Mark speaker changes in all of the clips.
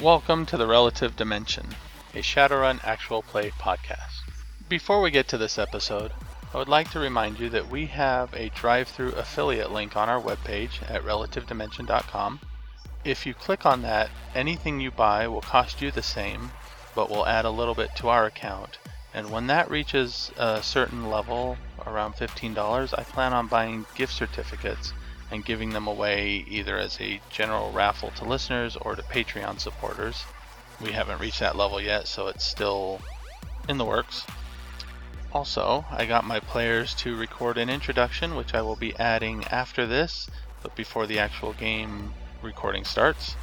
Speaker 1: Welcome to the Relative Dimension, a Shadowrun actual play podcast. Before we get to this episode, I would like to remind you that we have a drive through affiliate link on our webpage at relativedimension.com. If you click on that, anything you buy will cost you the same, but we'll add a little bit to our account. And when that reaches a certain level, around $15, I plan on buying gift certificates and giving them away either as a general raffle to listeners or to Patreon supporters. We haven't reached that level yet, so it's still in the works. Also, I got my players to record an introduction, which I will be adding after this, but before the actual game recording starts.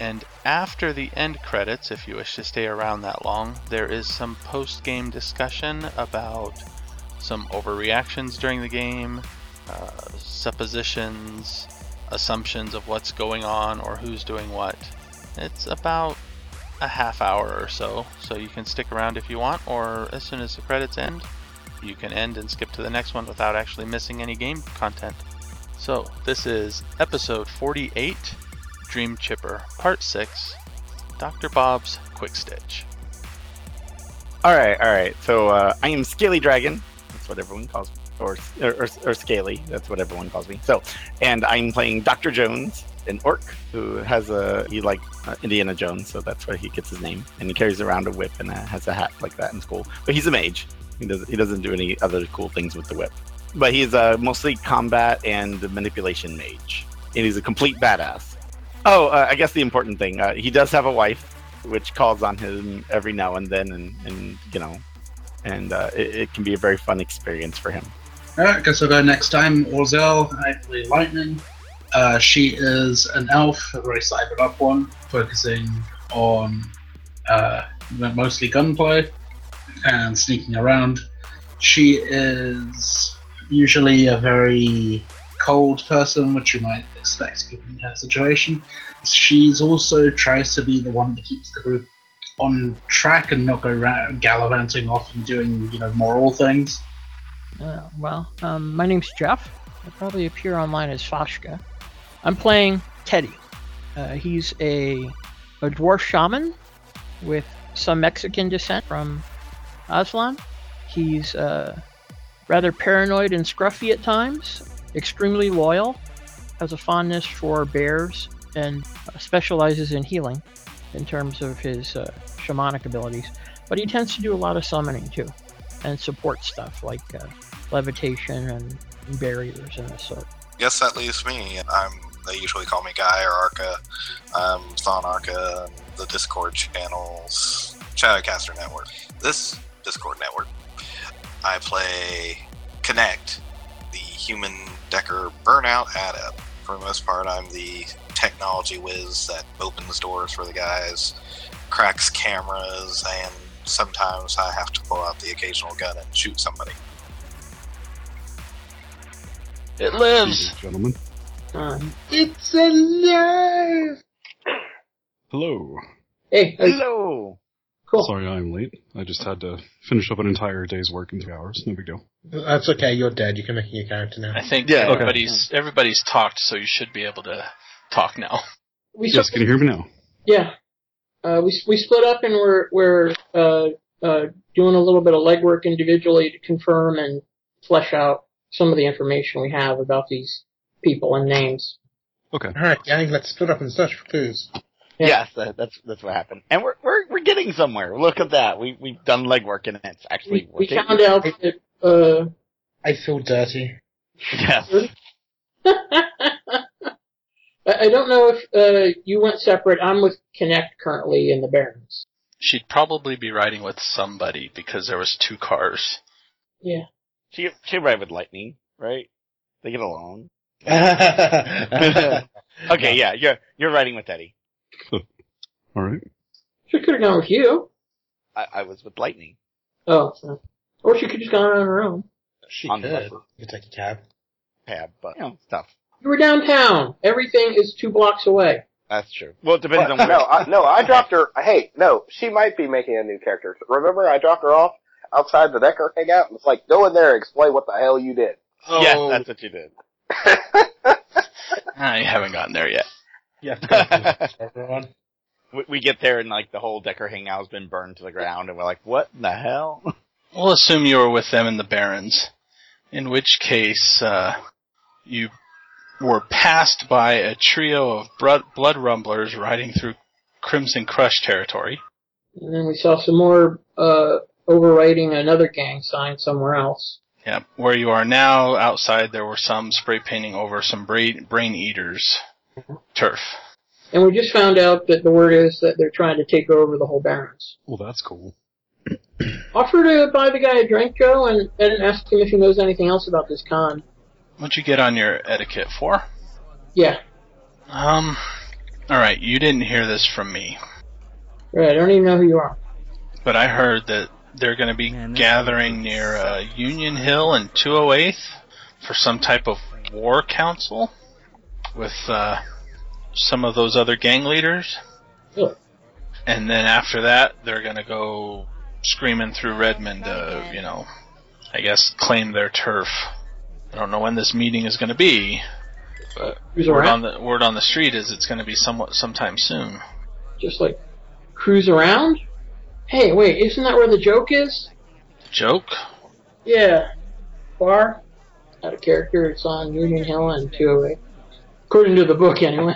Speaker 1: And after the end credits, if you wish to stay around that long, there is some post game discussion about some overreactions during the game, uh, suppositions, assumptions of what's going on or who's doing what. It's about a half hour or so, so you can stick around if you want, or as soon as the credits end, you can end and skip to the next one without actually missing any game content. So, this is episode 48 Dream Chipper, part 6 Dr. Bob's Quick Stitch.
Speaker 2: All right, all right. So uh, I am Scaly Dragon. That's what everyone calls me, or, or or Scaly. That's what everyone calls me. So, and I'm playing Doctor Jones, an orc who has a he like uh, Indiana Jones, so that's where he gets his name. And he carries around a whip and uh, has a hat like that in school. But he's a mage. He doesn't he doesn't do any other cool things with the whip. But he's uh, mostly combat and manipulation mage, and he's a complete badass. Oh, uh, I guess the important thing uh, he does have a wife, which calls on him every now and then, and and you know, and uh, it, it can be a very fun experience for him.
Speaker 3: All right, guess I'll go next time. Orzel, I play Lightning. Uh, she is an elf, a very cybered up one, focusing on uh, mostly gunplay and sneaking around. She is usually a very cold person, which you might expect given her situation. She's also tries to be the one that keeps the group on track and not go ra- gallivanting off and doing, you know, moral things.
Speaker 4: Uh, well, um, my name's Jeff. I probably appear online as Foshka. I'm playing Teddy. Uh, he's a, a dwarf shaman with some Mexican descent from Aslan. He's uh, rather paranoid and scruffy at times, extremely loyal, has a fondness for bears, and uh, specializes in healing in terms of his uh, shamanic abilities. But he tends to do a lot of summoning too, and support stuff like uh, levitation and barriers and this sort.
Speaker 5: guess that leaves me. I'm they usually call me Guy or Arca. I'm on Arca, the Discord channels, Shadowcaster Network. This Discord network, I play Connect, the human Decker Burnout adept. For the most part, I'm the technology whiz that opens doors for the guys, cracks cameras, and sometimes I have to pull out the occasional gun and shoot somebody.
Speaker 1: It lives!
Speaker 6: gentlemen.
Speaker 4: Um,
Speaker 7: It's alive!
Speaker 6: Hello.
Speaker 7: Hey, uh, hey,
Speaker 2: Hello.
Speaker 7: cool.
Speaker 6: Sorry I'm late. I just had to finish up an entire day's work in three hours. No big deal.
Speaker 8: That's okay. You're dead. You can make a new character now.
Speaker 1: I think
Speaker 2: Yeah, okay.
Speaker 1: everybody's everybody's talked, so you should be able to talk now.
Speaker 7: We
Speaker 6: Yes, can you hear me now?
Speaker 7: Yeah. Uh, we, we split up and we're, we're uh, uh, doing a little bit of legwork individually to confirm and flesh out some of the information we have about these people and names.
Speaker 6: Okay.
Speaker 8: All right, gang. Let's split up and search for clues.
Speaker 7: Yeah.
Speaker 2: Yes, that, that's that's what happened. And we're we're we're getting somewhere. Look at that. We we've done legwork and it's actually
Speaker 7: We, we
Speaker 2: working.
Speaker 7: found out that. Uh,
Speaker 8: I feel dirty.
Speaker 2: Yes.
Speaker 7: I I don't know if uh, you went separate. I'm with Connect currently in the Barrens.
Speaker 1: She'd probably be riding with somebody because there was two cars.
Speaker 7: Yeah.
Speaker 2: She she arrived with lightning, right? They get along. Okay, yeah, you're you're riding with Eddie.
Speaker 6: All right.
Speaker 7: She could have gone with you.
Speaker 2: I, I was with lightning.
Speaker 7: Oh, so. or she could just gone on her own.
Speaker 8: She
Speaker 2: On
Speaker 8: could.
Speaker 2: the buffer.
Speaker 8: You could take a cab.
Speaker 2: Tab, but you know, stuff.
Speaker 7: You were downtown. Everything is two blocks away.
Speaker 2: That's true. Well, it depends on
Speaker 9: But-
Speaker 2: where.
Speaker 9: no, I, no, I dropped her. Hey, no, she might be making a new character. Remember, I dropped her off outside the Decker
Speaker 10: Oh.
Speaker 9: hangout, and it's like, go in there and explain what the hell you did.
Speaker 2: yes, that's what you did.
Speaker 1: I haven't gotten there yet.
Speaker 7: You have to go through that, everyone.
Speaker 10: We, we get there and like the whole Decker hangout has been burned to the ground, and we're like, "What in the hell?"
Speaker 1: We'll assume you were with them in the Barrens, in which case uh, you were passed by a trio of bro- blood rumblers riding through Crimson Crush territory.
Speaker 4: And then we saw some more uh, overriding another gang sign somewhere else.
Speaker 1: Yep. Where you are now, outside, there were some spray painting over some brain, brain eaters turf.
Speaker 4: And we just found out that the word is that they're trying to take over the whole Barrens.
Speaker 6: Well, that's cool.
Speaker 4: Offer to buy the guy a drink, Joe, and, and ask him if he knows anything else about this con.
Speaker 1: What'd you get on your etiquette for?
Speaker 4: Yeah,
Speaker 1: Um, alright, you didn't hear this from me,
Speaker 4: right. I don't even know who you are.
Speaker 1: but I heard that they're going to be
Speaker 2: Man, this
Speaker 1: gathering
Speaker 2: is-
Speaker 1: near uh, Union Hill and 208th for some type of war council with uh, some of those other gang leaders.
Speaker 4: Really?
Speaker 1: And then after that, they're going to go screaming through Redmond to, you know, I guess claim their turf. I don't know when this meeting is going to be.
Speaker 4: Who's
Speaker 1: Word
Speaker 4: around?
Speaker 1: on the word on the street is it's going to be somewhat sometime soon.
Speaker 4: Just like cruise around? Hey, wait, isn't that where the joke is?
Speaker 1: Joke?
Speaker 4: Yeah. Bar? Out of character, it's on Union Hill and 208. According to the book, anyway.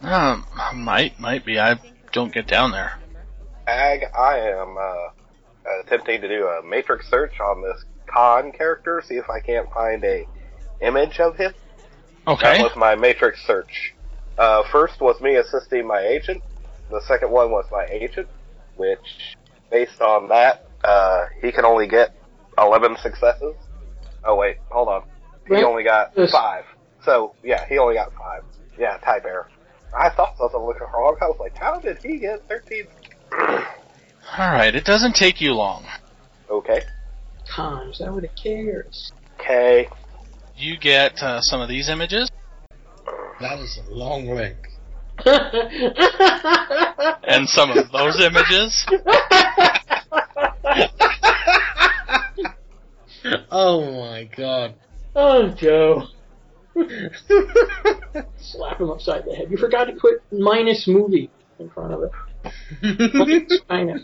Speaker 1: Um, might might be. I don't get down there.
Speaker 9: Ag, I am uh, attempting to do a matrix search on this Khan character, see if I can't find a image of him. That
Speaker 1: Okay.
Speaker 9: was my matrix search. Uh, first was me assisting my agent. The second one was my agent, which, based on that, uh, he can only get 11 successes. Oh, wait, hold on. He
Speaker 4: Right.
Speaker 9: only got
Speaker 4: Yes.
Speaker 9: five. So, yeah, he only got five. Yeah, type error. I thought something was wrong. I was like, how did he get 13?
Speaker 1: All right. It doesn't take you long.
Speaker 9: Okay.
Speaker 4: Times, that would have cares.
Speaker 9: Okay.
Speaker 1: You get uh, some of these images,
Speaker 7: That was a long link.
Speaker 1: and some of those images,
Speaker 7: Oh my god.
Speaker 4: oh, Joe. Slap him upside the head. You forgot to put minus movie in front of it. Minus, minus.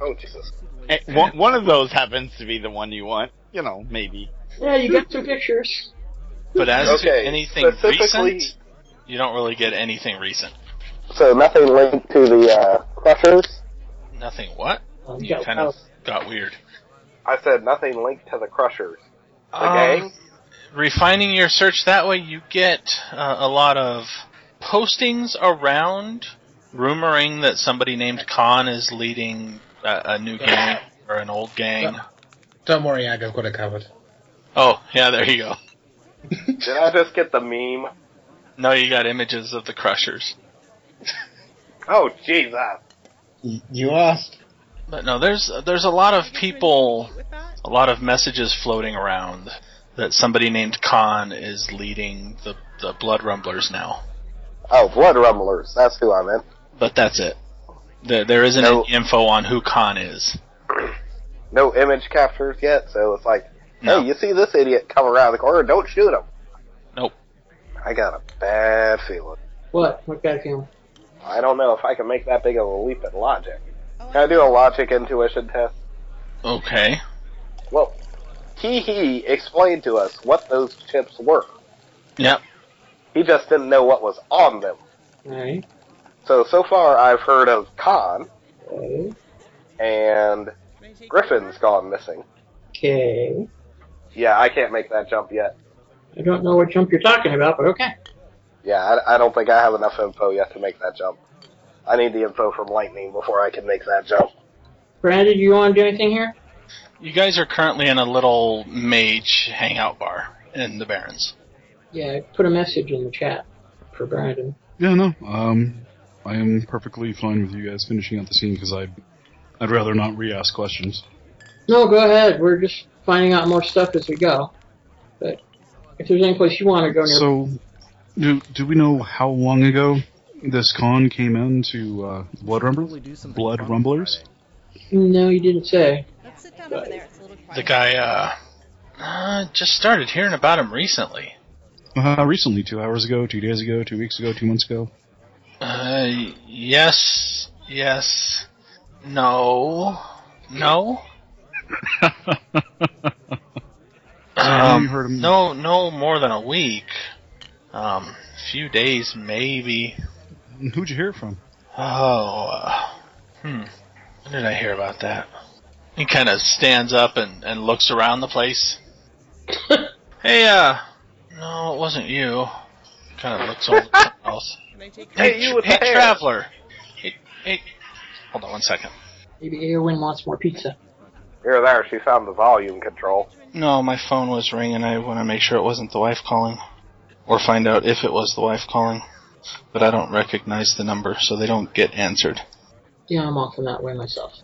Speaker 9: Oh, Jesus.
Speaker 10: Eh, one, one of those happens to be the one you want, you know, maybe.
Speaker 4: Yeah, you got two pictures.
Speaker 1: but as
Speaker 9: Okay,
Speaker 1: to anything
Speaker 9: specifically-
Speaker 1: recent, you don't really get anything recent.
Speaker 9: So, nothing linked to the uh, Crushers?
Speaker 1: Nothing. What?
Speaker 4: Um,
Speaker 1: You kind of got weird.
Speaker 9: I said nothing linked to the Crushers. The
Speaker 1: Um,
Speaker 9: gang?
Speaker 1: refining your search that way, you get uh, a lot of postings around rumoring that somebody named Khan is leading a, a new gang or an old gang.
Speaker 7: Don't worry, Ag, I've got it covered.
Speaker 1: Oh, yeah, there you go.
Speaker 9: Did I just get the meme?
Speaker 1: No, you got images of the Crushers.
Speaker 9: Oh, Jesus.
Speaker 7: Y- you asked.
Speaker 1: But no, there's there's a lot of people, a lot of messages floating around that somebody named Khan is leading the the Blood Rumblers now.
Speaker 9: Oh, Blood Rumblers. That's who I meant.
Speaker 1: But that's it. There, there isn't
Speaker 9: No.
Speaker 1: any info on who Khan is.
Speaker 9: No image captures yet, so it's like,
Speaker 1: No.
Speaker 9: hey, you see this idiot come around the corner, don't shoot him.
Speaker 1: Nope.
Speaker 9: I got a bad feeling.
Speaker 4: What? What bad feeling?
Speaker 9: I don't know if I can make that big of a leap in logic. Can I do a logic intuition test?
Speaker 1: Okay.
Speaker 9: Well, Hee Hee explained to us what those chips were.
Speaker 1: Yep.
Speaker 9: He just didn't know what was on them.
Speaker 4: Alright.
Speaker 9: So, so far I've heard of Khan,
Speaker 4: Okay.
Speaker 9: and Griffin's gone missing.
Speaker 4: Okay.
Speaker 9: Yeah, I can't make that jump yet.
Speaker 4: I don't know what jump you're talking about, but okay.
Speaker 9: Yeah, I, I don't think I have enough info yet to make that jump. I need the info from Lightning before I can make that jump.
Speaker 4: Brandon, do you want to do anything here?
Speaker 1: You guys are currently in a little mage hangout bar in the Barrens.
Speaker 4: Yeah, I put a message in the chat for Brandon.
Speaker 6: Yeah, no. Um, I am perfectly fine with you guys finishing out the scene because I, I'd rather not re-ask questions.
Speaker 4: No, go ahead. We're just finding out more stuff as we go. But if there's any place you want to go near,
Speaker 6: So, do do we know how long ago this con came in to uh, Blood Rumblers? Blood Rumblers?
Speaker 4: no, you didn't say.
Speaker 2: Let's sit down over there. It's a little quiet.
Speaker 1: The guy uh, uh just started hearing about him recently. Uh, recently, two hours ago, two days ago, two weeks ago, two months ago.
Speaker 6: Uh, yes, yes, no, no.
Speaker 1: I know you heard him.
Speaker 6: Um, No, no more than a week. Um, few days maybe.
Speaker 1: Who'd you hear it from?
Speaker 6: Oh, uh, hmm. When did I hear about that? He kind of stands up and, and looks around the place. hey, uh, no, it wasn't you. Kind of looks over to someone else.
Speaker 9: Hey, you
Speaker 6: tr-
Speaker 9: with the
Speaker 6: hey,
Speaker 9: hair.
Speaker 6: traveler. Hey, hey, hold on one second.
Speaker 4: Maybe Eowyn wants more pizza.
Speaker 9: Here there, she found the volume control.
Speaker 6: No, my phone was ringing. I want to make sure it wasn't the wife calling, or find out if it was the wife calling. But I don't recognize the number, so they don't get answered.
Speaker 4: Yeah, I'm often that way myself.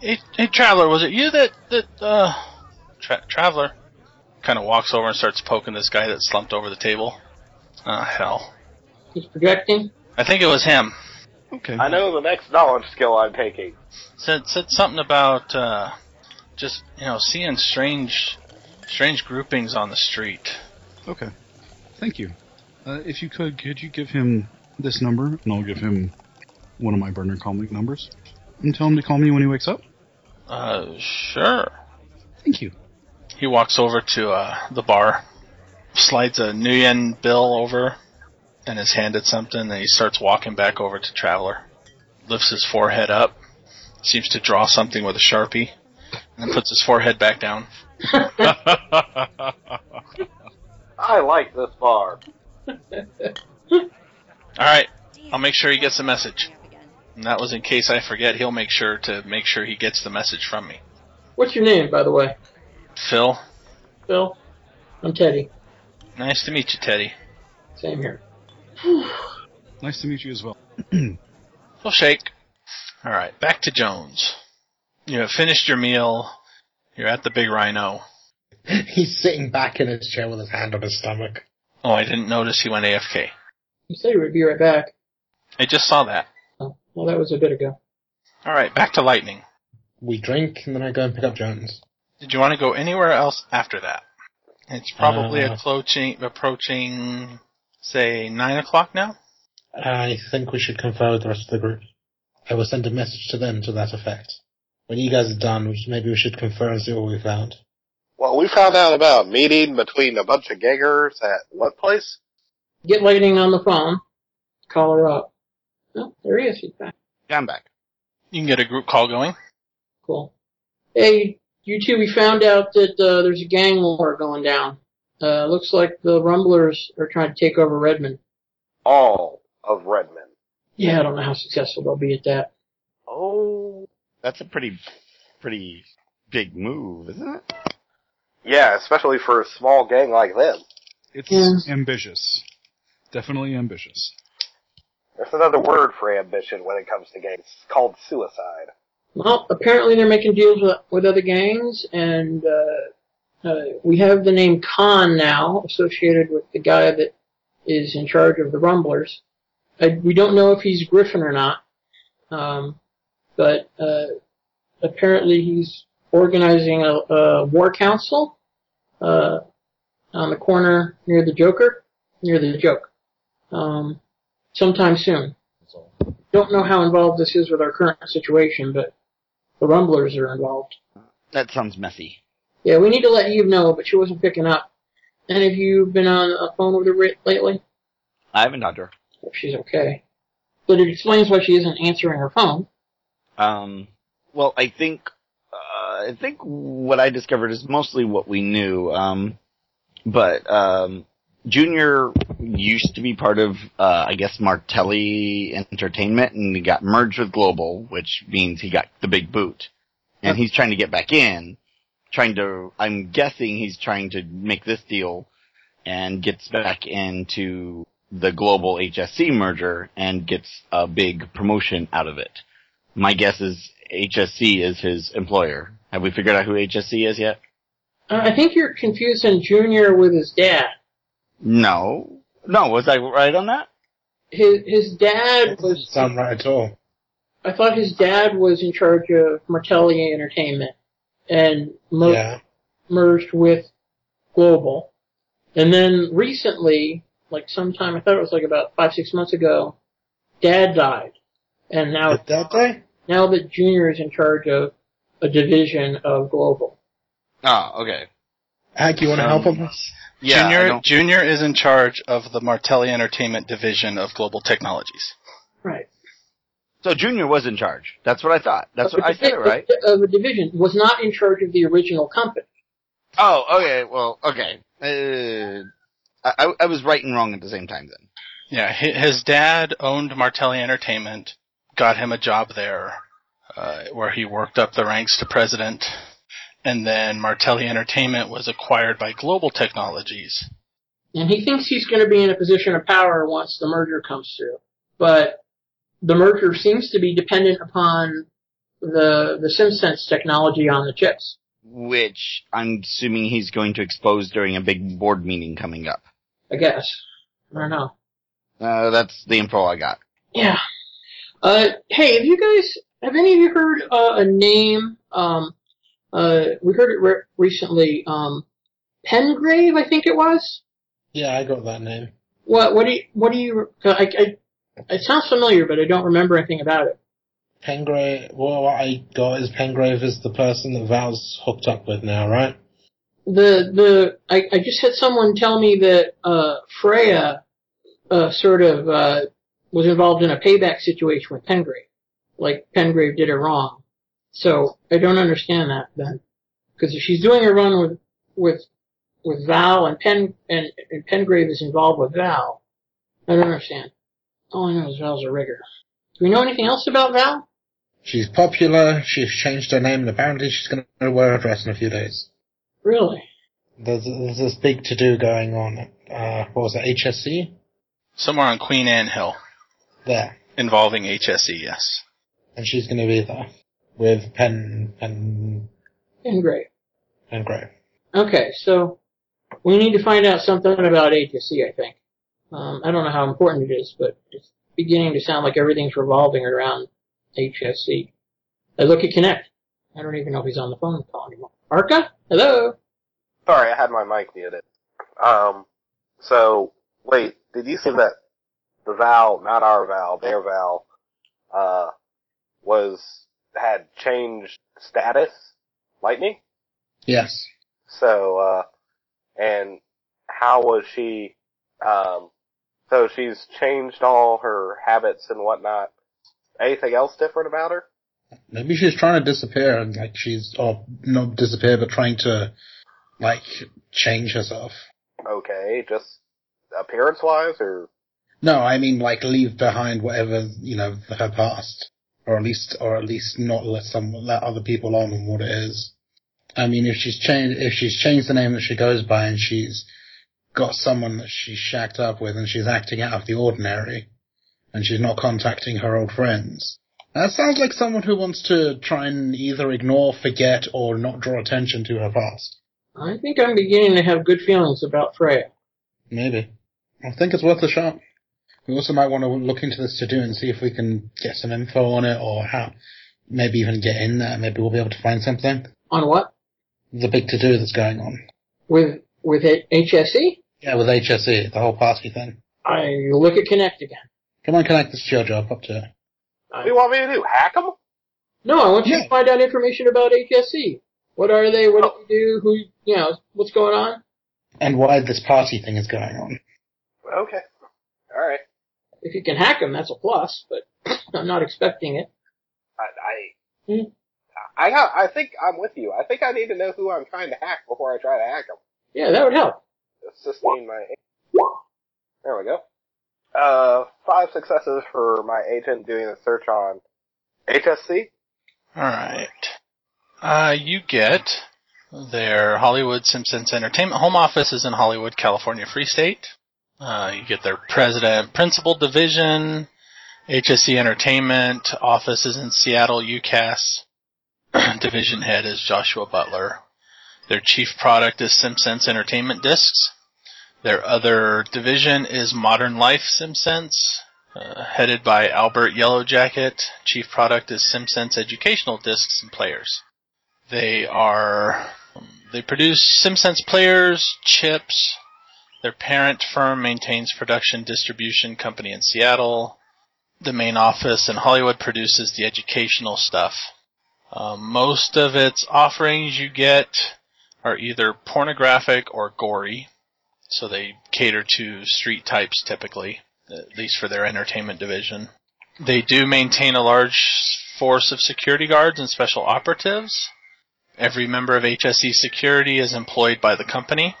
Speaker 6: Hey, hey traveler, was it you that that uh, tra- traveler? Kind of walks over and starts poking this guy that slumped over the table. Ah, hell!
Speaker 4: He's projecting.
Speaker 6: I think it was him.
Speaker 1: Okay.
Speaker 9: I know the next knowledge skill I'm taking.
Speaker 6: Said said something about uh, just you know seeing strange strange groupings on the street.
Speaker 1: Okay. Thank you. Uh, if you could, could you give him this number, and I'll give him one of my burner calming numbers, and tell him to call me when he wakes up.
Speaker 6: Uh, sure.
Speaker 1: Thank you.
Speaker 6: He walks over to uh, the bar, slides a New Yen bill over, and is handed something, and he starts walking back over to Traveler. Lifts his forehead up, seems to draw something with a sharpie, and then puts his forehead back down.
Speaker 9: I like this bar.
Speaker 6: All right, I'll make sure he gets the message. And that was in case I forget. He'll make sure to make sure he gets the message from me.
Speaker 4: What's your name, by the way?
Speaker 6: Phil,
Speaker 4: Phil? I'm Teddy.
Speaker 6: nice to meet you, Teddy.
Speaker 4: Same here.
Speaker 1: Nice to meet you as well.
Speaker 6: We'll shake. All right, back to Jones. You have finished your meal. You're at the Big Rhino.
Speaker 11: He's sitting back in his chair with his hand on his stomach.
Speaker 6: Oh, I didn't notice he went AFK.
Speaker 4: You said you would be right back.
Speaker 6: I just saw that.
Speaker 4: Oh, well, that was a bit ago.
Speaker 6: All right, back to lightning.
Speaker 11: We drink, and then I go and pick up Jones.
Speaker 6: Did you want to go anywhere else after that? It's probably
Speaker 11: Uh.
Speaker 6: approaching approaching say nine o'clock now.
Speaker 11: I think we should confer with the rest of the group. I will send a message to them to that effect. When you guys are done, we- maybe we should confer and see what we found.
Speaker 9: Well, we found out about a meeting between a bunch of gangers at what place?
Speaker 4: Get Lightning on the phone. Call her up. Oh, there he is. He's back.
Speaker 7: Yeah, I'm back.
Speaker 6: You can get a group call going.
Speaker 4: Cool. Hey, you two, we found out that uh, there's a gang war going down. Uh, looks like the Rumblers are trying to take over Redmond.
Speaker 9: All of Redmond.
Speaker 4: Yeah, I don't know how successful they'll be at that.
Speaker 9: Oh.
Speaker 7: That's a pretty, pretty big move, isn't it?
Speaker 9: Yeah, especially for a small gang like them.
Speaker 1: It's
Speaker 4: Yeah.
Speaker 1: ambitious. Definitely ambitious.
Speaker 9: There's another word for ambition when it comes to gangs. It's called suicide.
Speaker 4: Well, apparently they're making deals with, with other gangs, and uh, uh, we have the name Khan now associated with the guy that is in charge of the Rumblers. I, we don't know if he's Griffin or not, um, but uh, apparently he's organizing a, a war council uh, on the corner near the Joker, near the Joke, um, sometime soon don't know how involved this is with our current situation, but the Rumblers are involved.
Speaker 7: That sounds messy.
Speaker 4: Yeah, we need to let Eve know, but she wasn't picking up. And have you been on a phone with her re- lately?
Speaker 7: I haven't talked to her.
Speaker 4: If she's okay. But it explains why she isn't answering her phone.
Speaker 7: Um, well, I think uh, I think what I discovered is mostly what we knew. Um, but um, Junior used to be part of, uh, I guess, Martelli Entertainment, and he got merged with Global, which means he got the big boot, and he's trying to get back in. Trying to, I'm guessing he's trying to make this deal and gets back into the global HSC merger and gets a big promotion out of it. My guess is HSC is his employer. Have we figured out who HSC is yet?
Speaker 4: Uh, I think you're confusing Junior with his dad.
Speaker 7: No. No, was I right on that?
Speaker 4: His his dad
Speaker 11: Doesn't
Speaker 4: was.
Speaker 11: sound right at all.
Speaker 4: I thought his dad was in charge of Martelli Entertainment, and mo-
Speaker 11: Yeah.
Speaker 4: merged with Global, And then recently, like sometime, I thought it was like about five, six months ago, Dad died. And now,
Speaker 7: But that day?
Speaker 4: now that Junior is in charge of a division of Global.
Speaker 2: Ah, okay.
Speaker 7: Hack, you want to help him?
Speaker 2: Yeah, I
Speaker 1: Junior,
Speaker 2: don't-
Speaker 1: Junior is in charge of the Martelli Entertainment division of Global Technologies.
Speaker 4: Right.
Speaker 10: So Junior was in charge. That's what I thought. That's what I said, it right?
Speaker 4: Of a division was not in charge of the original company.
Speaker 2: Oh,
Speaker 10: Oh,
Speaker 2: okay.
Speaker 10: okay. Well, okay. Uh, I, I- I was right and wrong at the same time then.
Speaker 1: Yeah, hi- his dad owned Martelli Entertainment, got him a job there, uh, where he worked up the ranks to president, and then Martelli Entertainment was acquired by Global Technologies.
Speaker 4: And he thinks he's going to be in a position of power once the merger comes through. But the merger seems to be dependent upon the the SimSense technology on the chips.
Speaker 10: Which I'm assuming he's going to expose during a big board meeting coming up.
Speaker 4: I guess. I don't know.
Speaker 10: Uh, that's the info I got.
Speaker 4: Yeah. Uh, hey, have you guys have any of you heard uh, a name? Um, uh, we heard it re- recently. Um, Pengrave, I think it was.
Speaker 7: Yeah, I got that name.
Speaker 4: What what do you what do you? I, I it sounds familiar, but I don't remember anything about it.
Speaker 7: Pengrave, well, what I got is Pengrave is the person that Val's hooked up with now, right?
Speaker 4: The the I, I just had someone tell me that uh, Freya uh, sort of uh, was involved in a payback situation with Pengrave, like Pengrave did her wrong. So I don't understand that then, because if she's doing a run with with with Val and Pen and, and Pengrave is involved with Val, I don't understand. All I know is Val's a rigger. Do we know anything else about Val?
Speaker 7: She's popular, she's changed her name, and apparently she's going to wear a dress in a few days.
Speaker 4: Really?
Speaker 7: There's, there's this big to-do going on at, uh, what was it, HSC?
Speaker 1: Somewhere on Queen Anne Hill,
Speaker 7: There.
Speaker 1: involving HSE, yes.
Speaker 7: And she's going to be there with Pen, Pen,
Speaker 4: Pengrave.
Speaker 7: Pengrave.
Speaker 4: Okay, so we need to find out something about HSC, I think. Um, I don't know how important it is, but it's beginning to sound like everything's revolving around HSC. I look at Connect. I don't even know if he's on the phone call anymore. Arca? Hello?
Speaker 9: Sorry, I had my mic muted. Um, so wait, did you say that the Val, not our Val, their Val, uh, was had changed status? Lightning.
Speaker 7: Yes.
Speaker 9: So, uh, and how was she? Um, so she's changed all her habits and whatnot. Anything else different about her?
Speaker 7: Maybe she's trying to disappear and like she's, or not disappear, but trying to, like, change herself.
Speaker 9: Okay, just appearance wise, or
Speaker 7: No, I mean like leave behind whatever you know her past, or at least, or at least not let some let other people on on what it is. I mean, if she's changed, if she's changed the name that she goes by, and she's got someone that she's shacked up with, and she's acting out of the ordinary, and she's not contacting her old friends. That sounds like someone who wants to try and either ignore, forget, or not draw attention to her past.
Speaker 4: I think I'm beginning to have good feelings about Freya.
Speaker 7: Maybe. I think it's worth a shot. We also might want to look into this to do and see if we can get some info on it or how, maybe even get in there. Maybe we'll be able to find something.
Speaker 4: On what?
Speaker 7: The big to do that's going on.
Speaker 4: With, with H- HSC?
Speaker 7: Yeah, with HSE, the whole party thing.
Speaker 4: I look at Connect again.
Speaker 7: Come on, connect this to your job up to it.
Speaker 9: what do you want me to do? Hack them?
Speaker 4: No, I want you
Speaker 7: Yeah.
Speaker 4: to find out information about HSC. What are they? What do they do? Who? You know, what's going on?
Speaker 7: And why this party thing is going on.
Speaker 9: Okay, all right.
Speaker 4: If you can hack them, that's a plus. But I'm not expecting it.
Speaker 9: I, I,
Speaker 4: Hmm.
Speaker 9: I, have, I think I'm with you. I think I need to know who I'm trying to hack before I try to hack them.
Speaker 4: Yeah, that would help.
Speaker 9: Sustain my. There we go. Uh, five successes for my agent doing a search on HSC.
Speaker 1: Alright. Uh, you get their Hollywood Simpsons Entertainment home office is in Hollywood, California Free State. Uh, you get their president, principal division, HSC Entertainment office is in Seattle, UCAS. division head is Joshua Butler. Their chief product is SimSense Entertainment Discs. Their other division is Modern Life SimSense uh, headed by Albert Yellowjacket. Chief product is SimSense educational discs and players. They are they produce SimSense players, chips, Their parent firm maintains production distribution company in Seattle. The main office in Hollywood produces the educational stuff. Um, most of its offerings you get are either pornographic or gory, so they cater to street types typically, at least for their entertainment division. They do maintain a large force of security guards and special operatives. Every member of HSE security is employed by the company.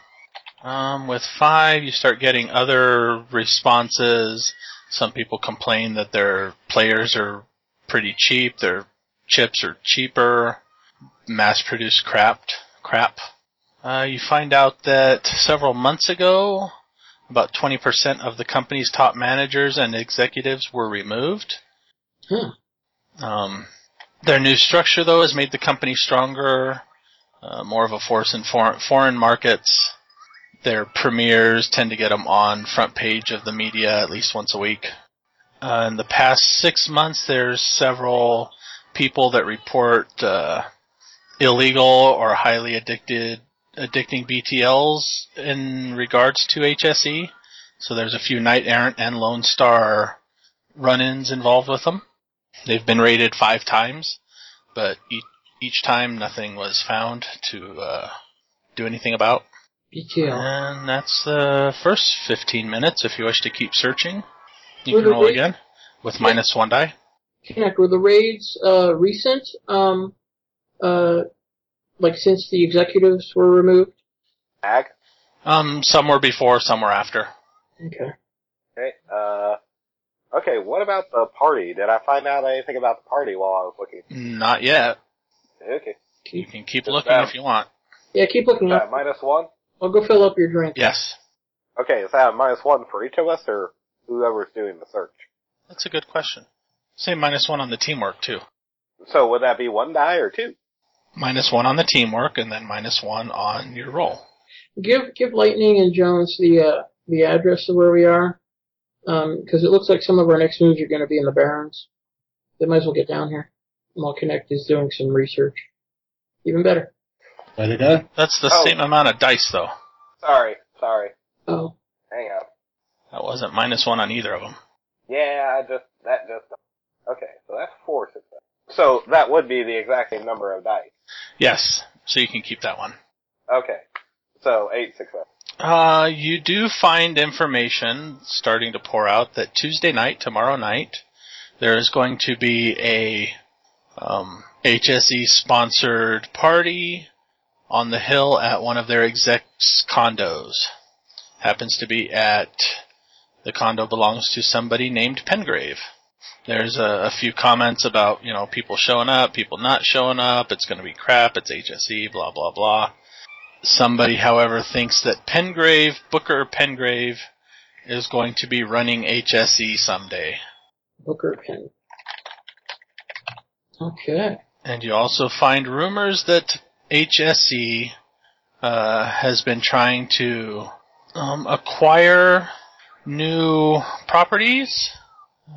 Speaker 1: Um, with five, you start getting other responses. Some people complain that their players are pretty cheap, their chips are cheaper, mass-produced crap. Crap. Uh, you find out that several months ago, about 20% of the company's top managers and executives were removed. Um, their new structure, though, has made the company stronger, uh, more of a force in for- foreign markets. Their premieres tend to get them on front page of the media at least once a week. Uh, in the past six months, there's several people that report uh, illegal or highly addicted addicting BTLs in regards to HSE. So there's a few Knight Errant and Lone Star run-ins involved with them. They've been raided five times, but each, each time nothing was found to uh, do anything about.
Speaker 4: BTL.
Speaker 1: And that's the first 15 minutes. If you wish to keep searching, you
Speaker 4: Were
Speaker 1: can
Speaker 4: the
Speaker 1: roll
Speaker 4: raid-
Speaker 1: again with minus one die.
Speaker 4: Connect. Were the raids uh, recent? Um, uh, like since the executives were removed?
Speaker 9: Ag.
Speaker 1: Um, some were before, some were after.
Speaker 4: Okay.
Speaker 9: Okay. Uh, okay. What about the party? Did I find out anything about the party while I was looking?
Speaker 1: Not yet.
Speaker 9: Okay.
Speaker 1: You can keep
Speaker 9: Just
Speaker 1: looking
Speaker 9: that.
Speaker 1: if you want.
Speaker 4: Yeah, keep
Speaker 9: Is
Speaker 4: looking
Speaker 9: that a
Speaker 4: up.
Speaker 9: minus one?
Speaker 4: I'll go fill up your drink.
Speaker 1: Yes,
Speaker 9: Okay. Is that a minus one for each of us or whoever's doing the search?
Speaker 1: that's a good question. Say minus one on the teamwork too.
Speaker 9: So would that be one die or two?
Speaker 1: Minus one on the teamwork, and then minus one on your roll.
Speaker 4: Give give Lightning and Jones the uh, the address of where we are, because it looks like some of our next moves are going to be in the Barrens. They might as well get down here. While Connect is doing some research, even better.
Speaker 7: Way to go.
Speaker 1: That's the
Speaker 9: Oh.
Speaker 1: same amount of dice though.
Speaker 9: Sorry. Sorry.
Speaker 4: Oh,
Speaker 9: Hang on.
Speaker 1: That wasn't minus one on either of them.
Speaker 9: Yeah, I just that just okay. So that's four successes. So that would be the exact same number of dice.
Speaker 1: Yes, so you can keep that one.
Speaker 9: Okay, so eight successes.
Speaker 1: Uh, you do find information starting to pour out that Tuesday night, tomorrow night, there is going to be a um, HSE sponsored party on the hill at one of their execs' condos. Happens to be at the condo belongs to somebody named Pengrave. There's a, a few comments about you know people showing up, people not showing up. It's going to be crap. It's HSE. Blah blah blah. Somebody, however, thinks that Pengrave, Booker Pengrave, is going to be running HSE someday.
Speaker 4: Booker Pen. Okay.
Speaker 1: And you also find rumors that HSE uh, has been trying to um, acquire new properties,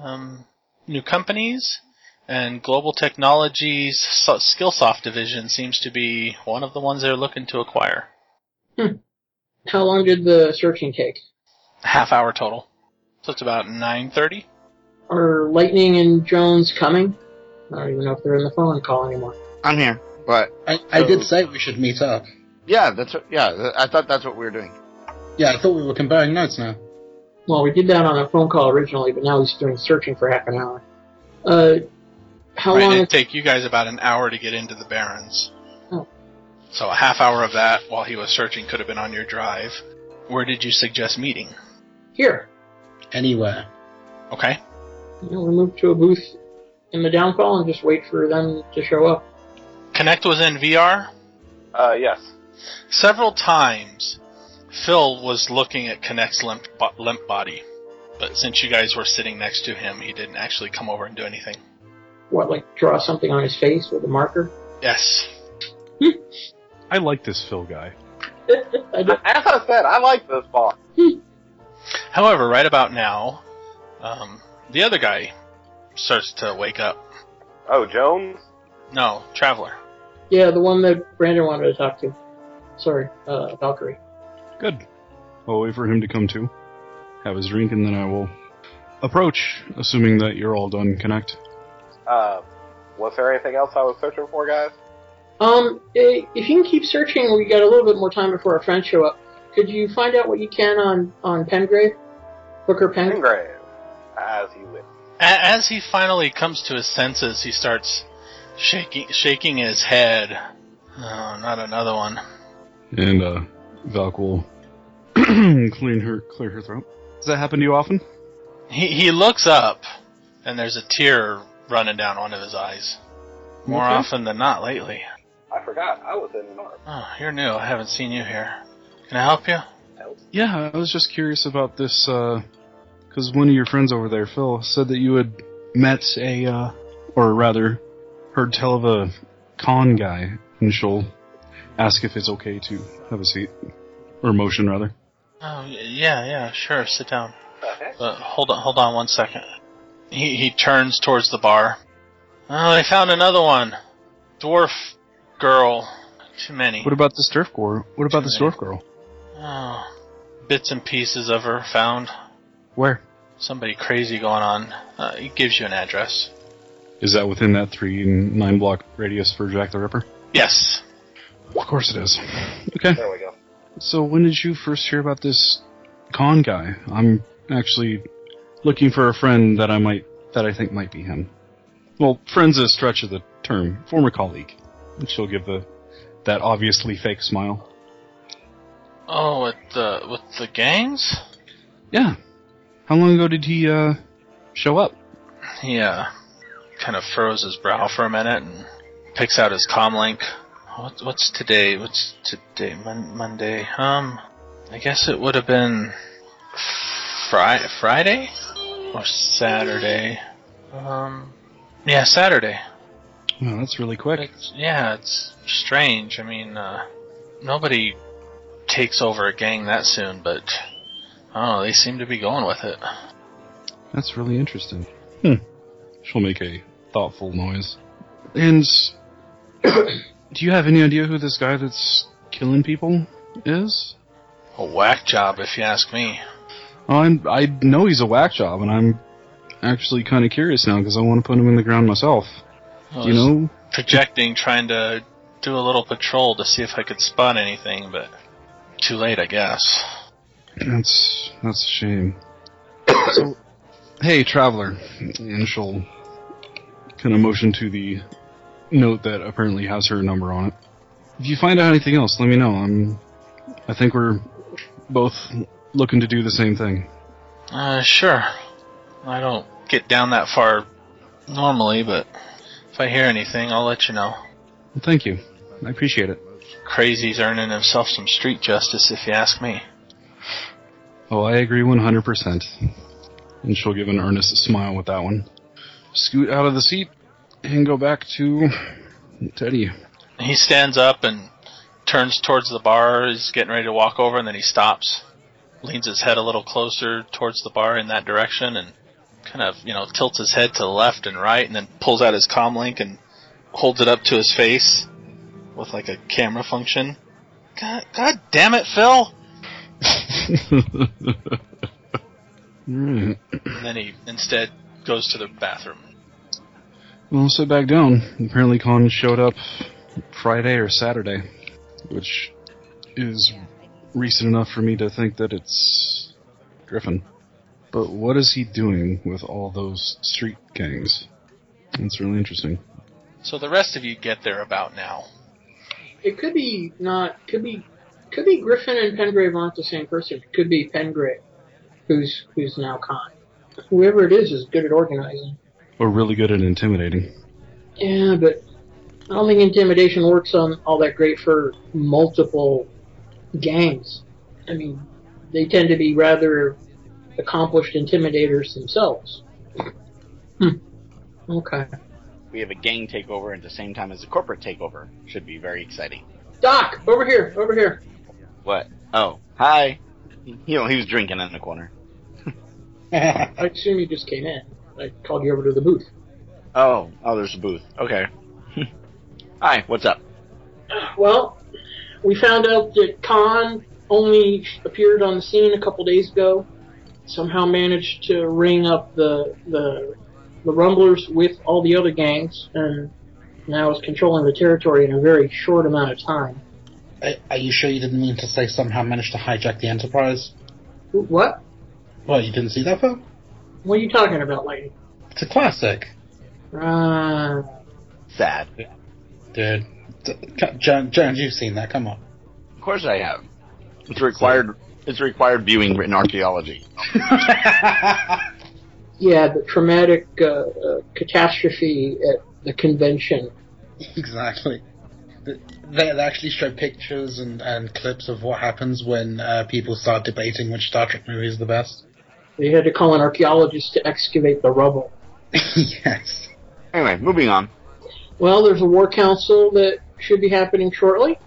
Speaker 1: um, new companies, and Global Technologies so- Skillsoft division seems to be one of the ones they're looking to acquire.
Speaker 4: How long did the searching take?
Speaker 1: Half hour total, so it's about nine thirty.
Speaker 4: Are Lightning and Jones coming? I don't even know if they're in the phone call anymore.
Speaker 10: I'm here. But
Speaker 7: I, I
Speaker 10: So-
Speaker 7: did say we should meet up.
Speaker 2: Yeah, that's what, yeah. th- I thought that's what we were doing.
Speaker 7: Yeah, I thought we were comparing notes now.
Speaker 4: Well, we did that on a phone call originally, but now he's doing searching for half an hour. Uh, how
Speaker 1: right,
Speaker 4: long?
Speaker 1: it'd take you guys about an hour to get into the Barrens.
Speaker 4: Oh.
Speaker 1: So a half hour of that while he was searching could have been on your drive. Where did you suggest meeting?
Speaker 4: Here.
Speaker 7: Anywhere.
Speaker 1: Okay.
Speaker 4: You know, we move to a booth in the downfall and just wait for them to show up.
Speaker 1: Connect was in VR.
Speaker 9: Uh, yes.
Speaker 1: Several times, Phil was looking at Connect's limp, bo- limp body. But since you guys were sitting next to him, he didn't actually come over and do anything.
Speaker 4: What, like draw something on his face with a marker?
Speaker 1: Yes.
Speaker 6: I like this Phil guy.
Speaker 4: I
Speaker 9: As
Speaker 4: don't-
Speaker 9: I said, I like this boss.
Speaker 1: However, right about now, um, the other guy starts to wake up.
Speaker 9: Oh, Jones.
Speaker 1: No, Traveler.
Speaker 4: yeah, the one that Brandon wanted to talk to. Sorry, uh, Valkyrie.
Speaker 6: Good. I'll wait for him to come to, have his drink, and then I will approach, assuming that you're all done. Connect.
Speaker 9: Uh, was there anything else I was searching for, guys?
Speaker 4: Um, i- if you can keep searching, we got a little bit more time before our friends show up. Could you find out what you can on on Pengrave, Booker Pengrave?
Speaker 9: Ingrave, as you wish.
Speaker 1: A- As he finally comes to his senses, he starts shaking shaking his head. Oh, not another one.
Speaker 6: And uh, Valk will clean her, clear her throat. Does that happen to you often?
Speaker 1: He he looks up, and there's a tear running down one of his eyes. More
Speaker 6: Okay.
Speaker 1: often than not lately.
Speaker 9: I forgot I was in an arm.
Speaker 1: Oh, you're new. I haven't seen you here. Can I help you?
Speaker 6: Yeah, I was just curious about this because one of your friends over there, Phil, said that you had met a, uh, or rather, heard tell of a con guy, and she'll ask if it's okay to have a seat or motion rather.
Speaker 1: Oh, y- yeah, yeah, sure. Sit down.
Speaker 9: Okay.
Speaker 1: But hold on, hold on one second. He he turns towards the bar. Oh, they found another one. Dwarf girl. Too many.
Speaker 6: What about this dwarf girl? What about this
Speaker 1: Sure.
Speaker 6: dwarf girl?
Speaker 1: Oh, bits and pieces of her found.
Speaker 6: Where
Speaker 1: Somebody crazy going on. Uh, he gives you an address.
Speaker 6: is that within that three and nine block radius for Jack the Ripper?
Speaker 1: Yes.
Speaker 6: Of course it is. Okay.
Speaker 9: There we go.
Speaker 6: So when did you first hear about this con guy? I'm actually looking for a friend that I might that I think might be him. Well, friend's a stretch of the term. Former colleague. And she'll give the that obviously fake smile.
Speaker 1: Oh, with the with the gangs.
Speaker 6: Yeah. How long ago did he uh show up?
Speaker 1: He uh, kind of furrows his brow for a minute and picks out his comlink. What, what's today? What's today? Mon- Monday. Um, I guess it would have been Fri- Friday or Saturday. Um, yeah, Saturday.
Speaker 6: Well, that's really quick.
Speaker 1: It's, yeah, it's strange. I mean, uh, nobody takes over a gang that soon, but oh, they seem to be going with it.
Speaker 6: That's really interesting. Hmm. She'll make a thoughtful noise. And do you have any idea who this guy that's killing people is?
Speaker 1: A whack job, if you ask me.
Speaker 6: I'm, I know he's a whack job, and I'm actually kind of curious now because I want to put him in the ground myself.
Speaker 1: Well,
Speaker 6: you
Speaker 1: there's-
Speaker 6: know?
Speaker 1: projecting, trying to do a little patrol to see if I could spot anything, but too late, I guess.
Speaker 6: That's that's a shame. so, hey, traveler, and she'll kind of motion to the note that apparently has her number on it. If you find out anything else, let me know. I'm, I think we're both looking to do the same thing.
Speaker 1: Uh, sure. I don't get down that far normally, but if I hear anything, I'll let you know.
Speaker 6: Well, thank you. I appreciate it.
Speaker 1: Crazy's earning himself some street justice, if you ask me.
Speaker 6: Oh, I agree 100%. And she'll give an earnest smile with that one. Scoot out of the seat and go back to Teddy.
Speaker 1: He stands up and turns towards the bar. He's getting ready to walk over, and then he stops, leans his head a little closer towards the bar in that direction, and kind of you know tilts his head to the left and right, and then pulls out his comlink and holds it up to his face with like a camera function. God, God damn it, Phil!
Speaker 6: Alright.
Speaker 1: And then he instead goes to the bathroom.
Speaker 6: Well, sit back down. Apparently, Con showed up Friday or Saturday, which is recent enough for me to think that it's Griffin. But what is he doing with all those street gangs? That's really interesting.
Speaker 1: So the rest of you get there about now.
Speaker 4: It could be not. Could be. Could be Griffin and Pengrave aren't the same person. It could be Pengrave, who's who's now Khan. Whoever it is is good at organizing.
Speaker 6: Or really good at intimidating.
Speaker 4: Yeah, but I don't think intimidation works on all that great for multiple gangs. I mean, they tend to be rather accomplished intimidators themselves. Hmm. Okay.
Speaker 10: We have a gang takeover at the same time as a corporate takeover. Should be very exciting.
Speaker 4: Doc, over here, over here.
Speaker 10: What? Oh, hi. You know, he was drinking in the corner.
Speaker 4: I assume you just came in. I called you over to the booth.
Speaker 10: Oh, oh, there's a booth. Okay. hi, what's up?
Speaker 4: Well, we found out that Khan only appeared on the scene a couple days ago. Somehow managed to ring up the the the Rumblers with all the other gangs, and now is controlling the territory in a very short amount of time.
Speaker 7: Are, are you sure you didn't mean to say somehow managed to hijack the Enterprise?
Speaker 4: Wh- What?
Speaker 7: Well, you didn't see that film?
Speaker 4: What are you talking about, lady?
Speaker 7: It's a classic,
Speaker 4: Uh,
Speaker 2: Sad.
Speaker 7: dude. D- c- Jones, Jones, you've seen that. Come on.
Speaker 2: Of course I have. It's required. It's required viewing in archaeology.
Speaker 4: yeah, the traumatic uh, uh, catastrophe at the convention.
Speaker 7: exactly. Th- They they actually show pictures and, and clips of what happens when uh, people start debating which Star Trek movie is the best.
Speaker 4: They had to call an archaeologist to excavate the rubble.
Speaker 7: yes.
Speaker 2: Anyway, moving on.
Speaker 4: Well, there's a war council that should be happening shortly,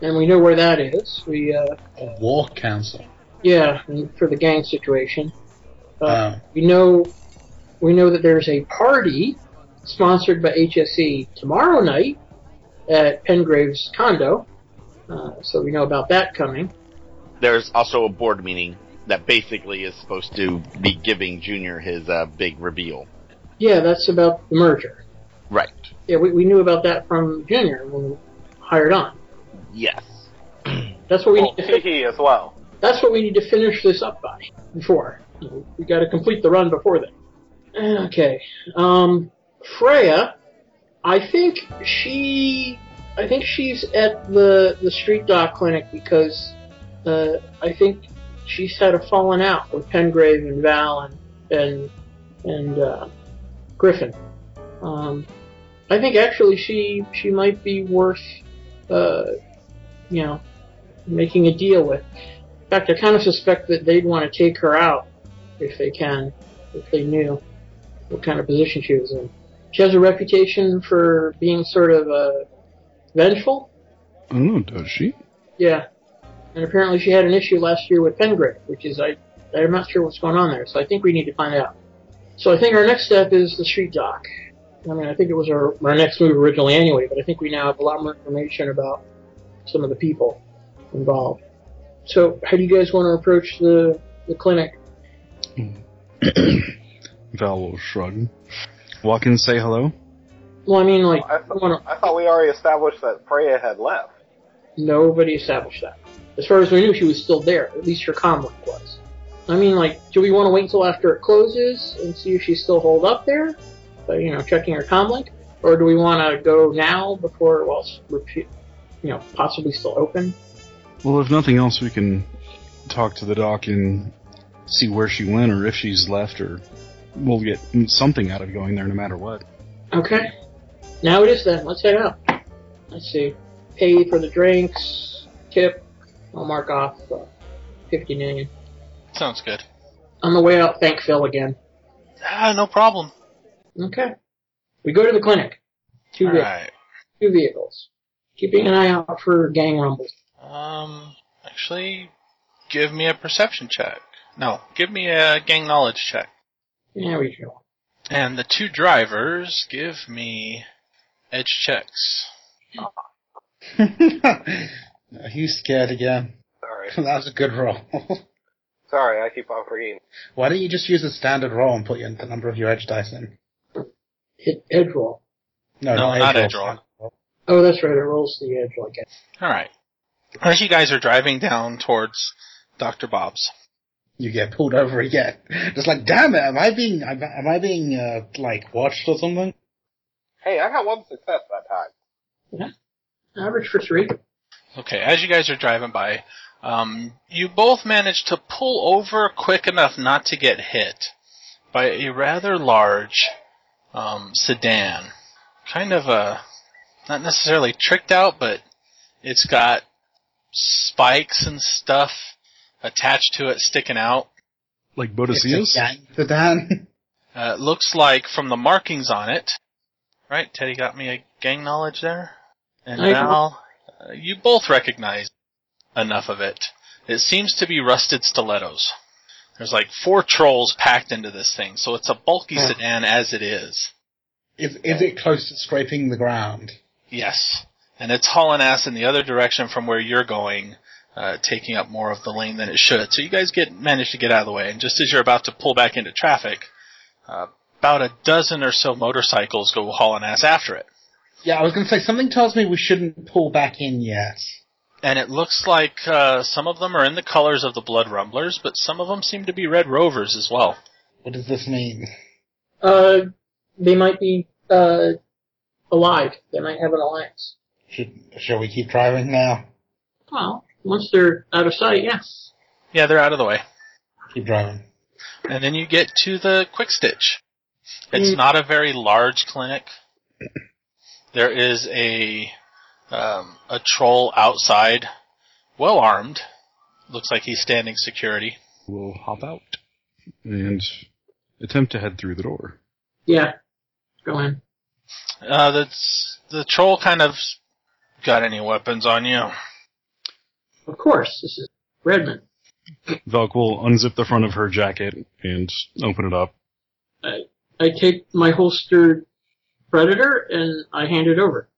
Speaker 4: and we know where that is. We, uh,
Speaker 7: A war council.
Speaker 4: yeah, for the gang situation. Uh,
Speaker 7: Oh.
Speaker 4: we know, we know that there's a party sponsored by HSE tomorrow night at Pengrave's condo, uh, so we know about that coming.
Speaker 2: There's also a board meeting that basically is supposed to be giving Junior his uh, big reveal.
Speaker 4: Yeah, that's about the merger.
Speaker 2: Right.
Speaker 4: Yeah, we, we knew about that from Junior when we hired on.
Speaker 2: Yes.
Speaker 4: That's what we
Speaker 9: Well,
Speaker 4: need to fix.
Speaker 9: Oh, he as well.
Speaker 4: That's what we need to finish this up by. Before You know, we got to complete the run before then. Okay. Um, Freya, I think she, I think she's at the the street doc clinic because uh, I think she's had a falling out with Pengrave and Val and and and uh, Griffin. Um, I think actually she she might be worth uh, you know making a deal with. In fact, I kind of suspect that they'd want to take her out if they can, if they knew what kind of position she was in. She has a reputation for being sort of uh, vengeful.
Speaker 6: I don't know, Oh, does she?
Speaker 4: Yeah. And apparently she had an issue last year with Pengrave, which is, I, I'm not sure what's going on there, so I think we need to find out. So I think our next step is the street doc. I mean, I think it was our, our next move originally anyway, but I think we now have a lot more information about some of the people involved. So how do you guys want to approach the, the clinic?
Speaker 6: Val will shrug. Walk in, say hello.
Speaker 4: Well, I mean, like,
Speaker 9: I,
Speaker 4: I wanna-
Speaker 9: th- I thought we already established that Freya had left.
Speaker 4: nobody established that. As far as we knew, she was still there. At least her comlink was. I mean, like, do we want to wait until after it closes and see if she's still holed up there? But, you know, checking her comlink? Or do we want to go now before, while it's, repu- you know, possibly still open?
Speaker 6: Well, if nothing else, we can talk to the doc and see where she went or if she's left or we'll get something out of going there no matter what.
Speaker 4: Okay. Now it is then. Let's head out. Let's see. Pay for the drinks, tip. I'll mark off uh, 50 million.
Speaker 1: Sounds good.
Speaker 4: On the way out, thank Phil again.
Speaker 1: Ah, no problem.
Speaker 4: Okay. We go to the clinic. Two
Speaker 1: All
Speaker 4: days.
Speaker 1: right.
Speaker 4: two vehicles, keeping an eye out for gang rumbles.
Speaker 1: Um, actually, give me a perception check. No, give me a gang knowledge check.
Speaker 4: There we go.
Speaker 1: And the two drivers give me edge checks.
Speaker 7: Are you scared again?
Speaker 9: Sorry.
Speaker 7: That was a good roll.
Speaker 9: Sorry, I keep on forgetting.
Speaker 7: Why don't you just use a standard roll and put your, the number of your edge dice in?
Speaker 4: Hit edge roll.
Speaker 1: No, not edge roll.
Speaker 7: rolls.
Speaker 4: Oh, that's right. It rolls the edge roll again.
Speaker 1: All right. As you guys are driving down towards Dr. Bob's,
Speaker 7: You get pulled over again. Just like, damn it, am I being, am I- am I being, uh, like, watched or something?
Speaker 9: Hey, I got one success that time.
Speaker 4: Average for three.
Speaker 1: Okay, as you guys are driving by, um, you both managed to pull over quick enough not to get hit by a rather large um, sedan. Kind of a, not necessarily tricked out, but it's got spikes and stuff attached to it sticking out.
Speaker 6: Like
Speaker 7: It's
Speaker 6: Boadicea's?
Speaker 7: a gang sedan.
Speaker 1: Uh, it looks like from the markings on it, right? Teddy got me a gang knowledge there, and
Speaker 4: I-
Speaker 1: Val, uh, you both recognize enough of it. It seems to be rusted stilettos. There's like four trolls packed into this thing, so it's a bulky
Speaker 7: Yeah.
Speaker 1: sedan as it is.
Speaker 7: Is, is it close to scraping the ground?
Speaker 1: Yes, and it's hauling ass in the other direction from where you're going, uh, taking up more of the lane than it should. So you guys get manage to get out of the way, and just as you're about to pull back into traffic, uh, about a dozen or so motorcycles go hauling ass after it.
Speaker 7: Yeah, I was going to say something tells me we shouldn't pull back in yet.
Speaker 1: And it looks like uh, some of them are in the colors of the Blood Rumblers, but some of them seem to be Red Rovers as well.
Speaker 7: What does this mean?
Speaker 4: Uh, they might be uh, alive. They might have an alliance.
Speaker 7: Should, shall we keep driving now?
Speaker 4: Well, once they're out of sight, yes.
Speaker 1: Yeah, they're out of the way.
Speaker 7: Keep driving.
Speaker 1: And then you get to the Quick Stitch. It's
Speaker 4: Mm.
Speaker 1: not a very large clinic. There is a um, a troll outside, well armed. Looks like he's standing security.
Speaker 6: We'll hop out and attempt to head through the door.
Speaker 4: Yeah. Go in.
Speaker 1: Uh, that's the troll kind of got any weapons on you.
Speaker 4: Of course, this is Redmond.
Speaker 6: Velk will unzip the front of her jacket and open it up.
Speaker 4: I take my holstered Predator and I hand it over.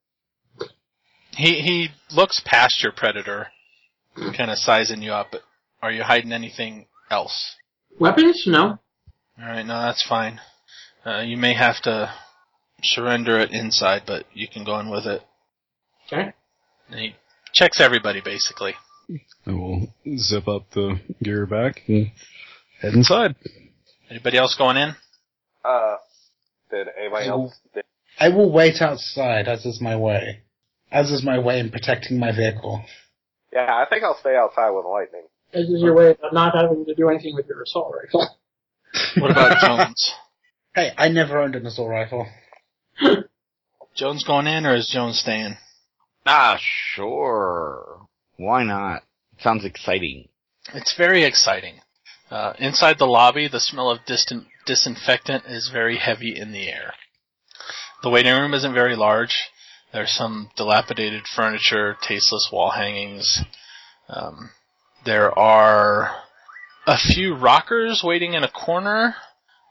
Speaker 1: He he looks past your predator,
Speaker 4: Hmm.
Speaker 1: kind of sizing you up. But are you hiding anything else?
Speaker 4: Weapons? No.
Speaker 1: All right, no, that's fine. Uh, you may have to surrender it inside, but you can go in with it.
Speaker 4: Okay.
Speaker 1: And he checks everybody basically.
Speaker 6: I will zip up the gear back and head inside.
Speaker 1: Anybody else going in?
Speaker 9: Uh, did anybody
Speaker 7: I
Speaker 9: else? Did,
Speaker 7: I will wait outside, as is my way. As is my way in protecting my vehicle.
Speaker 9: yeah, I think I'll stay outside with lightning.
Speaker 4: This is your way of not having to do anything with your assault rifle.
Speaker 1: What about Jones?
Speaker 7: Hey, I never owned an assault rifle.
Speaker 1: Jones going in or is Jones staying?
Speaker 2: Ah, sure. Why not? Sounds exciting.
Speaker 1: It's very exciting. Uh, inside the lobby, the smell of distant disinfectant is very heavy in the air. The waiting room isn't very large. There's some dilapidated furniture, tasteless wall hangings. Um, there are a few rockers waiting in a corner,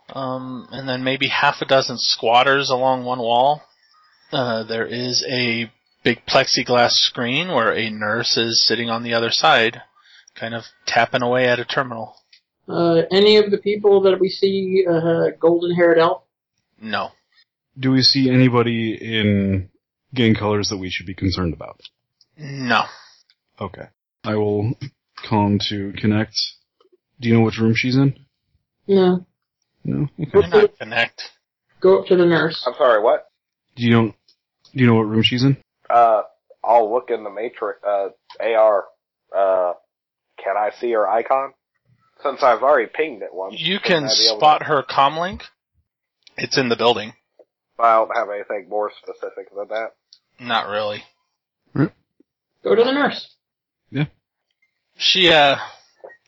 Speaker 1: um, and then maybe half a dozen squatters along one wall. Uh, there is a big plexiglass screen where a nurse is sitting on the other side kind of tapping away at a terminal.
Speaker 4: Uh, any of the people that we see, uh, golden haired elf?
Speaker 1: No.
Speaker 6: Do we see anybody in gang colors that we should be concerned about?
Speaker 1: No.
Speaker 6: Okay. I will calm to connect. Do you know which room she's in?
Speaker 4: No.
Speaker 6: No. Okay.
Speaker 4: Go
Speaker 1: Why
Speaker 4: up, to,
Speaker 1: not connect?
Speaker 4: go up to the nurse.
Speaker 9: I'm sorry, what?
Speaker 6: Do you know? Do you know what room she's in?
Speaker 9: Uh, I'll look in the matrix. Uh, AR. Uh, can I see her icon? Since I've already pinged it once,
Speaker 1: You
Speaker 9: shouldn't
Speaker 1: can
Speaker 9: I Um, be able to-
Speaker 1: spot her comlink. It's in the building.
Speaker 9: I don't have anything more specific than that.
Speaker 1: Not really.
Speaker 4: Go to the nurse.
Speaker 1: She uh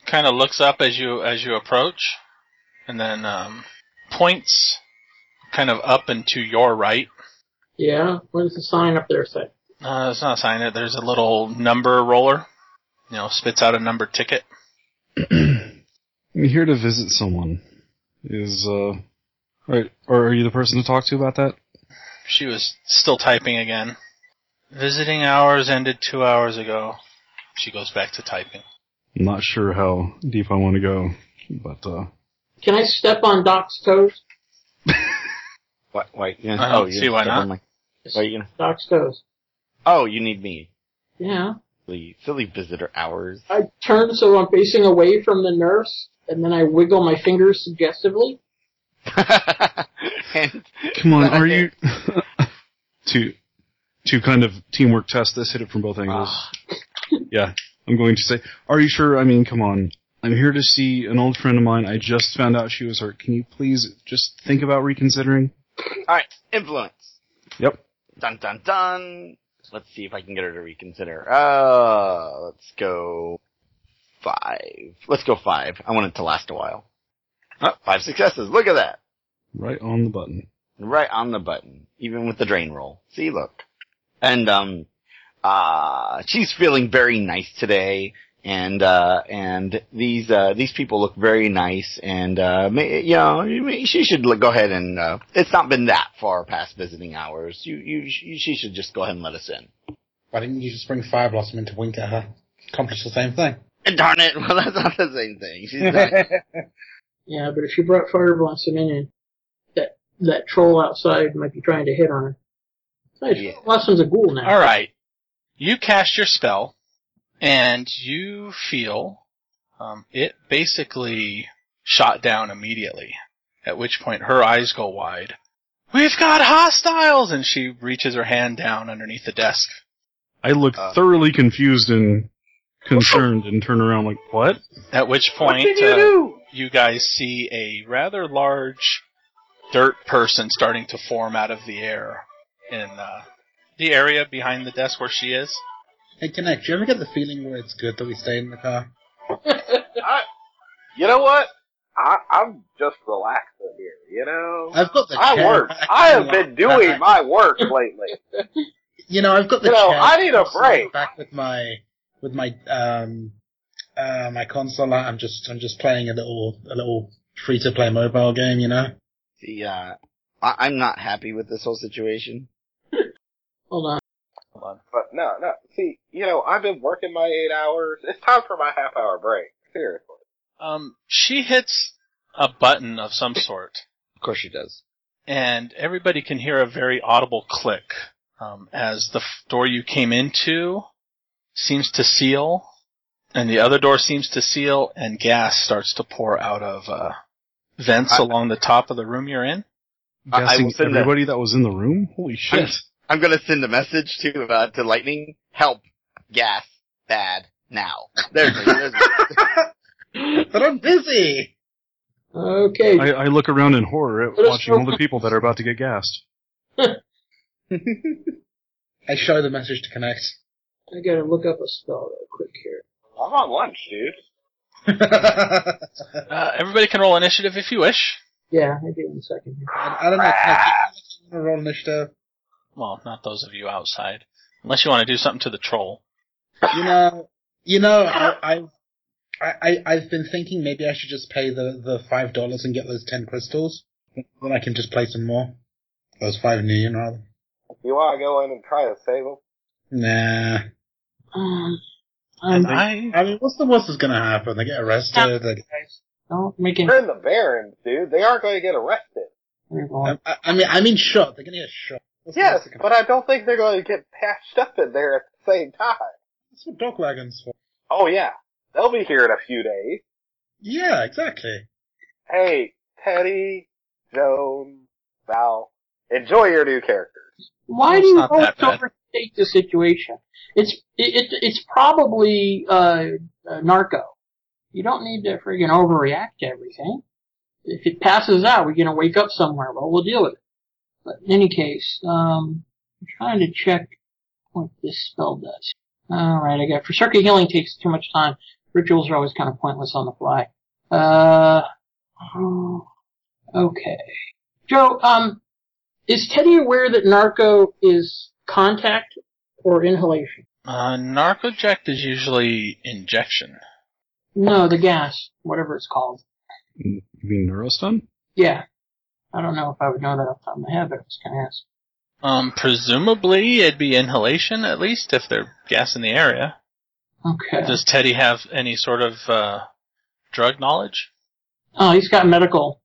Speaker 1: kind of looks up as you as you approach, and then um, points kind of up and to your right.
Speaker 4: Yeah. What does the sign up there say?
Speaker 1: Uh, it's not a sign. It there's a little number roller. You know, spits out a number ticket.
Speaker 6: I'm here to visit someone. Is uh, right? Or are you the person to talk to about that?
Speaker 1: She was still typing again. Visiting hours ended two hours ago. She goes back to typing.
Speaker 6: I'm not sure how deep I want to go, but uh,
Speaker 4: Can I step on Doc's toes?
Speaker 2: What? Wait. Yeah.
Speaker 1: I don't
Speaker 2: oh, you
Speaker 1: see why not.
Speaker 2: My, why you gonna-
Speaker 4: Doc's toes.
Speaker 2: oh, you need me.
Speaker 4: Yeah.
Speaker 2: Silly, silly visitor hours.
Speaker 4: I turn so I'm facing away from the nurse, and then I wiggle my fingers suggestively.
Speaker 2: and
Speaker 6: come on, are you? to to kind of teamwork test this, hit it from both angles.
Speaker 2: Ah,
Speaker 6: Yeah, I'm going to say, are you sure? I mean, come on. I'm here to see an old friend of mine. I just found out she was hurt. Can you please just think about reconsidering?
Speaker 2: influence.
Speaker 6: Yep.
Speaker 2: Dun dun dun. Let's see if I can get her to reconsider. Uh, let's go five. Let's go five. I want it to last a while. Oh, five successes. Look at that.
Speaker 6: Right on the button.
Speaker 2: Right on the button. Even with the drain roll. See, look. And, um, uh, she's feeling very nice today. And, uh, and these, uh, these people look very nice. And, uh, ma- you know, you may- she should l- go ahead and, uh, it's not been that far past visiting hours. You, you, she should just go ahead and let us in.
Speaker 7: Why didn't you just bring Fire Blossom in to wink at her? accomplish the same thing.
Speaker 2: Darn it! Well, that's not the same thing. She's not.
Speaker 4: Yeah, but if she brought Fire Blossom in, and that that troll outside might be trying to hit on her. Hey,
Speaker 2: Yeah.
Speaker 4: Fire Blossom's a ghoul now.
Speaker 1: All right. You cast your spell, and you feel um, it basically shot down immediately. At which point, her eyes go wide. We've got hostiles, and she reaches her hand down underneath the desk.
Speaker 6: I look
Speaker 2: Uh.
Speaker 6: thoroughly confused and concerned and turn around like, what?
Speaker 1: At which point,
Speaker 12: did you
Speaker 1: uh,
Speaker 12: do?
Speaker 1: you guys see a rather large dirt person starting to form out of the air in uh, the area behind the desk where she is.
Speaker 7: Hey, Connect, do you ever get the feeling where it's good that we stay in the car?
Speaker 9: You know what? I, I'm just relaxing here. You know,
Speaker 7: I've got the
Speaker 9: I
Speaker 7: chair
Speaker 9: work.
Speaker 7: back
Speaker 9: I have
Speaker 7: with-
Speaker 9: been doing
Speaker 7: back-
Speaker 9: my work lately.
Speaker 7: You know, I've got the
Speaker 9: You know,
Speaker 7: chair
Speaker 9: I need a
Speaker 7: console
Speaker 9: break.
Speaker 7: Back with my with my um uh my console. I'm just I'm just playing a little a little free to play mobile game. You know.
Speaker 2: The, uh, I- I'm not happy with this whole situation.
Speaker 4: Hold on.
Speaker 1: Hold on.
Speaker 9: But no, no. See, you know, I've been working my eight hours. It's time for my half hour break. Seriously.
Speaker 1: Um, she hits a button of some sort,
Speaker 2: Of course she does.
Speaker 1: and everybody can hear a very audible click um, as the f- door you came into seems to seal, and the other door seems to seal, and gas starts to pour out of uh, vents
Speaker 2: I-
Speaker 1: along the top of the room you're in.
Speaker 2: I- I will
Speaker 6: Gassing
Speaker 2: send that-
Speaker 6: everybody that was in the room? Holy shit.
Speaker 2: I'm gonna send a message to uh, to Lightning. Help, gas, bad now. There's me. There's me.
Speaker 7: But I'm busy.
Speaker 4: Okay.
Speaker 6: I, I look around in horror at
Speaker 4: Let us
Speaker 6: watching
Speaker 4: know.
Speaker 6: all the people that are about to get gassed.
Speaker 7: I show the message to Connect.
Speaker 4: I gotta look up a spell real quick here.
Speaker 9: I'm on lunch, dude.
Speaker 7: I
Speaker 1: Uh, everybody can roll initiative if you wish.
Speaker 4: Yeah, I do in a second. here.
Speaker 7: I don't know. Connect, do you wanna roll initiative?
Speaker 1: Well, not those of you outside, unless you want to do something to the troll.
Speaker 7: You know, you know, I, I, I, I've been thinking maybe I should just pay the the five dollars and get those ten crystals. Then I can just play some more. Those five million rather.
Speaker 9: You want to go in and try to save him?
Speaker 7: Nah.
Speaker 4: Um, I'm,
Speaker 1: And I
Speaker 7: I mean, what's the worst that's gonna happen? They get arrested. They,
Speaker 4: don't make any.
Speaker 9: They're in the Barrens, dude. They aren't going to get arrested.
Speaker 7: I, I- I mean, I mean, shot. They're gonna get shot. What's the worst
Speaker 9: Yes,
Speaker 7: that can-
Speaker 9: but I don't think they're going to get patched up in there at the same time.
Speaker 7: that's what dog wagons for.
Speaker 9: Oh yeah, they'll be here in a few days.
Speaker 7: Yeah, exactly.
Speaker 9: Hey, Teddy, Joan, Val, enjoy your new characters.
Speaker 4: Why
Speaker 1: It's
Speaker 4: do you
Speaker 1: not
Speaker 4: always
Speaker 1: that bad.
Speaker 4: overstate the situation? It's it, it it's probably uh, uh narco. You don't need to friggin' overreact to everything. If it passes out, we're gonna wake up somewhere. Well, we'll deal with it. But in any case, um, I'm trying to check what this spell does. All right, I got for circuit healing takes too much time. Rituals are always kind of pointless on the fly. Uh, oh, okay. Joe, um, is Teddy aware that narco is contact or inhalation?
Speaker 1: uh, narcoject is usually injection.
Speaker 4: No, the gas, whatever it's called.
Speaker 6: You mean Neurostun?
Speaker 4: Yeah. I don't know if I would know that off the top of my head, but I was going to ask.
Speaker 1: Um, presumably it'd be inhalation at least if they're gas in the area.
Speaker 4: Okay.
Speaker 1: Does Teddy have any sort of uh, drug knowledge?
Speaker 4: oh, he's got medical.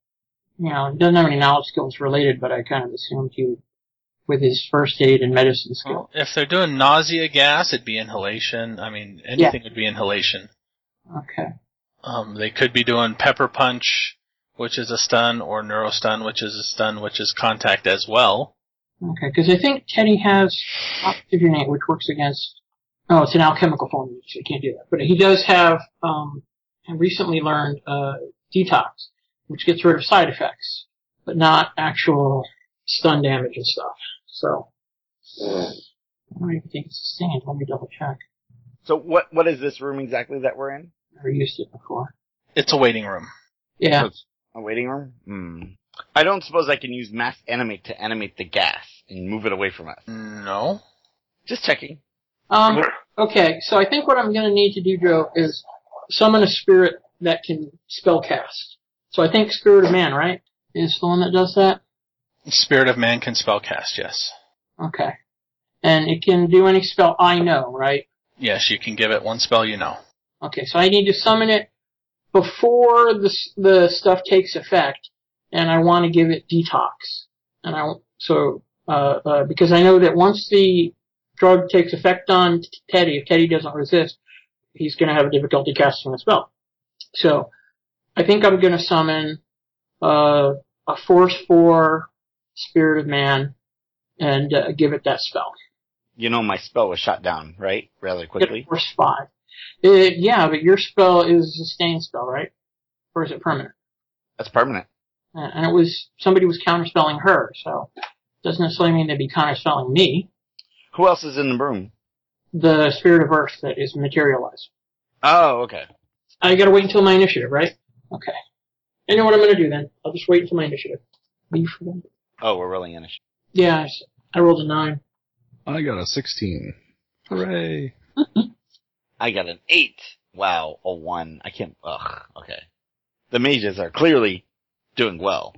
Speaker 4: You know, he doesn't have any knowledge skills related, but I kind of assumed he would with his first aid and medicine skill.
Speaker 1: If they're doing nausea gas, it'd be inhalation. I mean, anything would be inhalation.
Speaker 4: Okay.
Speaker 1: Um, they could be doing pepper punch, which is a stun, or neurostun, which is a stun, which is contact as well.
Speaker 4: Okay, because I think Teddy has oxygenate, which works against. Oh, it's an alchemical formula, so he can't do that. But he does have. Um, I recently learned uh, detox, which gets rid of side effects, but not actual stun damage and stuff. So. I don't even think it's a stand. Let me double check.
Speaker 2: So what what is this room exactly that we're in?
Speaker 4: Never used it before.
Speaker 1: It's a waiting room.
Speaker 4: Yeah.
Speaker 2: So it's a waiting room. Hmm. I don't suppose I can use mass animate to animate the gas and move it away from us.
Speaker 1: No.
Speaker 2: Just checking.
Speaker 4: Um, okay, so I think what I'm going to need to do, Joe, is summon a spirit that can spell cast. So I think Spirit of Man, right, is the one that does that.
Speaker 1: Spirit of man can spell cast, yes.
Speaker 4: Okay, and it can do any spell I know, right?
Speaker 1: Yes, you can give it one spell you know.
Speaker 4: Okay, so I need to summon it before the s- the stuff takes effect, and I want to give it detox. And I so uh, uh, because I know that once the drug takes effect on T- Teddy, if Teddy doesn't resist, he's going to have a difficulty casting the spell. So I think I'm going to summon uh, a force four spirit of man and uh, give it that spell.
Speaker 2: You know, my spell was shot down, right? Rather
Speaker 4: Get
Speaker 2: quickly.
Speaker 4: force five. Uh, yeah, but your spell is a sustain spell, right? Or is it permanent?
Speaker 2: That's permanent.
Speaker 4: Uh, and it was somebody was counterspelling her, so doesn't necessarily mean they'd be counterspelling me.
Speaker 2: Who else is in the room?
Speaker 4: The spirit of Earth that is materialized.
Speaker 2: Oh, okay.
Speaker 4: I gotta wait until my initiative, right? Okay. You know what I'm gonna do then? I'll just wait until my initiative. Leave for them.
Speaker 2: Oh, we're rolling in a. Sh-
Speaker 4: Yeah, I s- I rolled a nine.
Speaker 6: I got a 16. Hooray!
Speaker 2: I got an eight. Wow, a one. I can't. Ugh. Okay. The mages are clearly doing well.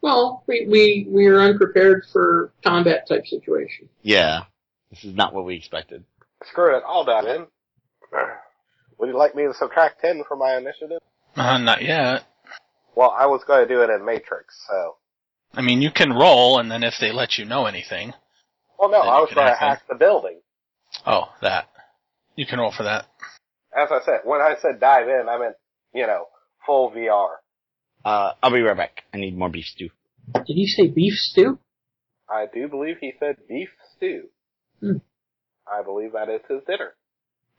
Speaker 4: Well, we we we are unprepared for combat type situation.
Speaker 2: Yeah. This is not what we expected.
Speaker 9: Screw it, I'll dive in. Would you like me to subtract 10 from my initiative?
Speaker 1: Uh, not yet.
Speaker 9: Well, I was going to do it in Matrix, so.
Speaker 1: I mean, you can roll, and then if they let you know anything,
Speaker 9: Well, no,
Speaker 1: Then
Speaker 9: I
Speaker 1: you
Speaker 9: was
Speaker 1: can
Speaker 9: going to
Speaker 1: hack them.
Speaker 9: hack the building.
Speaker 1: oh, that you can roll for that.
Speaker 9: As I said, when I said dive in, I meant, you know, full VR.
Speaker 2: Uh, I'll be right back. I need more beef stew.
Speaker 4: Did you say beef stew?
Speaker 9: I do believe he said beef stew.
Speaker 4: Hmm.
Speaker 9: I believe that is his dinner.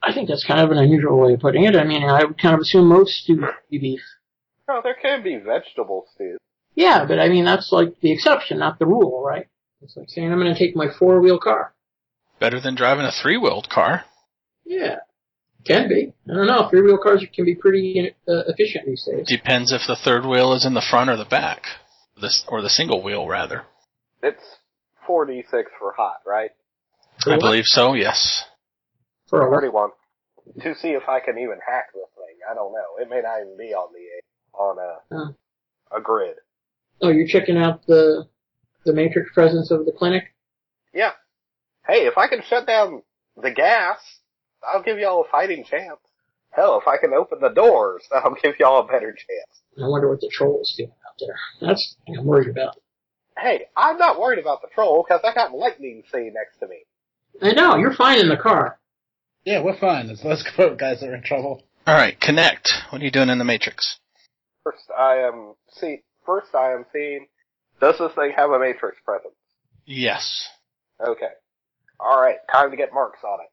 Speaker 4: I think that's kind of an unusual way of putting it. I mean, I would kind of assume most stew would be beef.
Speaker 9: No, there can be vegetable stew.
Speaker 4: Yeah, but I mean that's like the exception, not the rule, right? It's like saying I'm going to take my four wheel car.
Speaker 1: Better than driving a three-wheeled car.
Speaker 4: Yeah, can be. I don't know. Three wheel cars can be pretty uh, efficient these days.
Speaker 1: Depends if the third wheel is in the front or the back, this or the single wheel rather.
Speaker 9: It's 46 for hot, right?
Speaker 1: I believe so. Yes.
Speaker 4: For a
Speaker 9: 31. To see if I can even hack this thing, I don't know. It may not even be on the on a
Speaker 4: Huh.
Speaker 9: a grid.
Speaker 4: Uh, oh, you're checking out the the matrix presence of the clinic.
Speaker 9: Yeah. Hey, if I can shut down the gas, I'll give y'all a fighting chance. Hell, if I can open the doors, I'll give y'all a better chance.
Speaker 4: I wonder what the trolls doing out there. That's the thing I'm worried about.
Speaker 9: Hey, I'm not worried about the troll because I got lightning C next to me.
Speaker 4: I know you're fine in the car.
Speaker 7: Yeah, we're fine. It's those guys that are in trouble.
Speaker 1: All right, connect. What are you doing in the matrix?
Speaker 9: First, I am see. First, I am seeing. Does this thing have a matrix presence?
Speaker 1: Yes.
Speaker 9: Okay. All right. Time to get marks on it.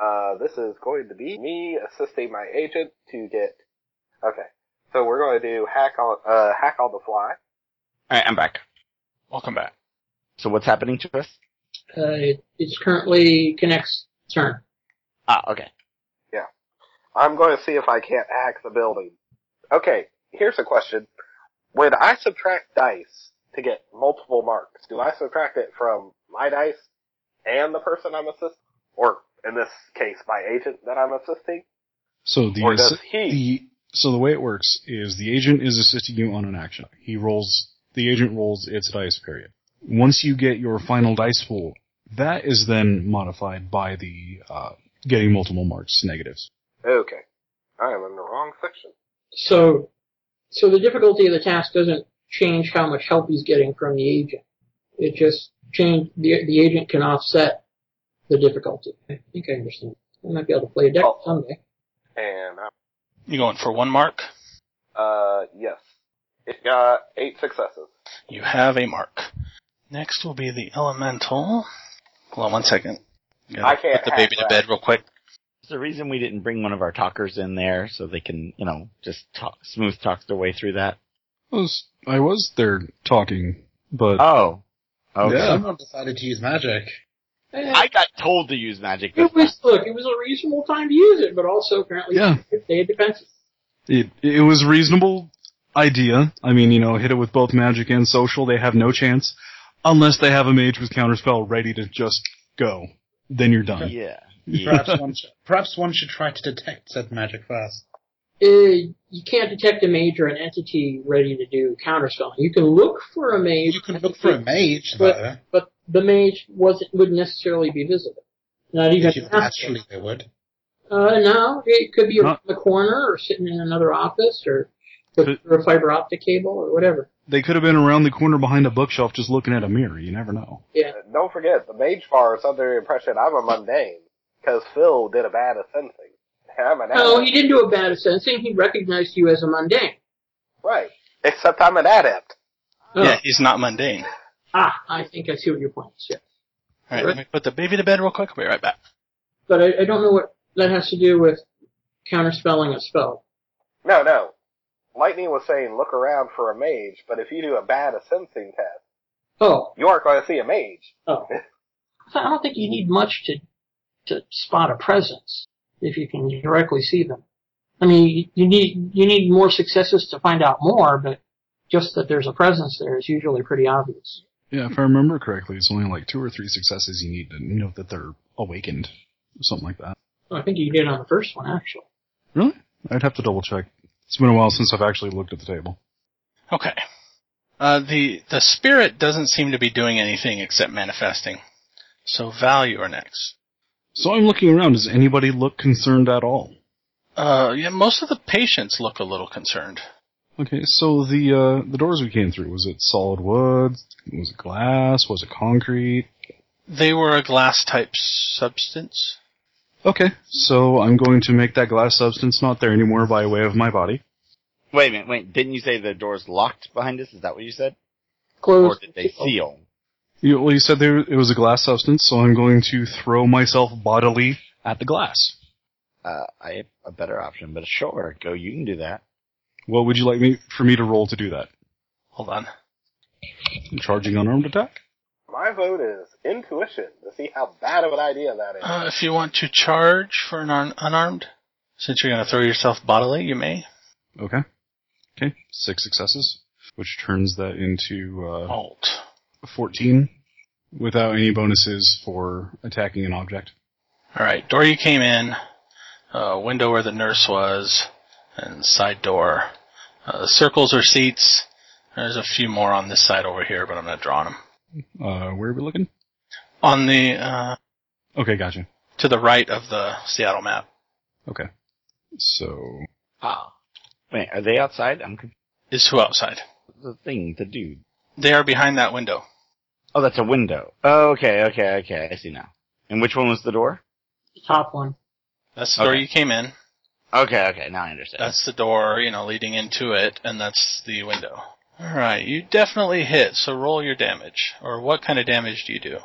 Speaker 9: Uh, this is going to be me assisting my agent to get. Okay. So we're going to do hack on uh, hack on the fly.
Speaker 2: Alright, I'm back.
Speaker 1: Welcome back.
Speaker 2: So what's happening to us?
Speaker 4: Uh, it, it's currently connects turn.
Speaker 2: Ah, okay.
Speaker 9: I'm going to see if I can't hack the building. Okay. Here's a question. When I subtract dice to get multiple marks, do I subtract it from my dice and the person I'm assisting, or in this case, my agent that I'm assisting?
Speaker 6: So the,
Speaker 9: Or does
Speaker 6: assi-
Speaker 9: he?
Speaker 6: the so the way it works is the agent is assisting you on an action. He rolls the agent rolls its dice period. Once you get your final dice pool, that is then modified by the uh, getting multiple marks negatives.
Speaker 9: Okay. I am in the wrong section.
Speaker 4: So, so the difficulty of the task doesn't change how much help he's getting from the agent. It just change the the agent can offset the difficulty. I think I understand. I might be able to play a deck
Speaker 9: Oh.
Speaker 4: someday.
Speaker 9: And I'm
Speaker 1: You going for one mark?
Speaker 9: Uh, yes. It got eight successes.
Speaker 1: You have a mark. Next will be the elemental. Hold on one second. Gotta
Speaker 9: I can't
Speaker 1: put the
Speaker 9: hack
Speaker 1: baby to
Speaker 9: that.
Speaker 1: bed real quick.
Speaker 2: It's the reason we didn't bring one of our talkers in there so they can, you know, just talk, smooth talk their way through that.
Speaker 6: I was, I was there talking, but
Speaker 2: Oh. Okay.
Speaker 6: Yeah.
Speaker 7: Someone decided to use magic.
Speaker 4: Eh,
Speaker 2: I got told to use magic this
Speaker 4: Uh, it
Speaker 2: time.
Speaker 4: was look. It was a reasonable time to use it, but also apparently
Speaker 6: Yeah.
Speaker 4: they had defenses.
Speaker 6: it it was a reasonable idea. I mean, you know, hit it with both magic and social. They have no chance unless they have a mage with counterspell ready to just go. Then you're done.
Speaker 2: Yeah. Yeah.
Speaker 7: Perhaps one, should, perhaps one should try to detect said magic first.
Speaker 4: Eh, you can't detect a mage or an entity ready to do counterspelling. You can look for a mage.
Speaker 7: You can look for a mage, though.
Speaker 4: but but the mage wasn't would not necessarily be visible. Not even
Speaker 7: If you
Speaker 4: after.
Speaker 7: naturally, they would.
Speaker 4: Uh, no, it could be around
Speaker 6: Not-
Speaker 4: the corner or sitting in another office or
Speaker 6: Could-
Speaker 4: or a fiber optic cable or whatever.
Speaker 6: They could have been around the corner behind a bookshelf just looking at a mirror. You never know.
Speaker 9: Don't forget, the mage far is under the impression I'm a mundane because Phil did a bad ascending. I'm an
Speaker 4: No,
Speaker 9: adept.
Speaker 4: Oh, he didn't do a bad sensing. He recognized you as a mundane.
Speaker 9: Right. Except I'm an adept.
Speaker 4: Oh.
Speaker 1: Yeah, he's not mundane.
Speaker 4: Ah, I think I see what your point is. Yeah.
Speaker 1: All right, let me put the baby to bed real quick. I'll be right back.
Speaker 4: But I, I don't know what that has to do with counterspelling a spell.
Speaker 9: No, no. Lightning was saying look around for a mage, but if you do a bad ascending test,
Speaker 4: Oh,
Speaker 9: you aren't going to see a mage.
Speaker 4: oh. I don't think you need much to to spot a presence if you can directly see them. I mean, you need you need more successes to find out more, but just that there's a presence there is usually pretty obvious.
Speaker 6: Yeah, if I remember correctly, it's only like two or three successes you need to know that they're awakened, something like that.
Speaker 4: I think you did on the first one actually.
Speaker 6: Really? I'd have to double check. It's been a while since I've actually looked at the table.
Speaker 1: Okay. Uh, the the spirit doesn't seem to be doing anything except manifesting. So Val, you are next.
Speaker 6: So I'm looking around. Does anybody look concerned at all?
Speaker 1: Uh, yeah, most of the patients look a little concerned.
Speaker 6: Okay, so the uh, the doors we came through was it solid wood? Was it glass? Was it concrete?
Speaker 1: They were a glass type substance.
Speaker 6: Okay, so I'm going to make that glass substance not there anymore by way of my body.
Speaker 2: Wait a minute, wait. Didn't you say the door's locked behind us? Is that what you said? Or
Speaker 4: Close.
Speaker 2: did they seal?
Speaker 6: You, well, you said there it was a glass substance, so I'm going to throw myself bodily at the glass.
Speaker 2: Uh, I have a better option, but sure, go. You can do that.
Speaker 6: What would you like me for me to roll to do that?
Speaker 1: Hold on.
Speaker 6: Charging unarmed attack.
Speaker 9: My vote is intuition to see how bad of an idea that is.
Speaker 1: Uh, if you want to charge for an un- unarmed, since you're going to throw yourself bodily, you may.
Speaker 6: Okay. Okay. Six successes, which turns that into uh,
Speaker 1: Alt.
Speaker 6: 14 without any bonuses for attacking an object.
Speaker 1: All right. Door you came in. Uh, window where the nurse was, and side door. Uh, circles are seats. There's a few more on this side over here, but I'm not drawing them.
Speaker 6: Uh, where are we looking?
Speaker 1: On the uh,
Speaker 6: Okay, gotcha.
Speaker 1: to the right of the Seattle map.
Speaker 6: Okay. So uh,
Speaker 2: Ah. Wait, are they outside? I'm confused.
Speaker 1: is who outside.
Speaker 2: The thing, the dude.
Speaker 1: They are behind that window.
Speaker 2: Oh, that's a window. Oh, okay, okay, okay. I see now. And which one was the door?
Speaker 4: Top one.
Speaker 1: That's the door
Speaker 2: Okay.
Speaker 1: you came in.
Speaker 2: Okay, okay. Now I understand.
Speaker 1: That's the door, you know, leading into it, and that's the window. Alright, you definitely hit, so roll your damage. Or what kind of damage do you do?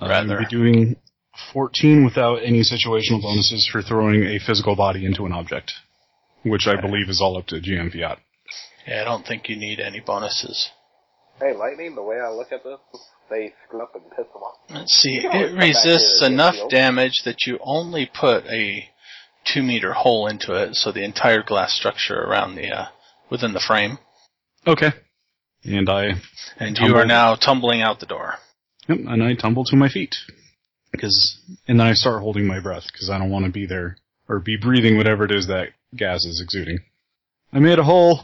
Speaker 6: uh,
Speaker 1: Rather.
Speaker 6: we'll be doing 14 without any situational bonuses for throwing a physical body into an object, which I believe is all up to GM Fiat.
Speaker 1: Yeah, I don't think you need any bonuses.
Speaker 9: Hey, Lightning, the way I look at this, they screw up and piss them off.
Speaker 1: Let's see,
Speaker 9: can always
Speaker 1: it
Speaker 9: come back
Speaker 1: resists
Speaker 9: here and get
Speaker 1: enough
Speaker 9: healed.
Speaker 1: damage that you only put a two meter hole into it, so the entire glass structure around the, uh, within the frame.
Speaker 6: Okay. And I
Speaker 1: And you
Speaker 6: Tumble.
Speaker 1: are now tumbling out the door.
Speaker 6: yep, and I tumble to my feet because and then I start holding my breath because I don't want to be there or be breathing whatever it is that gas is exuding. I made a hole.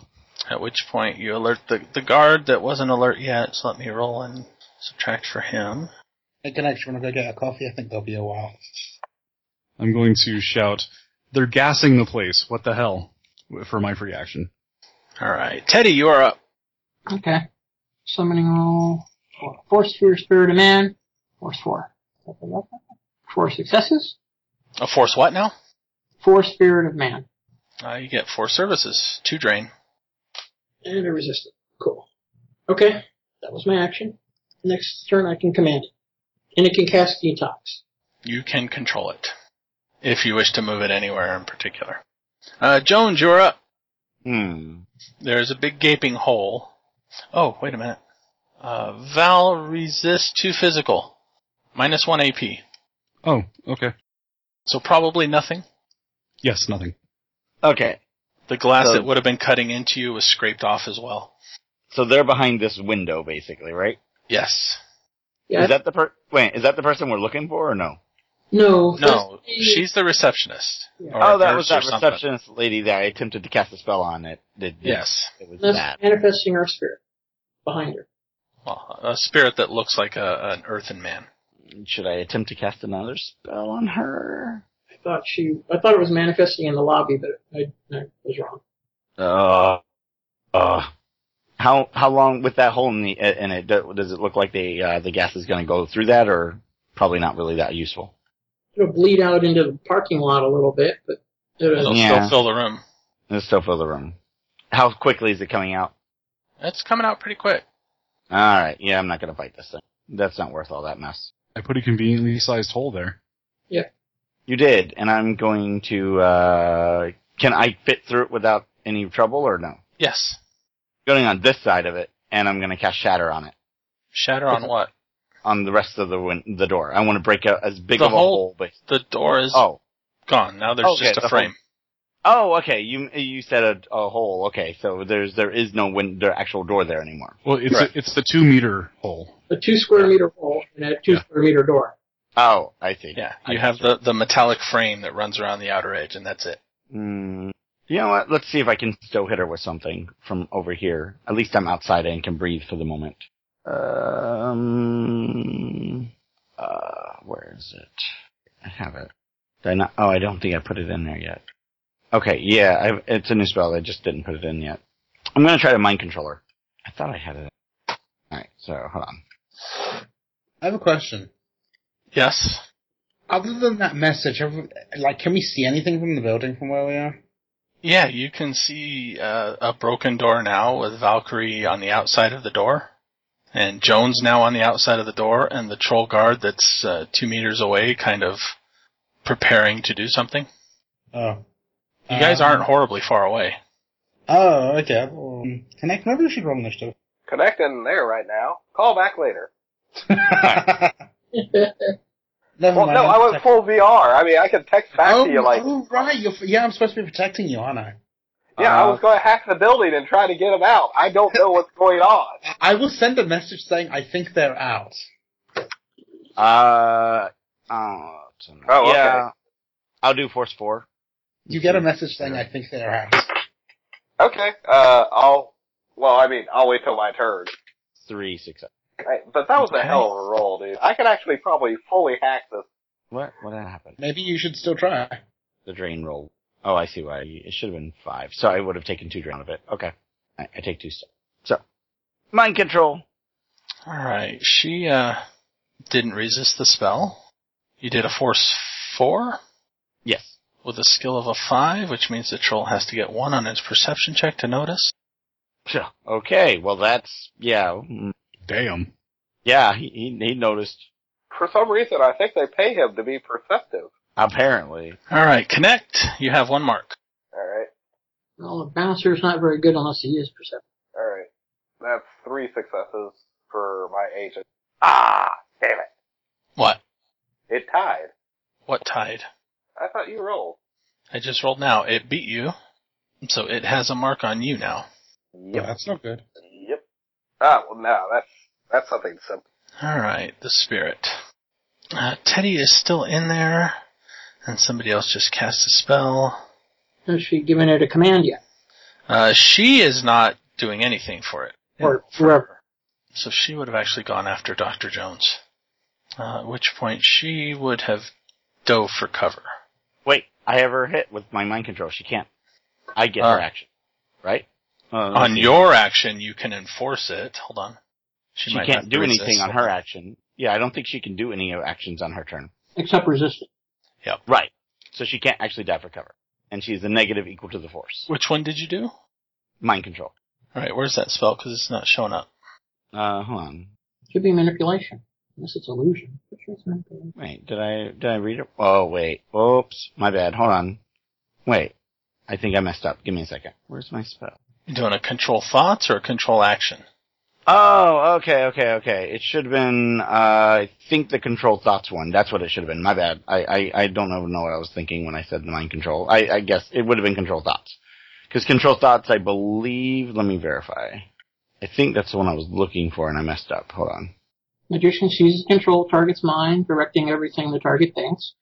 Speaker 1: At which point you alert the, the guard that wasn't alert yet, so let me roll and subtract for him.
Speaker 7: I can actually want to go get a coffee. I think there'll be a while.
Speaker 6: I'm going to shout, "They're gassing the place! What the hell!" for my free action.
Speaker 1: Alright, Teddy, you are up.
Speaker 4: Okay. Summoning roll. Four. Force sphere, spirit of man. Force four. Four successes.
Speaker 1: A force what now?
Speaker 4: Four spirit of man.
Speaker 1: Uh, you get four services, two drain.
Speaker 4: And a resistant. Cool. Okay. That was my action. Next turn I can command it. And it can cast detox.
Speaker 1: You can control it if you wish to move it anywhere in particular. Uh, Jones, you're up.
Speaker 2: Hmm.
Speaker 1: There's a big gaping hole. Oh, wait a minute. Uh, Val resists two physical, minus one AP.
Speaker 6: Oh, okay.
Speaker 1: So probably nothing.
Speaker 6: Yes, nothing.
Speaker 2: Okay.
Speaker 1: The glass
Speaker 2: So-
Speaker 1: that would have been cutting into you was scraped off as well.
Speaker 2: So they're behind this window, basically, right?
Speaker 1: Yes.
Speaker 4: Yeah.
Speaker 2: Is that the per? Wait, is that the person we're looking for, or no?
Speaker 1: No,
Speaker 4: no. that's the-
Speaker 1: she's the receptionist.
Speaker 4: Yeah.
Speaker 1: or
Speaker 2: Oh, that
Speaker 1: nurse
Speaker 2: was
Speaker 1: or
Speaker 2: that
Speaker 1: something.
Speaker 2: receptionist lady that I attempted to cast a spell on. It. It, did-
Speaker 1: Yes.
Speaker 2: It was
Speaker 4: That's
Speaker 2: that.
Speaker 4: manifesting our spirit behind her.
Speaker 1: Well, a spirit that looks like a, an earthen man.
Speaker 2: Should I attempt to cast another spell on her?
Speaker 4: thought she, I thought it was manifesting in the lobby, but I, I was wrong.
Speaker 2: Uh, uh, how how long with that hole in the uh, in it? do- Does it look like the uh, the gas is going to go through that, or probably not really that useful?
Speaker 4: It'll bleed out into the parking lot a little bit, but it'll,
Speaker 1: It'll
Speaker 2: Yeah.
Speaker 1: still fill the room.
Speaker 2: It'll still fill the room. How quickly is it coming out?
Speaker 1: It's coming out pretty quick.
Speaker 2: All right, yeah, I'm not going to fight this thing. That's not worth all that mess.
Speaker 6: I put a conveniently sized hole there.
Speaker 2: You did, and I'm going to. uh Can I fit through it without any trouble, or no?
Speaker 1: Yes.
Speaker 2: Going on this side of it, and I'm going to cast Shatter on it.
Speaker 1: Shatter on what?
Speaker 2: on the rest of the win- the door. I want to break out as big
Speaker 1: The
Speaker 2: of a
Speaker 1: hole-
Speaker 2: hole. But,
Speaker 1: The door is
Speaker 2: oh,
Speaker 1: gone. Now there's
Speaker 2: Okay,
Speaker 1: just
Speaker 2: the
Speaker 1: a
Speaker 2: whole-
Speaker 1: frame.
Speaker 2: oh, okay. You you said a, a hole. Okay, so there's there is no win- there actual door there anymore.
Speaker 6: Well, it's
Speaker 1: Correct.
Speaker 6: it's the two meter hole.
Speaker 4: a two square meter hole and a two
Speaker 6: Yeah.
Speaker 4: square meter door.
Speaker 2: Oh, I see.
Speaker 1: Yeah.
Speaker 2: I
Speaker 1: You
Speaker 2: gotcha.
Speaker 1: have the, the metallic frame that runs around the outer edge, and that's it.
Speaker 2: Mm, you know what? Let's see if I can still hit her with something from over here. At least I'm outside and can breathe for the moment. Um, uh, where is it? I have it. Did I not? Oh, I don't think I put it in there yet. Okay, yeah, I've, it's a new spell. I just didn't put it in yet. I'm gonna try to mind controller. I thought I had it. All right, so hold on.
Speaker 7: I have a question.
Speaker 1: Yes.
Speaker 7: Other than that message, have- like, can we see anything from the building from where we are?
Speaker 1: Yeah, you can see uh, a broken door now with Valkyrie on the outside of the door, and Jones now on the outside of the door, and the troll guard that's uh, two meters away, kind of preparing to do something.
Speaker 7: Oh.
Speaker 1: You guys
Speaker 7: Um,
Speaker 1: aren't horribly far away.
Speaker 7: Oh, okay. Well, connect. Maybe we should roll initiative.
Speaker 9: Connecting there right now. Call back later.
Speaker 7: Never
Speaker 9: Well,
Speaker 7: mind.
Speaker 9: no, I was full VR. I mean, I could text back
Speaker 7: oh,
Speaker 9: to you like,
Speaker 7: oh, right. You're, f- yeah, I'm supposed to be protecting you, aren't I?
Speaker 9: yeah, I
Speaker 2: Uh,
Speaker 9: was
Speaker 7: Uh-huh.
Speaker 9: going to hack the building and try to get them out. I don't know what's going on.
Speaker 7: I will send a message saying I think they're out.
Speaker 2: Uh, oh, it's in-
Speaker 9: Oh, okay.
Speaker 2: yeah. I'll do force four.
Speaker 7: You get a message saying I think they're out.
Speaker 9: Okay, uh, I'll. Well, I mean, I'll wait till my turn.
Speaker 2: Three success.
Speaker 9: Right, but that was a hell of a roll, dude. I could actually probably fully hack this.
Speaker 2: What? What happened?
Speaker 7: Maybe you should still try.
Speaker 2: the drain roll. Oh, I see why. It should have been five. So I would have taken two drain out of it. Okay. I, I take two. st- So, mind control.
Speaker 1: All right, she uh, didn't resist the spell. You did a force four
Speaker 2: Yes.
Speaker 1: with a skill of a five, which means the troll has to get one on his perception check to notice.
Speaker 2: So, okay. Well, that's, yeah. mm,
Speaker 6: Damn.
Speaker 2: Yeah, he, he, he noticed.
Speaker 9: For some reason, I think they pay him to be perceptive.
Speaker 2: Apparently.
Speaker 1: All right, connect. You have one mark.
Speaker 9: Alright,
Speaker 4: Well, the bouncer's not very good unless he is perceptive.
Speaker 9: alright. That's three successes for my agent. Ah, damn it.
Speaker 1: What?
Speaker 9: It tied.
Speaker 1: What tide?
Speaker 9: I thought you rolled.
Speaker 1: I just rolled now. It beat you, so it has a mark on you now.
Speaker 7: Yeah, that's not good.
Speaker 9: Yep. Ah, well, no, that's, that's something simple.
Speaker 1: All right, the spirit. Uh, Teddy is still in there, and somebody else just cast a spell.
Speaker 4: Has she given it a command yet?
Speaker 1: Uh, she is not doing anything for it,
Speaker 4: Or wherever?
Speaker 1: so she would have actually gone after Doctor Jones. Uh, at which point she would have dove for cover.
Speaker 2: Wait, I have her hit with my mind control. She can't. I get
Speaker 1: Uh,
Speaker 2: her action. Right? Uh, let's
Speaker 1: On
Speaker 2: see.
Speaker 1: your action, you can enforce it. Hold on.
Speaker 2: She,
Speaker 1: might have
Speaker 2: can't
Speaker 1: to
Speaker 2: do anything
Speaker 1: resist.
Speaker 2: on her action. Yeah, I don't think she can do any actions on her turn.
Speaker 4: Except resistance.
Speaker 2: Right. So she can't actually die for cover. And she's a negative equal to the force.
Speaker 1: Which one did you do?
Speaker 2: Mind control.
Speaker 1: All right, where's that spell? Because it's not showing up.
Speaker 2: Uh, hold on.
Speaker 4: Could be manipulation. Unless it's illusion. Pretty sure it's manipulation.
Speaker 2: Wait, did I did I read it? Oh wait, oops, my bad. Hold on, wait. I think I messed up. Give me a second. Where's my spell?
Speaker 1: You doing a control thoughts or a control action?
Speaker 2: Oh, okay, okay, okay. It should have been. Uh, I think the control thoughts one. That's what it should have been. My bad. I I, I don't know, know what I was thinking when I said the mind control. I, I guess it would have been control thoughts, because control thoughts. I believe. Let me verify. I think that's the one I was looking for, and I messed up. Hold on.
Speaker 4: Magician seizes control of target's mind, directing everything the target thinks.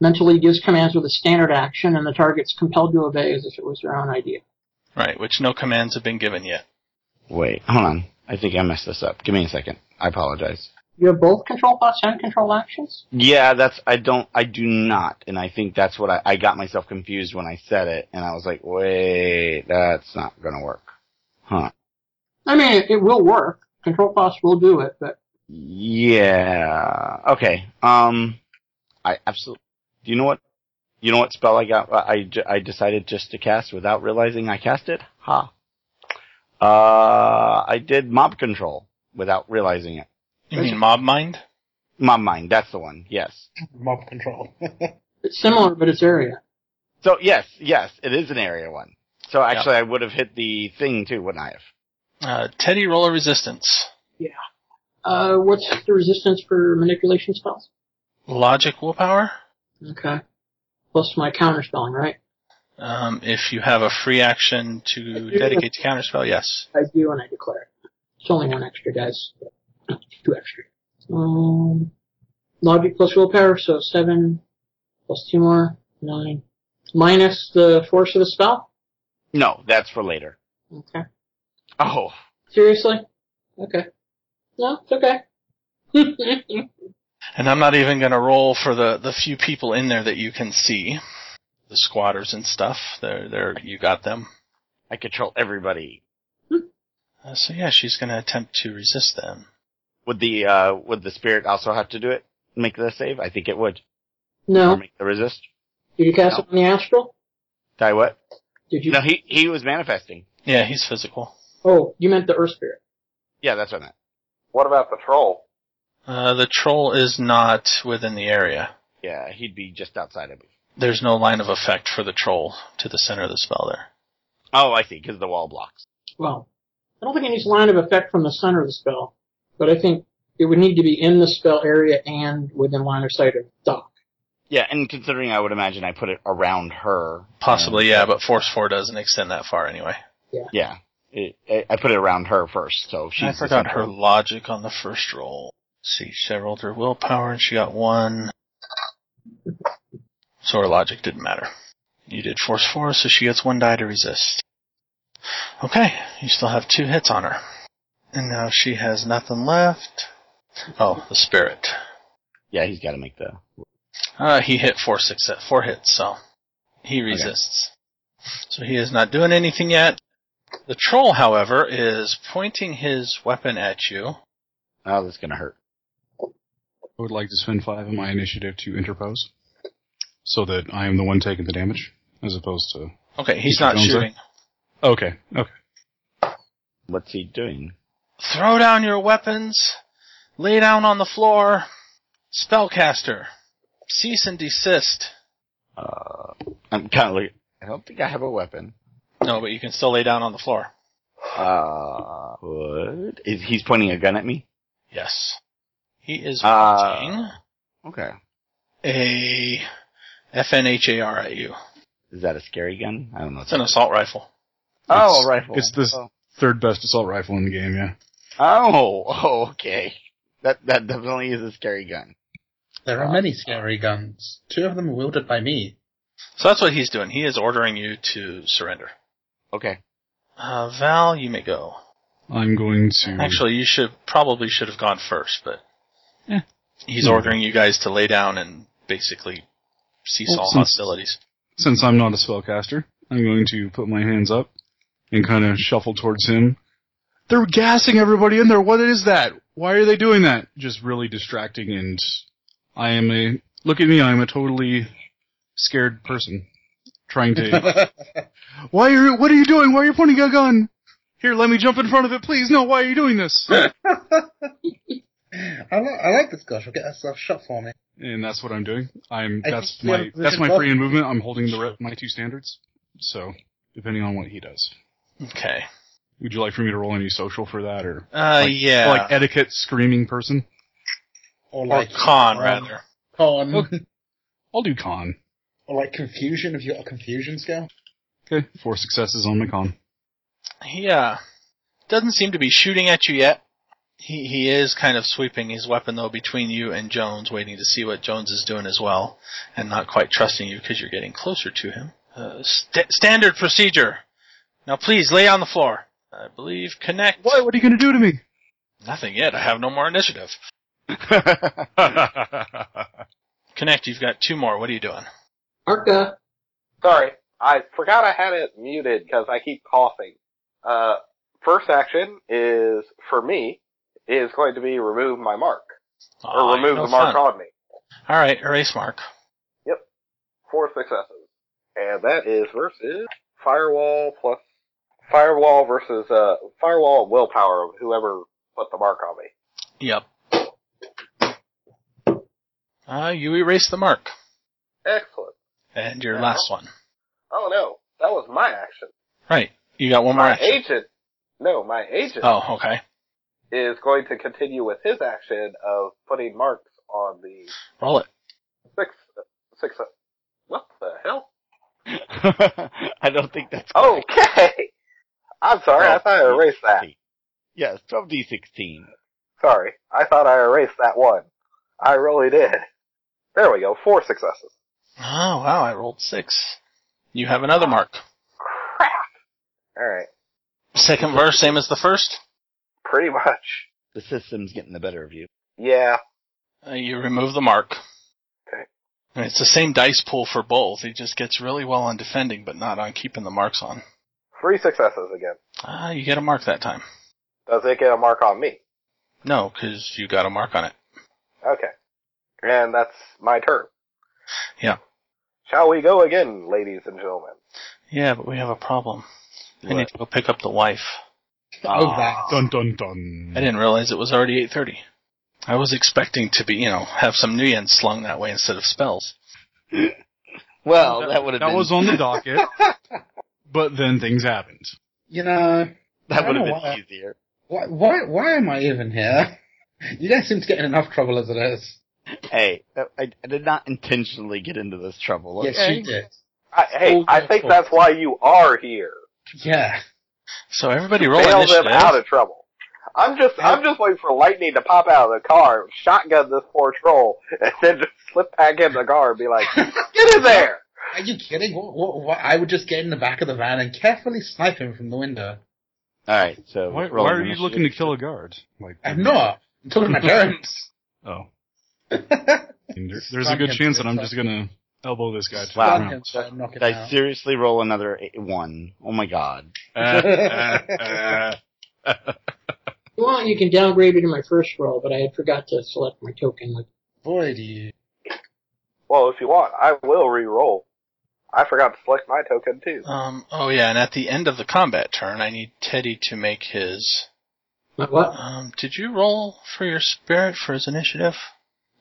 Speaker 4: Mentally gives commands with a standard action, and the target's compelled to obey as if it was their own idea.
Speaker 1: Right, which no commands have been given yet.
Speaker 2: Wait, hold on. I think I messed this up. Give me a second. I apologize.
Speaker 4: You have both control thoughts and control actions?
Speaker 2: Yeah, that's I don't I do not, and I think that's what I, I got myself confused when I said it, and I was like, wait, that's not gonna work, huh?
Speaker 4: I mean, it, it will work. Control thoughts will do it, but
Speaker 2: Yeah. Okay. Um, I absolutely. Do you know what? You know what spell I got? I, I j- I decided just to cast without realizing I cast it. Ha. Uh, I did mob control without realizing it.
Speaker 1: You mean mob mind?
Speaker 2: Mob mind. That's the one. Yes.
Speaker 7: Mob control.
Speaker 4: it's similar, but it's area.
Speaker 2: So yes, yes, it is an area one. So actually, I would have hit the thing too, wouldn't I have?
Speaker 1: Uh, Teddy, roll a resistance.
Speaker 4: Uh, what's the resistance for manipulation spells?
Speaker 1: Logic willpower.
Speaker 4: Okay. Plus my counterspelling, right?
Speaker 1: Um, if you have a free action to
Speaker 4: do.
Speaker 1: dedicate to counterspell, yes.
Speaker 4: I do, and I declare it. It's only one extra, guys. Two extra. Um, logic plus willpower, so seven plus two more, nine. Minus the force of the spell.
Speaker 2: No, that's for later.
Speaker 4: Okay.
Speaker 2: Oh,
Speaker 4: Seriously? Okay. No, it's okay.
Speaker 1: And I'm not even going to roll for the, the few people in there that you can see, the squatters and stuff. They're, they're you got them.
Speaker 2: I control everybody.
Speaker 1: Uh, so yeah, she's going to attempt to resist them.
Speaker 2: Would the uh, would the spirit also have to do it? Make the save? I think it would. Or
Speaker 4: no.
Speaker 2: make the resist.
Speaker 4: Did you cast it on the astral?
Speaker 2: Ty what?
Speaker 4: Did you?
Speaker 2: No, he he was manifesting.
Speaker 1: Yeah, he's physical.
Speaker 4: Oh, you meant the earth spirit.
Speaker 2: Yeah, that's what I meant.
Speaker 9: What about the troll?
Speaker 1: Uh, the troll is not within the area.
Speaker 2: Yeah, he'd be just outside of me.
Speaker 1: There's no line of effect for the troll to the center of the spell there.
Speaker 2: Oh, I see, because the wall blocks.
Speaker 4: Well, I don't think it needs line of effect from the center of the spell, but I think it would need to be in the spell area and within line of sight of Doc.
Speaker 2: Yeah, and considering I would imagine I put it around her.
Speaker 1: Possibly,
Speaker 2: and-
Speaker 1: yeah, but Force 4 doesn't extend that far anyway.
Speaker 2: Yeah, it, I, I put it around her first, so she's.
Speaker 1: I
Speaker 2: the
Speaker 1: forgot her
Speaker 2: central.
Speaker 1: logic on the first roll. Let's see, she rolled her willpower and she got one. So her logic didn't matter. You did force four, so she gets one die to resist. Okay, you still have two hits on her. And now she has nothing left. Oh, the spirit.
Speaker 2: Yeah, he's got to make the.
Speaker 1: Uh, he hit four success, four hits, so he resists. So he is not doing anything yet. The troll, however, is pointing his weapon at you.
Speaker 2: Oh, that's gonna hurt.
Speaker 6: I would like to spend five of my initiative to interpose, so that I am the one taking the damage, as opposed to.
Speaker 1: Okay, he's
Speaker 6: Mr.
Speaker 1: not
Speaker 6: Jones, sir?
Speaker 1: shooting.
Speaker 6: Okay, okay.
Speaker 2: What's he doing?
Speaker 1: Throw down your weapons. Lay down on the floor. Spellcaster. Cease and desist.
Speaker 2: Uh, I'm kind of. Look- I don't think I have a weapon.
Speaker 1: No, but you can still lay down on the floor.
Speaker 2: Uh, what? Is he's pointing a gun at me?
Speaker 1: Yes. He is
Speaker 2: Uh.
Speaker 1: pointing
Speaker 2: Okay.
Speaker 1: a FNHAR at you.
Speaker 2: Is that a scary gun? I don't know.
Speaker 1: It's an assault rifle.
Speaker 2: Oh,
Speaker 6: It's-
Speaker 2: a rifle.
Speaker 6: it's this-
Speaker 2: Oh.
Speaker 6: Third best assault rifle in the game, yeah.
Speaker 2: Oh, oh, okay. That that definitely is a scary gun.
Speaker 7: there are many scary guns. Two of them are wielded by me.
Speaker 1: So that's what he's doing. He is ordering you to surrender.
Speaker 2: Okay.
Speaker 1: Uh, Val, you may go.
Speaker 6: I'm going to.
Speaker 1: Actually, you should probably should have gone first, but
Speaker 6: Eh.
Speaker 1: he's
Speaker 6: Hmm.
Speaker 1: ordering you guys to lay down and basically cease
Speaker 6: Well,
Speaker 1: all
Speaker 6: since-
Speaker 1: hostilities.
Speaker 6: since I'm not a spellcaster, I'm going to put my hands up and kind of shuffle towards him. They're gassing everybody in there. What is that? Why are they doing that? Just really distracting, and I am a look at me. I'm a totally scared person trying to. why are you- what are you doing? Why are you pointing a gun? Here, let me jump in front of it, please. No, why are you doing this?
Speaker 7: I, li- I like this guy. She'll get herself shot for me.
Speaker 6: and that's what I'm doing. I'm
Speaker 7: I
Speaker 6: that's
Speaker 7: think we
Speaker 6: my
Speaker 7: have- we
Speaker 6: that's
Speaker 7: should
Speaker 6: my
Speaker 7: both-
Speaker 6: free and movement. I'm holding the re- my two standards. So depending on what he does.
Speaker 1: Okay.
Speaker 6: Would you like for me to roll any social for that, or
Speaker 1: Uh,
Speaker 6: Like-
Speaker 1: yeah.
Speaker 6: like etiquette screaming person?
Speaker 7: Or
Speaker 1: or
Speaker 7: like
Speaker 1: con,
Speaker 7: um,
Speaker 1: rather.
Speaker 7: Con.
Speaker 6: Okay. I'll do con.
Speaker 7: Or like confusion if you got a confusion skill.
Speaker 6: Okay, four successes on my con.
Speaker 1: He uh, doesn't seem to be shooting at you yet. He he is kind of sweeping his weapon though between you and Jones, waiting to see what Jones is doing as well, and not quite trusting you because you're getting closer to him. Uh, st- standard procedure. Now please lay on the floor. I believe connect.
Speaker 6: What? What are you gonna do to me?
Speaker 1: Nothing yet. I have no more initiative. Connect, you've got two more. What are you doing?
Speaker 4: Arca.
Speaker 9: Sorry, I forgot I had it muted because I keep coughing. Uh, first action is for me is going to be remove my mark or
Speaker 1: Aw,
Speaker 9: remove
Speaker 1: no
Speaker 9: the mark
Speaker 1: fun.
Speaker 9: on me.
Speaker 1: All right, erase mark.
Speaker 9: Four successes, and that is versus firewall plus firewall versus uh firewall and willpower of whoever put the mark on me.
Speaker 1: Yep. Uh, you erase the mark.
Speaker 9: Excellent.
Speaker 1: And your last one.
Speaker 9: Oh no, that was my action.
Speaker 1: Right. You got one more
Speaker 9: my
Speaker 1: action.
Speaker 9: agent. No, my agent
Speaker 1: Oh, okay.
Speaker 9: is going to continue with his action of putting marks on the
Speaker 1: Roll it.
Speaker 9: six six. What the hell?
Speaker 2: I don't think that's
Speaker 9: Okay. I'm sorry. I thought I erased that.
Speaker 2: Yes, twelve d sixteen.
Speaker 9: Sorry, I thought I erased that one. I really did. There we go. Four successes.
Speaker 1: Oh, wow, I rolled six. You have another mark.
Speaker 9: Crap. All right.
Speaker 1: Second verse, same as the first.
Speaker 9: Pretty much.
Speaker 2: The system's getting the better of you.
Speaker 9: Yeah.
Speaker 1: Uh, you remove the mark.
Speaker 9: Okay.
Speaker 1: And it's the same dice pool for both. He just gets really well on defending, but not on keeping the marks on.
Speaker 9: Three successes again.
Speaker 1: Ah, you get a mark that time.
Speaker 9: Does it get a mark on me?
Speaker 1: No, because you got a mark on it.
Speaker 9: Okay. And that's my turn.
Speaker 1: Yeah.
Speaker 9: Shall we go again, ladies and gentlemen?
Speaker 1: Yeah, but we have a problem. I need
Speaker 2: What?
Speaker 1: to go pick up the wife.
Speaker 7: Oh, that.
Speaker 6: dun dun dun.
Speaker 1: I didn't realize it was already 8:30. I was expecting to be, you know, have some new yen slung that way instead of spells.
Speaker 2: Well, that, would have
Speaker 6: That
Speaker 2: been
Speaker 6: was on the docket. but then things happened.
Speaker 7: You know,
Speaker 2: that
Speaker 7: I
Speaker 2: would have
Speaker 7: don't
Speaker 2: been
Speaker 7: know why-
Speaker 2: easier.
Speaker 7: why, why, why am I even here? You guys seem to get in enough trouble as it is.
Speaker 2: Hey, that- I, I did not intentionally get into this trouble.
Speaker 7: Yes,
Speaker 2: okay?
Speaker 7: you did.
Speaker 9: I, hey,
Speaker 7: Oh,
Speaker 9: I
Speaker 7: yeah,
Speaker 9: think
Speaker 7: cool.
Speaker 9: that's why you are here.
Speaker 7: Yeah.
Speaker 1: So everybody roll
Speaker 9: Bail
Speaker 1: initiative.
Speaker 9: them out of trouble. I'm just, I'm just waiting for lightning to pop out of the car, shotgun this poor troll, and then just slip back in the car and be like, "Get in there!"
Speaker 7: Are you kidding? What, what, what? I would just get in the back of the van and carefully snipe him from the window.
Speaker 2: All right. So
Speaker 6: Why,
Speaker 2: rolling
Speaker 6: why are you
Speaker 2: initiative.
Speaker 6: looking to kill a guard? Like
Speaker 7: I'm not. I'm talking about Jones.
Speaker 6: Oh, there- there's a good chance that I'm just gonna elbow this guy. To
Speaker 2: Wow.
Speaker 6: the ground.
Speaker 2: Did I seriously roll another eight, one? Oh my god.
Speaker 4: If you want, you can downgrade it to my first roll, but I had forgot to select my token. Like,
Speaker 7: Boy, do you.
Speaker 9: Well, if you want, I will re-roll. I forgot to select my token too.
Speaker 1: Um, oh yeah, and at the end of the combat turn, I need Teddy to make his.
Speaker 4: my what?
Speaker 1: Um, did you roll for your spirit for his initiative?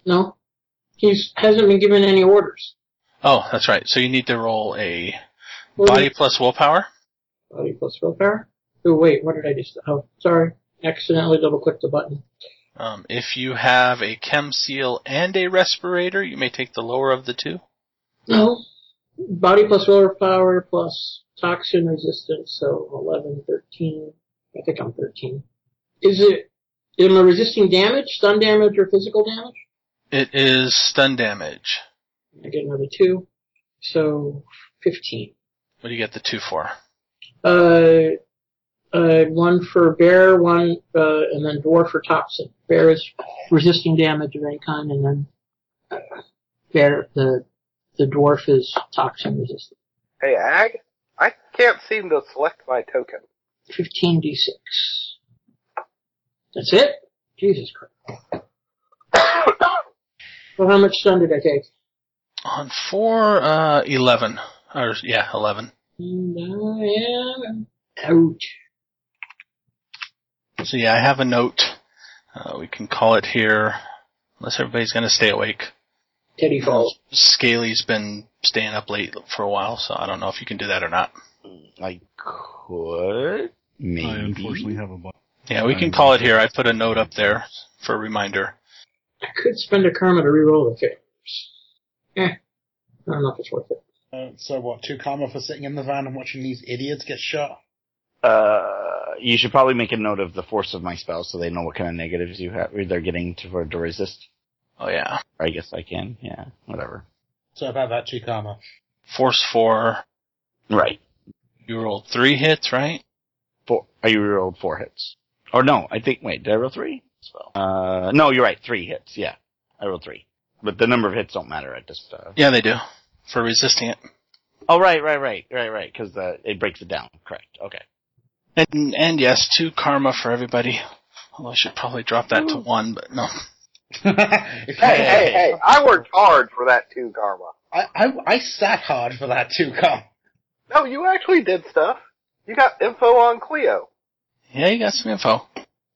Speaker 4: No, he's hasn't been given any orders.
Speaker 1: Oh, that's right. So you need to roll a
Speaker 4: What
Speaker 1: body
Speaker 4: did-
Speaker 1: plus willpower.
Speaker 4: body plus willpower. Oh wait, what did I just? Oh, sorry, accidentally double clicked the button.
Speaker 1: Um, if you have a chem seal and a respirator, you may take the lower of the two.
Speaker 4: No. Body plus willpower plus toxin resistance, so 11, 13. I think I'm 13. Is it, am I resisting damage, stun damage, or physical damage?
Speaker 1: It is stun damage.
Speaker 4: I get another two, so 15.
Speaker 1: What do you get the two for?
Speaker 4: Uh, uh, one for bear, one, uh, and then dwarf for toxin. Bear is resisting damage of any kind, and then uh, bear, the, the dwarf is toxin resistant.
Speaker 9: Hey, Ag, I can't seem to select my token.
Speaker 4: 15d6. That's it? Jesus Christ. Well, how much stun did I take?
Speaker 1: On four, uh, eleven. Or yeah, eleven.
Speaker 4: And I am out.
Speaker 1: So yeah, I have a note. Uh, we can call it here, unless everybody's going to stay awake.
Speaker 4: Teddy falls.
Speaker 1: Scaly's been staying up late for a while, so I don't know if you can do that or not.
Speaker 2: I could. Maybe.
Speaker 6: I unfortunately have a bu-
Speaker 1: Yeah, we can
Speaker 2: Mm.
Speaker 1: call it here. I put a note up there for a reminder.
Speaker 4: I could spend a karma to reroll the failures. Eh. I don't know if it's worth it.
Speaker 7: Uh, so what? Two karma for sitting in the van and watching these idiots get shot.
Speaker 2: Uh, you should probably make a note of the force of my spell so they know what kind of negatives you have. They're getting to for to resist.
Speaker 1: Oh yeah,
Speaker 2: I guess I can. Yeah, whatever.
Speaker 7: So about that, two karma.
Speaker 1: force four.
Speaker 2: Right.
Speaker 1: You rolled three hits, right?
Speaker 2: Four. Are you rolled four hits? Or no? I think. Wait, did I roll three?
Speaker 5: spell.
Speaker 2: Uh, no, you're right. Three hits. Yeah, I rolled three, but the number of hits don't matter at this. Uh...
Speaker 1: Yeah, they do. For resisting it.
Speaker 2: Oh, right, right, right, right, right, because uh, it breaks it down. Correct. Okay.
Speaker 1: And, and yes, two karma for everybody. Although I should probably drop that to one, but no.
Speaker 7: hey,
Speaker 9: Hey, hey, hey! I worked hard for that two karma.
Speaker 7: I, I, I sat hard for that too, Carl.
Speaker 9: No, you actually did stuff. You got info on Cleo.
Speaker 1: Yeah, you got some info.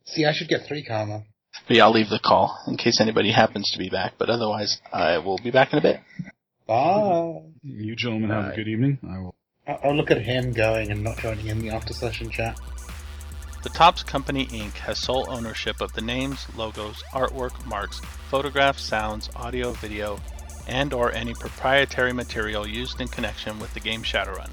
Speaker 7: See, I should get three karma.
Speaker 1: But yeah, I'll leave the call in case anybody happens to be back, but otherwise I will be back in a bit.
Speaker 7: Bye.
Speaker 6: You gentlemen have a good evening. I will.
Speaker 7: Oh, oh, look at him going and not joining in the after session chat.
Speaker 1: The Topps Company Inc. has sole ownership of the names, logos, artwork, marks, photographs, sounds, audio, video, and or any proprietary material used in connection with the game Shadowrun.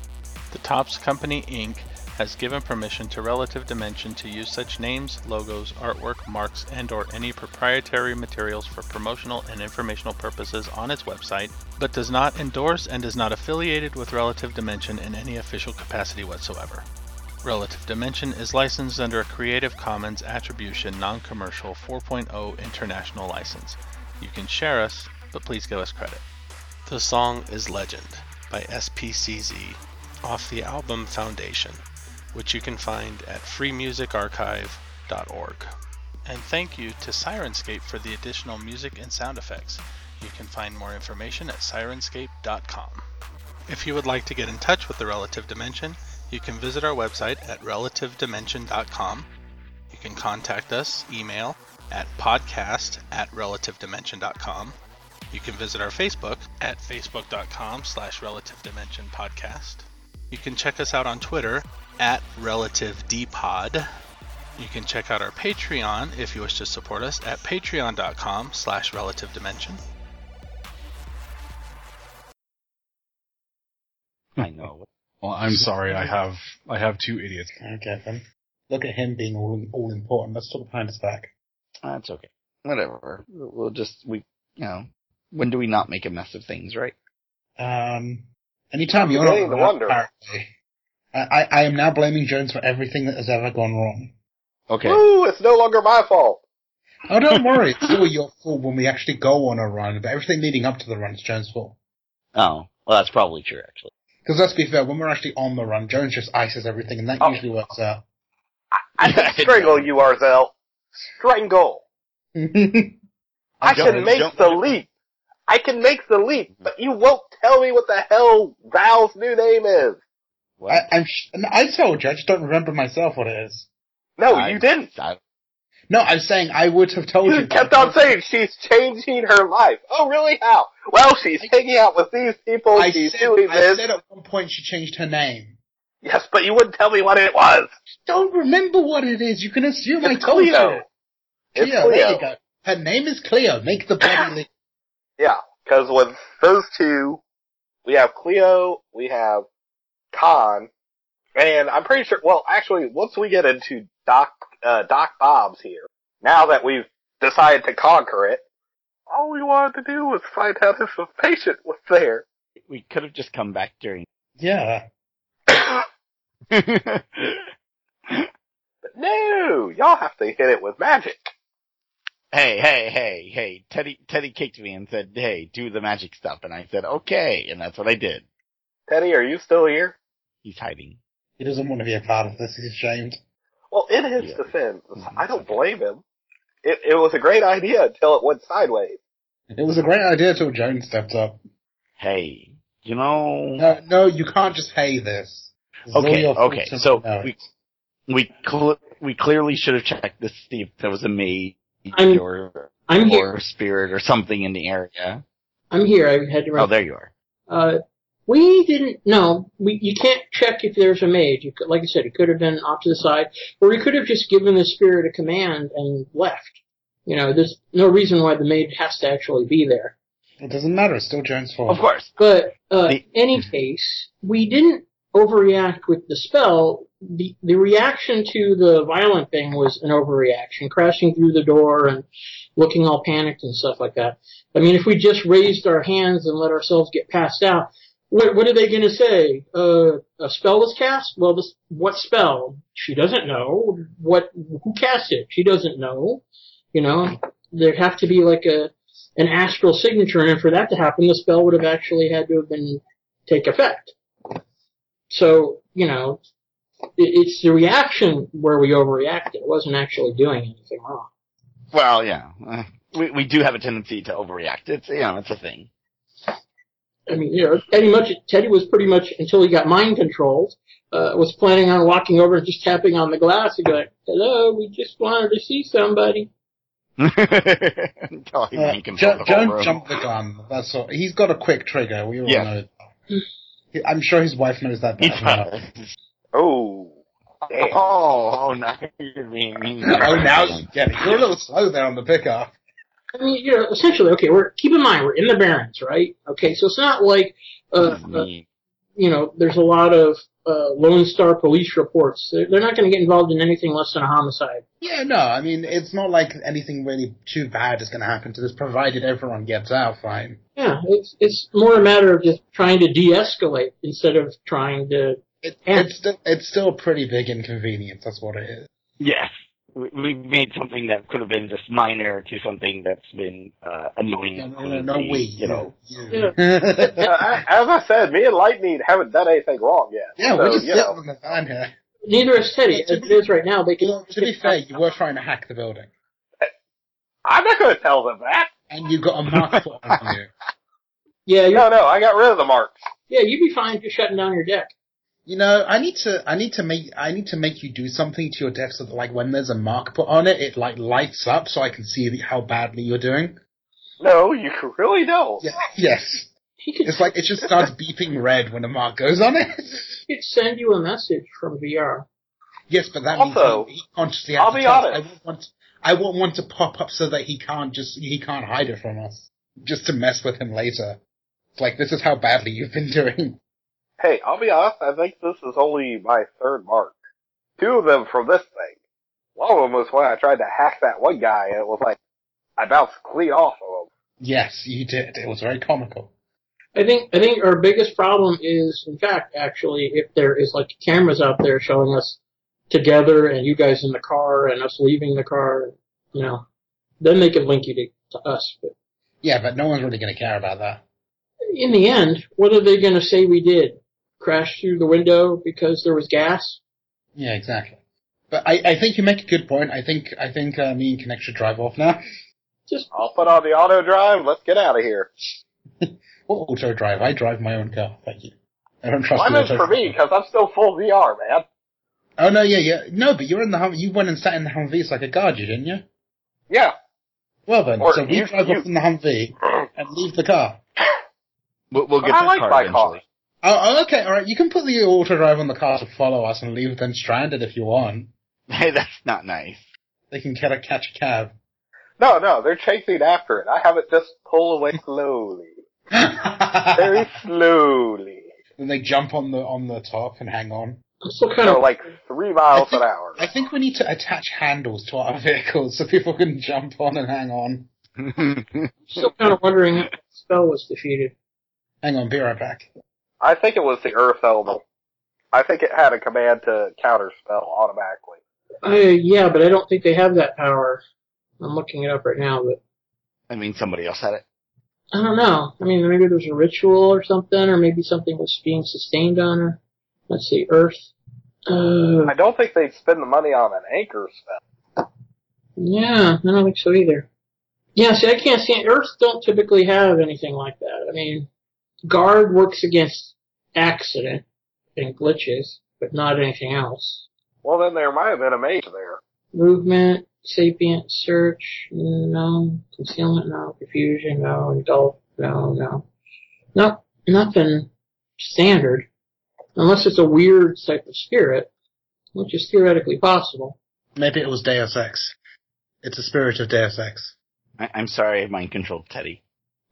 Speaker 1: The Topps Company Inc. has given permission to Relative Dimension to use such names, logos, artwork, marks, and or any proprietary materials for promotional and informational purposes on its website, but does not endorse and is not affiliated with Relative Dimension in any official capacity whatsoever. Relative Dimension is licensed under a Creative Commons Attribution Non Commercial 4.0 International License. You can share us, but please give us credit. The song is Legend by SPCZ off the album Foundation, which you can find at freemusicarchive.org. And thank you to Sirenscape for the additional music and sound effects. You can find more information at sirenscape.com. If you would like to get in touch with the Relative Dimension, you can visit our website at relativedimension.com. You can contact us, email at podcast at relativedimension.com. You can visit our Facebook at facebook.com slash relative dimension podcast. You can check us out on Twitter at relative dpod. You can check out our Patreon if you wish to support us at patreon.com slash relative dimension.
Speaker 2: I know.
Speaker 6: Well, I'm sorry. I have I have two idiots.
Speaker 7: Okay, then. Look at him being all all important. Let's talk behind his back.
Speaker 2: That's okay. Whatever. We'll just we you know when do we not make a mess of things, right?
Speaker 7: Um, anytime
Speaker 9: You're
Speaker 7: you're not
Speaker 9: beginning to
Speaker 7: around,
Speaker 9: wonder.
Speaker 7: apparently. I, I, I am now blaming Jones for everything that has ever gone wrong.
Speaker 2: Okay.
Speaker 9: Woo! It's no longer my fault.
Speaker 7: Oh, don't worry. It's still your fault when we actually go on a run, but everything leading up to the run is Jones' fault.
Speaker 2: Oh, well, that's probably true actually.
Speaker 7: Because let's be fair, when we're actually on the run, Jones just ices everything, and that
Speaker 9: Oh.
Speaker 7: usually works out.
Speaker 9: Strangle you, Arzel. Strangle.
Speaker 7: Jones
Speaker 9: I
Speaker 2: Don't-
Speaker 9: can make
Speaker 2: don't-
Speaker 9: the leap. I can make the leap, but you won't tell me what the hell Val's new name is.
Speaker 2: What?
Speaker 7: I, I'm sh- and I told you, I just don't remember myself what it is.
Speaker 9: No,
Speaker 2: I-
Speaker 9: you didn't.
Speaker 2: I-
Speaker 7: No, I'm saying I would have told you.
Speaker 9: You kept on saying she's changing her life. Oh, really? How? Well, she's hanging out with these people.
Speaker 7: I
Speaker 9: she's
Speaker 7: said,
Speaker 9: doing
Speaker 7: I
Speaker 9: this.
Speaker 7: said at one point she changed her name.
Speaker 9: yes, but you wouldn't tell me what it was.
Speaker 7: Don't remember what it is. You can assume I
Speaker 9: It's
Speaker 7: told
Speaker 9: Cleo.
Speaker 7: you.
Speaker 9: It's
Speaker 7: Cleo, there you go. Her name is Cleo. Make the bloody list.
Speaker 9: Yeah, because with those two, we have Cleo, we have Khan, and I'm pretty sure. Well, actually, once we get into Doc uh, Doc Bob's here, now that we've decided to conquer it, all we wanted to do was find out if a patient was there.
Speaker 2: we could have just come back during.
Speaker 7: Yeah.
Speaker 2: yeah,
Speaker 9: But no, y'all have to hit it with magic.
Speaker 2: hey, hey, hey, hey, Teddy, Teddy kicked me and said, hey, do the magic stuff. And I said, okay. And that's what I did.
Speaker 9: Teddy, are you still here?
Speaker 2: He's hiding.
Speaker 7: He doesn't want to be a part of this. He's ashamed.
Speaker 9: Well, in his
Speaker 2: Yeah.
Speaker 9: defense,
Speaker 2: Mhm.
Speaker 9: I don't blame him. It, it was a great idea until it went sideways.
Speaker 7: It was a great idea till Jones stepped up.
Speaker 2: Hey, you know,
Speaker 7: No, no, you can't just hey this. This is all
Speaker 2: Okay,
Speaker 7: your fault
Speaker 2: okay,
Speaker 7: to
Speaker 2: so
Speaker 7: know it.
Speaker 2: we- we cl- we clearly should have checked to see if there was a mage
Speaker 4: I'm-
Speaker 2: or,
Speaker 4: I'm here.
Speaker 2: or spirit or something in the area.
Speaker 4: I'm here. I had to run.
Speaker 2: Oh, there you are.
Speaker 4: Uh, we didn't. No, we. You can't check if there's a mage. You could, like I said, it could have been off to the side, or we could have just given the spirit a command and left. You know, there's no reason why the mage has to actually be there.
Speaker 7: It doesn't matter. It's still Jones' fault.
Speaker 2: Of course.
Speaker 4: But uh,
Speaker 2: The-
Speaker 4: in any case, we didn't overreact with the spell. The the reaction to the violent thing was an overreaction, crashing through the door and looking all panicked and stuff like that. I mean, if we just raised our hands and let ourselves get passed out, what what are they going to say? Uh, a spell was cast. Well, this what spell? She doesn't know. What who cast it? She doesn't know. You know, there'd have to be like a an astral signature, and for that to happen, the spell would have actually had to have been take effect. So you know, it, it's the reaction where we overreacted. It wasn't actually doing anything wrong.
Speaker 2: Well, yeah, uh, we we do have a tendency to overreact. It's you know, it's a thing.
Speaker 4: I mean, you know, Teddy much Teddy was pretty much until he got mind controlled. Uh, was planning on walking over and just tapping on the glass and going, "Hello, we just wanted to see somebody."
Speaker 2: Until he
Speaker 7: Uh,
Speaker 2: Oh, can
Speaker 7: ju-
Speaker 2: control the whole
Speaker 7: don't
Speaker 2: room.
Speaker 7: jump the gun. That's all. He's got a quick trigger. We all
Speaker 2: Yeah.
Speaker 7: know. He- I'm sure his wife knows that.
Speaker 2: He
Speaker 7: better than us.
Speaker 2: does.
Speaker 9: Oh, damn.
Speaker 2: Oh, oh, now you're being mean.
Speaker 7: Oh, now you get it. You're a little slow there on the pickup.
Speaker 4: I mean, you know, essentially, okay, we're keep in mind we're in the Barrens, right? Okay, so it's not like, uh, uh
Speaker 2: Mean.
Speaker 4: you know, there's a lot of uh, Lone Star police reports. They're, they're not going to get involved in anything less than a homicide.
Speaker 7: Yeah, no, I mean, it's not like anything really too bad is going to happen to this, provided everyone gets out fine.
Speaker 4: Yeah, it's it's more a matter of just trying to de-escalate instead of trying to.
Speaker 7: It,
Speaker 4: Yeah.
Speaker 7: It's still it's still a pretty big inconvenience. That's what it is.
Speaker 2: Yes. We- We've made something that could have been just minor to something that's been uh, annoying.
Speaker 7: No, no, no, no, we,
Speaker 2: You know,
Speaker 7: you.
Speaker 4: Yeah.
Speaker 9: Uh, I- as I said, me and Lightning haven't done anything wrong yet.
Speaker 7: yeah,
Speaker 9: so,
Speaker 7: we're just
Speaker 9: you know.
Speaker 7: sitting in the van here.
Speaker 4: Neither is Teddy. As it is right now, they
Speaker 7: You
Speaker 4: can.
Speaker 7: know, to be fair, you were trying to hack the building,
Speaker 9: I'm not going to tell them that.
Speaker 7: and you got a mark put on you.
Speaker 4: Yeah, you're,
Speaker 9: No, no, I got rid of the marks.
Speaker 4: yeah, you'd be fine just shutting down your deck.
Speaker 7: You know, I need to, I need to make, I need to make you do something to your deck so that, like, when there's a mark put on it, it like lights up so I can see the- how badly you're doing.
Speaker 9: No, you really don't.
Speaker 7: Yeah, yes.
Speaker 4: He could,
Speaker 7: It's like it just starts beeping red when a mark goes on it.
Speaker 4: he could send you a message from VR.
Speaker 7: yes, but that
Speaker 9: Also,
Speaker 7: means he, he consciously. has
Speaker 9: I'll
Speaker 7: to
Speaker 9: be
Speaker 7: tell us. I won't
Speaker 9: honest.
Speaker 7: want, I won't want to pop up so that he can't just, he can't hide it from us, just to mess with him later. It's like this is how badly you've been doing.
Speaker 9: Hey, I'll be honest, I think this is only my third mark. Two of them from this thing. One of them was when I tried to hack that one guy, and it was like, I bounced clean off of him.
Speaker 7: Yes, you did. It was very comical.
Speaker 4: I think I think our biggest problem is, in fact, actually, if there is like cameras out there showing us together and you guys in the car and us leaving the car, you know, then they could link you to, to us. But
Speaker 7: Yeah, but no one's really going to care about that.
Speaker 4: in the end, what are they going to say we did? Crash through the window because there was gas?
Speaker 7: Yeah, exactly. But I, I think you make a good point. I think I think uh, me and Connect should drive off now.
Speaker 9: I'll put on the auto drive, let's get out of here.
Speaker 7: What auto drive? I drive my own car. Thank you. I don't trust.
Speaker 9: Why
Speaker 7: the
Speaker 9: not
Speaker 7: auto
Speaker 9: for me, because I'm still full VR, man.
Speaker 7: Oh no, yeah, yeah. No, but you're in the hum- you went and sat in the Humvees like a guard, you didn't you?
Speaker 9: Yeah.
Speaker 7: Well then,
Speaker 9: Or
Speaker 7: so we
Speaker 9: you-
Speaker 7: drive
Speaker 9: you-
Speaker 7: off in the Humvee and leave the car.
Speaker 2: we'll, we'll get
Speaker 9: I
Speaker 2: that
Speaker 9: like
Speaker 2: car
Speaker 9: my
Speaker 2: eventually.
Speaker 9: car.
Speaker 7: Oh, oh, okay, all right. You can put the auto drive on the car to follow us and leave them stranded if you want.
Speaker 2: Hey, that's not nice.
Speaker 7: They can get a, catch a cab.
Speaker 9: No, no, they're chasing after it. I have it just pull away slowly. Very slowly.
Speaker 7: then they jump on the on the top and hang on.
Speaker 4: I'm still kind
Speaker 9: So
Speaker 4: of
Speaker 9: like three miles an hour.
Speaker 7: I think we need to attach handles to our vehicles so people can jump on and hang on.
Speaker 4: still kind of wondering if the spell was defeated.
Speaker 7: Hang on, be right back.
Speaker 9: I think it was the Earth Element. I think it had a command to counter spell automatically.
Speaker 4: Uh, yeah, but I don't think they have that power. I'm looking it up right now, but
Speaker 2: I mean, somebody else had it.
Speaker 4: I don't know. I mean, maybe there's a ritual or something, or maybe something was being sustained on her. Let's see, Earth. Uh,
Speaker 9: I don't think they'd spend the money on an anchor spell.
Speaker 4: yeah, I don't think so either. Yeah, see, I can't see. Earth don't typically have anything like that. I mean, guard works against accident and glitches, but not anything else.
Speaker 9: Well, then there might have been a mage there.
Speaker 4: Movement, sapient, search, no. Concealment, no. Confusion, no. Engulf, no, no. No, nothing standard. Unless it's a weird type of spirit, which is theoretically possible.
Speaker 7: Maybe it was Deus Ex. It's the spirit of Deus Ex.
Speaker 2: I, I'm sorry, I mind controlled Teddy.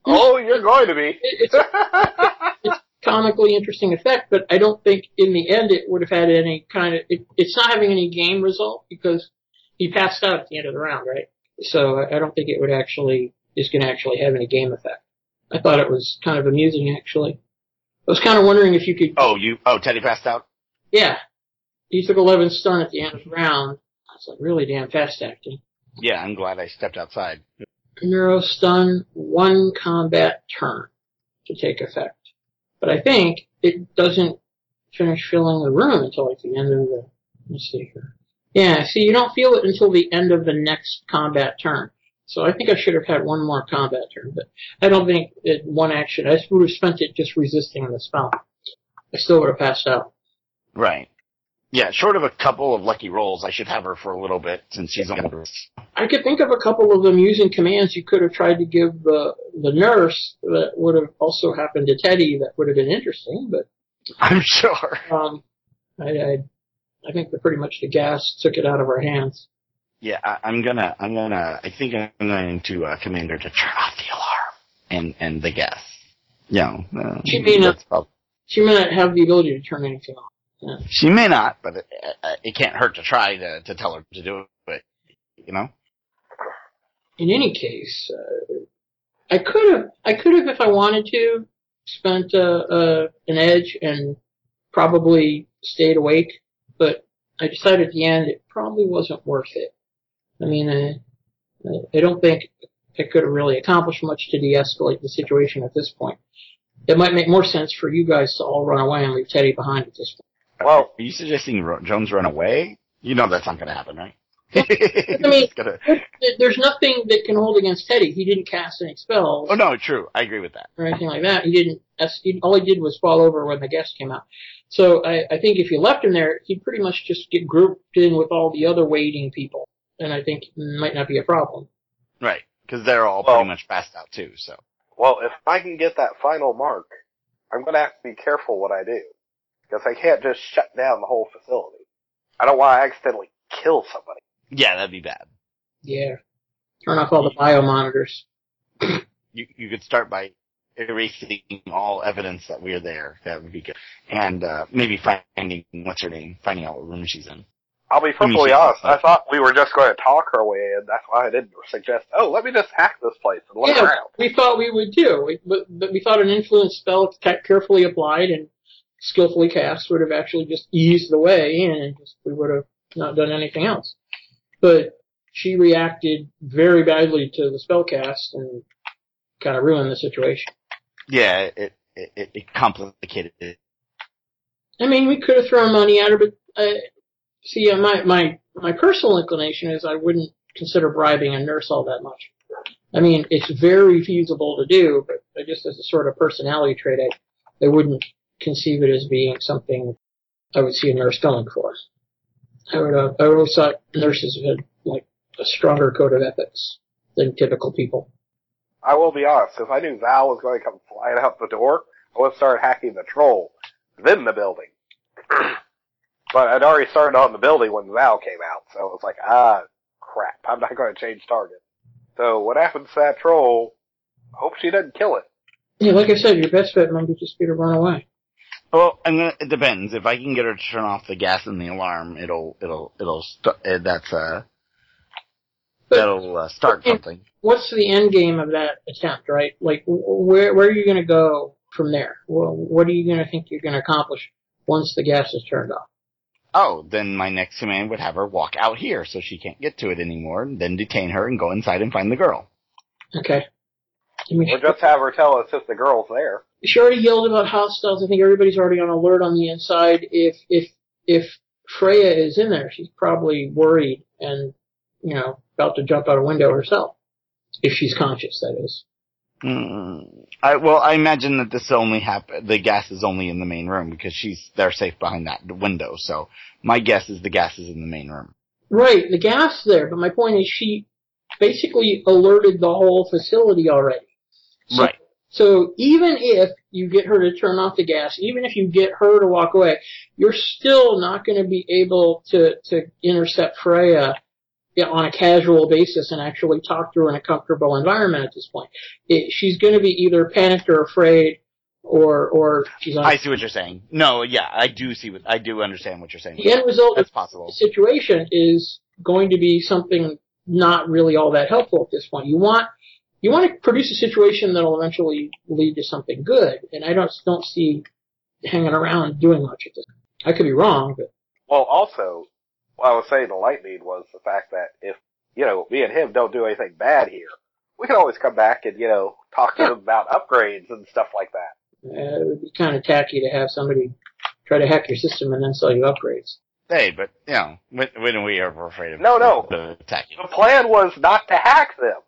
Speaker 9: Oh, you're going to be.
Speaker 4: It- It's a comically interesting effect, but I don't think in the end it would have had any kind of. It, it's not having any game result because he passed out at the end of the round, right? So I, I don't think it would actually is going to actually have any game effect. I thought it was kind of amusing actually. I was kind of wondering if you could.
Speaker 2: Oh, you? Oh, Teddy passed out.
Speaker 4: Yeah, he took 11 stun at the end of the round. That's like really damn fast acting.
Speaker 2: Yeah, I'm glad I stepped outside.
Speaker 4: Neurostun one combat turn to take effect. But I think it doesn't finish filling the room until like the end of the. Let's see here. Yeah, see, you don't feel it until the end of the next combat turn. So I think I should have had one more combat turn, but I don't think it one action. I would have spent it just resisting the spell. I still would have passed out.
Speaker 2: Right. Yeah, short of a couple of lucky rolls, I should have her for a little bit since she's on the
Speaker 4: I could think of a couple of them using commands you could have tried to give the the nurse that would have also happened to Teddy that would have been interesting, but
Speaker 2: I'm sure.
Speaker 4: um, I, I I think that pretty much the gas took it out of our hands.
Speaker 2: Yeah, I, I'm gonna, I'm gonna, I think I'm going to uh, command her to turn off the alarm and and the gas. Yeah, uh,
Speaker 4: She may not-
Speaker 2: that's prob-
Speaker 4: She may not have the ability to turn anything off.
Speaker 2: She may not, but it, uh, it can't hurt to try to to tell her to do it. But you know,
Speaker 4: In any case, uh, I could have I could have if I wanted to spent uh, uh, an edge and probably stayed awake, but I decided at the end it probably wasn't worth it. I mean, I, I- I don't think I could have really accomplished much to de-escalate the situation at this point. It might make more sense for you guys to all run away and leave Teddy behind at this point.
Speaker 9: Well-
Speaker 2: are you suggesting Ro- Jones run away? You know that's not gonna happen, right?
Speaker 4: mean-
Speaker 2: It's gonna-
Speaker 4: There- There's nothing that can hold against Teddy. He didn't cast any spells.
Speaker 2: oh no, true. I agree with that.
Speaker 4: or anything like that. He didn't. that's- He, all he did was fall over when the gas came out. So I, I think if you left him there, he'd pretty much just get grouped in with all the other waiting people, and I think it might not be a problem.
Speaker 2: Right, because they're all
Speaker 9: Well-
Speaker 2: pretty much passed out too. So
Speaker 9: Well, if I can get that final mark, I'm going to have to be careful what I do. Because I can't just shut down the whole facility. I don't want to accidentally kill somebody.
Speaker 2: yeah, that'd be bad.
Speaker 4: Yeah. Turn off all the biomonitors.
Speaker 2: you you could start by erasing all evidence that we're there. That would be good. And uh, maybe finding what's her name, finding out what room she's in.
Speaker 9: I'll be
Speaker 2: me
Speaker 9: perfectly
Speaker 2: see.
Speaker 9: honest. I thought we were just going to talk our way in. That's why I didn't suggest, oh, let me just hack this place and look
Speaker 4: yeah,
Speaker 9: around.
Speaker 4: we thought we would too, we, but, but we thought an influence spell ca- carefully applied and skillfully cast would have actually just eased the way in, and just, we would have not done anything else. But she reacted very badly to the spell cast and kind of ruined the situation.
Speaker 2: Yeah, it it, it, it complicated it.
Speaker 4: I mean, we could have thrown money at her, but uh, see, uh, my my my personal inclination is I wouldn't consider bribing a nurse all that much. I mean, it's very feasible to do, but I just as a sort of personality trait, I, I wouldn't conceive it as being something I would see a nurse going for. I would uh, I would always thought nurses had like a stronger code of ethics than typical people.
Speaker 9: I will be honest. If I knew Val was going to come flying out the door, I would start hacking the troll, then the building. but I'd already started on the building when Val came out, so it was like, ah, crap. I'm not going to change target. So what happens to that troll? Hope she doesn't kill it.
Speaker 4: Yeah, like I said, your best bet might be just be to run away.
Speaker 2: Well, I'm gonna, it depends. If I can get her to turn off the gas and the alarm, it'll it'll it'll st- uh, that's uh
Speaker 4: But-
Speaker 2: that'll uh, start something.
Speaker 4: what's the end game of that attempt, right? Like, wh- where where are you going to go from there? Well, what are you going to think you're going to accomplish once the gas is turned off?
Speaker 2: Oh, then my next command would have her walk out here so she can't get to it anymore, and then detain her and go inside and find the girl.
Speaker 4: Okay. I mean,
Speaker 9: Or just have her tell us if the girl's there.
Speaker 4: she already yelled about hostiles. I think everybody's already on alert on the inside. If if if Freya is in there, she's probably worried and you know about to jump out a window herself if she's conscious. That is.
Speaker 2: Mm. I, well, I imagine that this only hap- the gas is only in the main room because she's they're safe behind that window. So my guess is the gas is in the main room.
Speaker 4: Right, the gas there, but my point is she basically alerted the whole facility already. So,
Speaker 2: Right.
Speaker 4: So even if you get her to turn off the gas, even if you get her to walk away, you're still not going to be able to, to intercept Freya yeah, on a casual basis and actually talk to her in a comfortable environment at this point. It, she's going to be either panicked or afraid or, or she's on.
Speaker 2: I see what you're saying. No, yeah, I do see what I do understand what you're saying.
Speaker 4: the end result is
Speaker 2: That's possible.
Speaker 4: situation is going to be something not really all that helpful at this point. You want you want to produce a situation that'll eventually lead to something good, and I don't don't see hanging around doing much at this. I could be wrong, but
Speaker 9: Well, also, what I was saying to Lightning was the fact that if you know, me and him don't do anything bad here. We can always come back and, you know, talk to him about upgrades and stuff like that.
Speaker 4: Uh, it would be kind of tacky to have somebody try to hack your system and then sell you upgrades.
Speaker 2: Hey, but you know, when, when we ever afraid of
Speaker 9: No, no.
Speaker 2: the attacking?
Speaker 9: The plan was not to hack them.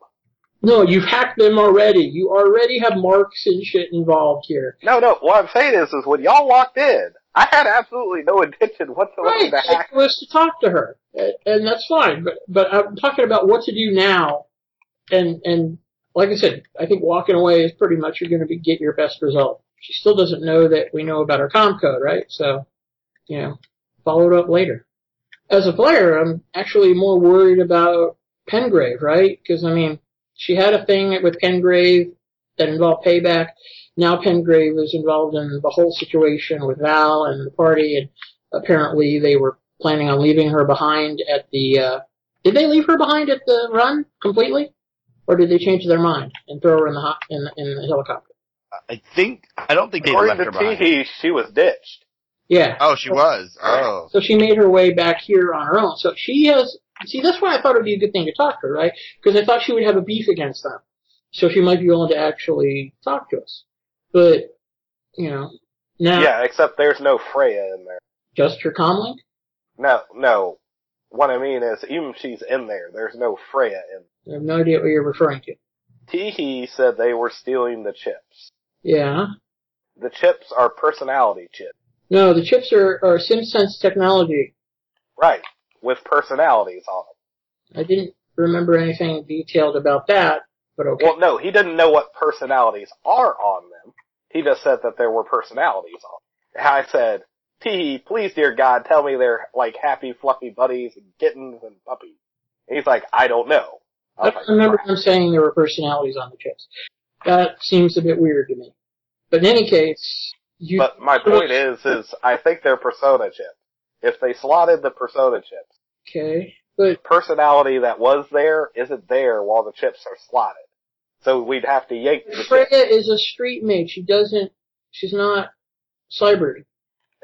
Speaker 4: No, you've hacked them already. You already have marks and shit involved here.
Speaker 9: No, no. What I'm saying is, is when y'all walked in, I had absolutely no intention whatsoever
Speaker 4: Right,
Speaker 9: to
Speaker 4: it
Speaker 9: hack.
Speaker 4: was to talk to her, Uh, and that's fine. But but I'm talking about what to do now, and and like I said, I think walking away is pretty much you're going to be get your best result. She still doesn't know that we know about her com code, right? So, you know, follow it up later. As a player, I'm actually more worried about Pengrave, right? Because I mean, she had a thing with Pengrave that involved payback. Now Pengrave is involved in the whole situation with Val and the party, and apparently they were planning on leaving her behind at the. Uh, did they leave her behind at the run completely, or did they change their mind and throw her in the ho- in the, in the helicopter?
Speaker 2: I think I don't think they
Speaker 9: According
Speaker 2: left
Speaker 9: to
Speaker 2: her behind.
Speaker 9: Teehee, she was ditched.
Speaker 4: Yeah.
Speaker 2: Oh, she was. Oh,
Speaker 4: So she made her way back here on her own. So she has. See, that's why I thought it would be a good thing to talk to her, right? Because I thought she would have a beef against them. So she might be willing to actually talk to us. But, you know, now
Speaker 9: Yeah, except there's no Freya in there.
Speaker 4: just her comlink?
Speaker 9: No, no. What I mean is, even if she's in there, there's no Freya in.
Speaker 4: I have no idea what you're referring to.
Speaker 9: Teehee said they were stealing the chips.
Speaker 4: Yeah.
Speaker 9: The chips are personality chips.
Speaker 4: No, the chips are, are SimSense technology.
Speaker 9: Right. With personalities on them.
Speaker 4: I didn't remember anything detailed about that, but okay.
Speaker 9: Well, no, he didn't know what personalities are on them. He just said that there were personalities on them. And I said, Teehee, please dear God, tell me they're like happy, fluffy buddies and kittens and puppies. And he's like, I don't know.
Speaker 4: I
Speaker 9: was
Speaker 4: don't
Speaker 9: like,
Speaker 4: remember
Speaker 9: "Crap."
Speaker 4: them saying there were personalities on the chips. That seems a bit weird to me. But in any case, you
Speaker 9: But my point is, is I think they're persona chips. If they slotted the persona chips,
Speaker 4: okay? But
Speaker 9: personality that was there isn't there while the chips are slotted. So we'd have to yank the
Speaker 4: Freya
Speaker 9: chips.
Speaker 4: is a street maid. She doesn't. She's not cyber.
Speaker 9: And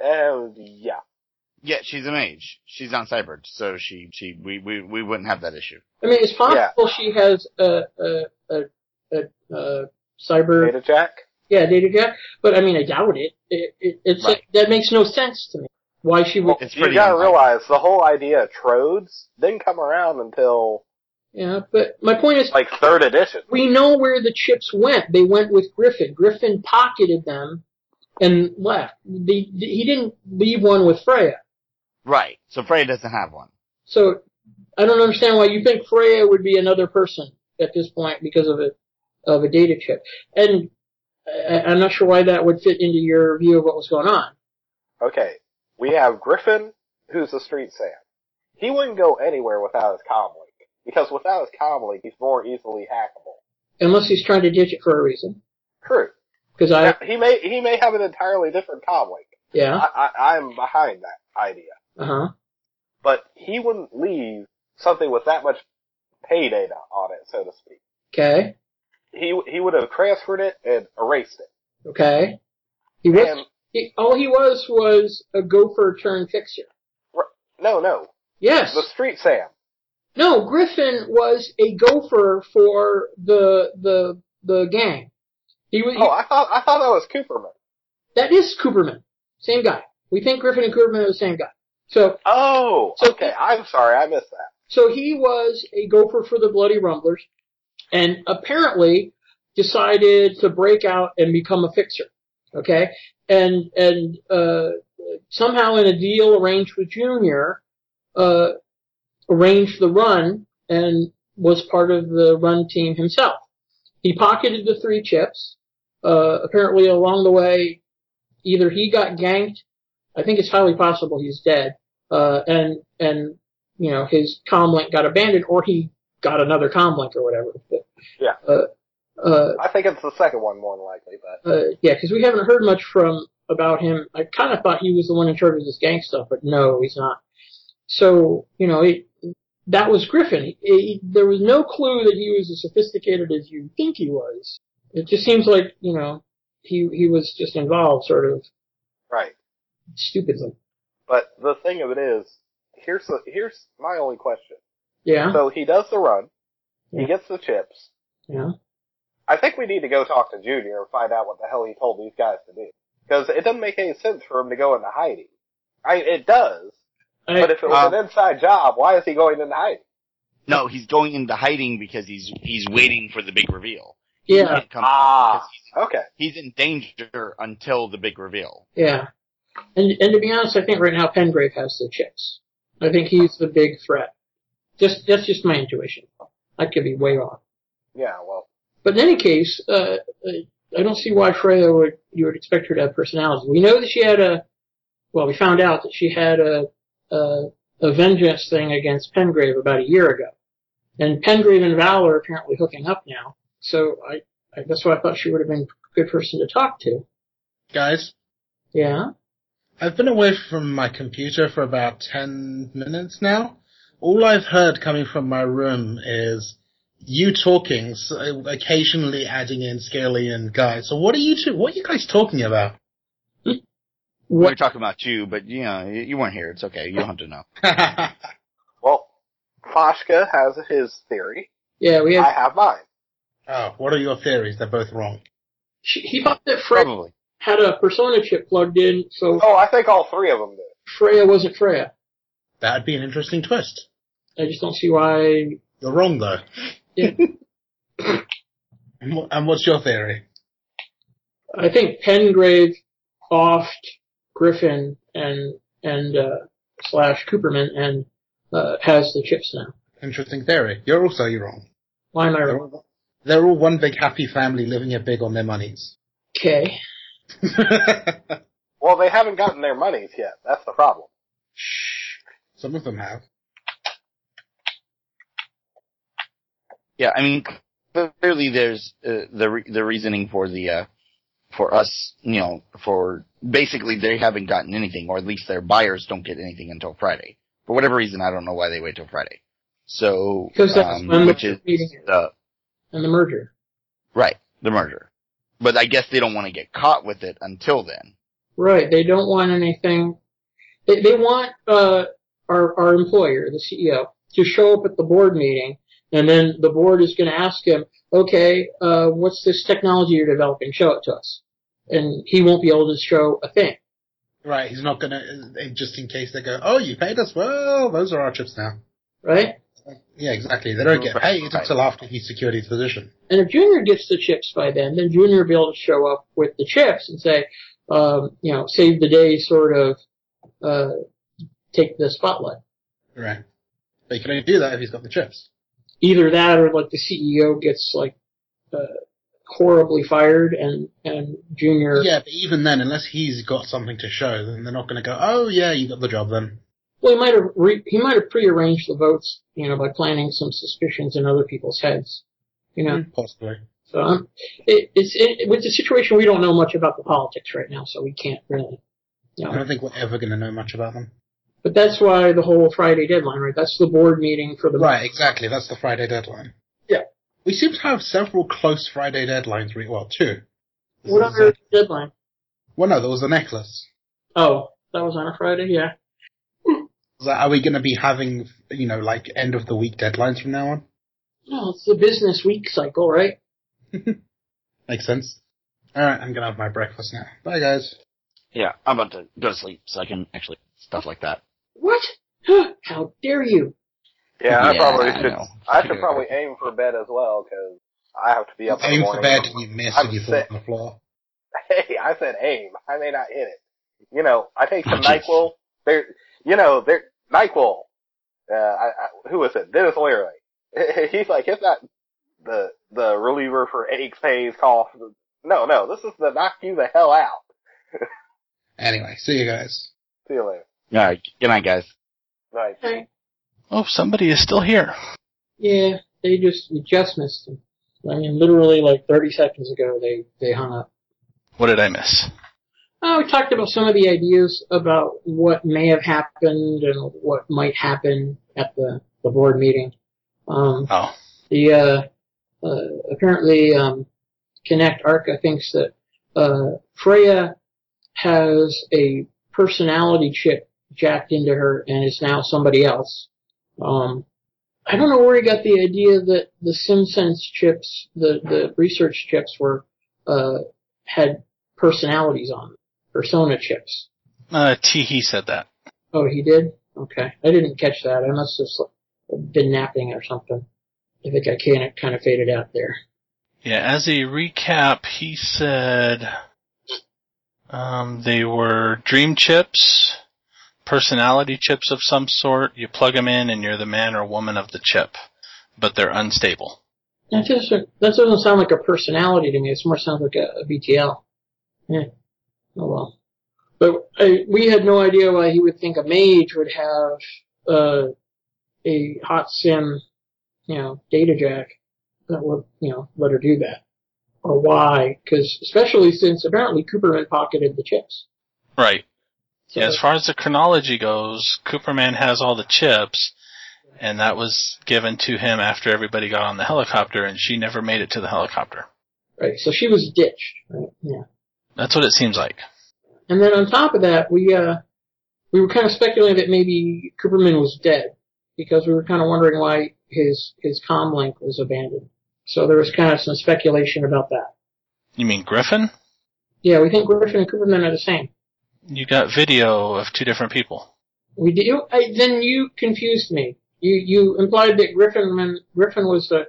Speaker 9: Oh, yeah.
Speaker 2: yeah, she's a mage. She's not cybered, so she she we we, we wouldn't have that issue.
Speaker 4: I mean, it's possible she has a a a a, a cyber.
Speaker 9: Data Jack?
Speaker 4: Yeah, data jack. But I mean, I doubt it. It, it it's
Speaker 2: Right.
Speaker 4: that makes no sense to me. Why she would?
Speaker 2: It's
Speaker 9: You
Speaker 2: pretty.
Speaker 9: gotta
Speaker 2: unlikely.
Speaker 9: realize the whole idea of trodes didn't come around until
Speaker 4: Yeah, but my point is,
Speaker 9: like third edition.
Speaker 4: we know where the chips went. They went with Griffin. Griffin pocketed them and left. The, the, he didn't leave one with Freya.
Speaker 2: Right. So Freya doesn't have one.
Speaker 4: So I don't understand why you think Freya would be another person at this point because of a of a data chip. And I, I- I'm not sure why that would fit into your view of what was going on.
Speaker 9: Okay. We have Griffin, who's a street Sam. He wouldn't go anywhere without his comlink. Because without his comlink, he's more easily hackable.
Speaker 4: Unless he's trying to ditch it for a reason.
Speaker 9: True.
Speaker 4: Because I
Speaker 9: Now, he may he may have an entirely different comlink.
Speaker 4: yeah
Speaker 9: I, I I'm behind that idea.
Speaker 4: uh huh
Speaker 9: but he wouldn't leave something with that much pay data on it, so to speak.
Speaker 4: okay
Speaker 9: He he would have transferred it and erased it.
Speaker 4: okay he was
Speaker 9: And
Speaker 4: he, all he was was a gopher turn fixer.
Speaker 9: no, no,
Speaker 4: Yes.
Speaker 9: the street Sam.
Speaker 4: No, Griffin was a gopher for the the the gang. He was
Speaker 9: Oh, I thought I thought that was Cooperman.
Speaker 4: that is Cooperman, same guy. We think Griffin and Cooperman are the same guy. So
Speaker 9: Oh,
Speaker 4: So-
Speaker 9: okay. I'm sorry, I missed that.
Speaker 4: so he was a gopher for the Bloody Rumblers, and apparently decided to break out and become a fixer. Okay, and and uh, somehow in a deal arranged with Junior, uh, arranged the run and was part of the run team himself. He pocketed the three chips. Uh, apparently, along the way, either he got ganked. I think it's highly possible he's dead. Uh, and and you know, his comlink got abandoned or he got another comlink or whatever. But,
Speaker 9: Yeah.
Speaker 4: Uh, uh,
Speaker 9: I think it's the second one more than likely, but
Speaker 4: uh, yeah, because we haven't heard much from about him. I kind of thought he was the one in charge of this gang stuff, but no, he's not. So you know, it, that was Griffin. He- he- there was no clue that he was as sophisticated as you think he was. It just seems like you know he he was just involved, sort of
Speaker 9: right.
Speaker 4: stupidly.
Speaker 9: But the thing of it is, here's the, here's my only question.
Speaker 4: Yeah.
Speaker 9: So he does the run. He
Speaker 4: Yeah.
Speaker 9: gets the chips.
Speaker 4: Yeah.
Speaker 9: I think we need to go talk to Junior and find out what the hell he told these guys to do. Because it doesn't make any sense for him to go into hiding. I it does,
Speaker 4: I,
Speaker 9: but if it was an inside job, why is he going into hiding?
Speaker 2: No, he's going into hiding because he's he's waiting for the big reveal. He
Speaker 4: yeah.
Speaker 2: can't come out
Speaker 9: Ah,
Speaker 2: because
Speaker 9: okay.
Speaker 2: he's, he's in danger until the big reveal.
Speaker 4: Yeah. And and to be honest, I think right now Pengrave has the chips. I think he's the big threat. Just that's just my intuition. I could be way off.
Speaker 9: Yeah, well,
Speaker 4: But in any case, uh, I- I don't see why Freya would you would expect her to have personality. We know that she had a well, we found out that she had a a, a vengeance thing against Pengrave about a year ago, and Pengrave and Val are apparently hooking up now. So I, I that's why I thought she would have been a good person to talk to.
Speaker 7: Guys,
Speaker 4: Yeah.
Speaker 7: I've been away from my computer for about 10 minutes now. All I've heard coming from my room is you talking, so occasionally adding in Scaly and Guy. So what are you two, what are you guys talking about?
Speaker 2: We
Speaker 4: What
Speaker 2: We're talking about you, but you know you you weren't here. It's okay. You don't have to know.
Speaker 7: I
Speaker 9: well, Foshka has his theory.
Speaker 4: Yeah, we
Speaker 9: I
Speaker 4: have.
Speaker 9: have mine.
Speaker 7: Oh, what are your theories? They're both wrong.
Speaker 4: She, he thought that Freya
Speaker 2: Probably.
Speaker 4: had a persona chip plugged in, so
Speaker 9: Oh, I think all three of them do.
Speaker 4: Freya wasn't Freya.
Speaker 7: That'd be an interesting twist.
Speaker 4: I just don't see why.
Speaker 7: You're wrong though.
Speaker 4: Yeah.
Speaker 7: And wha- and what's your theory?
Speaker 4: I think Pengrave, Oft, Griffin, and and uh, slash Cooperman and uh, has the chips now.
Speaker 7: Interesting theory. You're also wrong.
Speaker 4: Why am I
Speaker 7: They're
Speaker 4: wrong?
Speaker 7: all, they're all one big happy family living it big on their monies.
Speaker 4: Okay.
Speaker 9: Well, they haven't gotten their monies yet. That's the problem.
Speaker 7: Some of them have.
Speaker 2: Yeah, I mean clearly there's uh, the re- the reasoning for the uh for us, you know, for basically they haven't gotten anything, or at least their buyers don't get anything until Friday. For whatever reason, I don't know why they wait till Friday. So,
Speaker 4: Because that's
Speaker 2: um,
Speaker 4: when
Speaker 2: which
Speaker 4: the
Speaker 2: is
Speaker 4: meeting is.
Speaker 2: the
Speaker 4: And the merger.
Speaker 2: Right, the merger. But I guess they don't want to get caught with it until then.
Speaker 4: Right. They don't want anything. They they want uh, our our employer, the CEO, to show up at the board meeting, and then the board is going to ask him, okay, uh, what's this technology you're developing? Show it to us. And he won't be able to show a thing.
Speaker 7: Right, he's not gonna, uh, just in case they go, oh, you paid us? Well, those are our chips now.
Speaker 4: Right.
Speaker 7: Yeah, exactly. They don't get
Speaker 2: Right,
Speaker 7: paid
Speaker 2: right.
Speaker 7: until after he's secured his position.
Speaker 4: And if Junior gets the chips by then, then Junior will be able to show up with the chips and say, um, you know, save the day, sort of, uh, take the spotlight.
Speaker 7: Right. But you can only do that if he's got the chips.
Speaker 4: Either that or like the CEO gets like, uh, horribly fired and, and Junior,
Speaker 7: Yeah, but even then, unless he's got something to show, then they're not gonna go, oh yeah, you got the job then.
Speaker 4: well, he might have re- he might have prearranged the votes, you know, by planting some suspicions in other people's heads. You know,
Speaker 7: Possibly.
Speaker 4: so um, it, it's it, with the situation we don't know much about the politics right now, so we can't really. You know,
Speaker 7: I don't think we're ever gonna know much about them.
Speaker 4: But that's why the whole Friday deadline, right? That's the board meeting for the
Speaker 7: Right, exactly. That's the Friday deadline.
Speaker 4: Yeah.
Speaker 7: We seem to have several close Friday deadlines. We, well, two. This
Speaker 4: What
Speaker 7: is, uh,
Speaker 4: other deadline?
Speaker 7: Well, no, there was the necklace.
Speaker 4: Oh, that was on a Friday. Yeah,
Speaker 7: So are we going to be having, you know, like end of the week deadlines from now on?
Speaker 4: no, it's the business week cycle, right?
Speaker 7: Makes sense. All right, I'm going to have my breakfast now. Bye, guys.
Speaker 2: Yeah, I'm about to go to sleep so I can actually stuff like that.
Speaker 4: What? How dare you?
Speaker 9: Yeah, I
Speaker 2: Yeah,
Speaker 9: probably
Speaker 2: I
Speaker 9: should.
Speaker 2: know.
Speaker 9: I should probably aim for bed as well because I have to be up in the
Speaker 7: Aim for
Speaker 9: morning.
Speaker 7: bed and you miss
Speaker 9: I'm
Speaker 7: and you fall
Speaker 9: sick.
Speaker 7: on the floor.
Speaker 9: Hey, I said aim. I may not hit it. You know, I take some
Speaker 2: Oh, jeez.
Speaker 9: Nyquil. There, you know, there Nyquil. Uh, I, I, who is it? Dennis Leary. He's like, it's not the the reliever for aches, pains, cough. No, no, this is the knock you the hell out.
Speaker 7: Anyway, see you guys.
Speaker 9: See you later.
Speaker 2: All right, good night, guys.
Speaker 9: Like,
Speaker 4: Okay.
Speaker 1: Oh, somebody is still here.
Speaker 4: Yeah, they just you just missed them. I mean, literally like 30 seconds ago, they they hung up.
Speaker 1: What did I miss?
Speaker 4: Oh, we talked about some of the ideas about what may have happened and what might happen at the the board meeting. Um,
Speaker 1: Oh,
Speaker 4: the uh, uh, apparently um, Connect Arca thinks that uh, Freya has a personality chip jacked into her and is now somebody else. Um, I don't know where he got the idea that the SimSense chips, the the research chips, were uh, had personalities on them, persona chips.
Speaker 1: Uh, Teehee said that.
Speaker 4: Oh, he did. Okay, I didn't catch that. I must have sl- been napping or something. I think I kind of kind of faded out there.
Speaker 1: Yeah, as a recap, he said um, they were dream chips, personality chips of some sort. You plug them in, and you're the man or woman of the chip, but they're unstable.
Speaker 4: That doesn't that doesn't sound like a personality to me. It's more sounds like a, a BTL. Yeah. Oh well. But I, we had no idea why he would think a mage would have uh, a hot sim, you know, data jack that would you know let her do that, or why? Because especially since apparently Cooperman pocketed the chips.
Speaker 1: Right.
Speaker 4: So,
Speaker 1: Yeah, as far as the chronology goes, Cooperman has all the chips, and that was given to him after everybody got on the helicopter, and she never made it to the helicopter.
Speaker 4: right. So she was ditched. Right. Yeah.
Speaker 1: That's what it seems like.
Speaker 4: And then on top of that, we uh, we were kind of speculating that maybe Cooperman was dead because we were kind of wondering why his his com link was abandoned. So there was kind of some speculation about that.
Speaker 1: You mean Griffin?
Speaker 4: Yeah, we think Griffin and Cooperman are the same.
Speaker 1: You got video of two different people.
Speaker 4: We did. You, I, then you confused me. You you implied that Griffin Griffin was the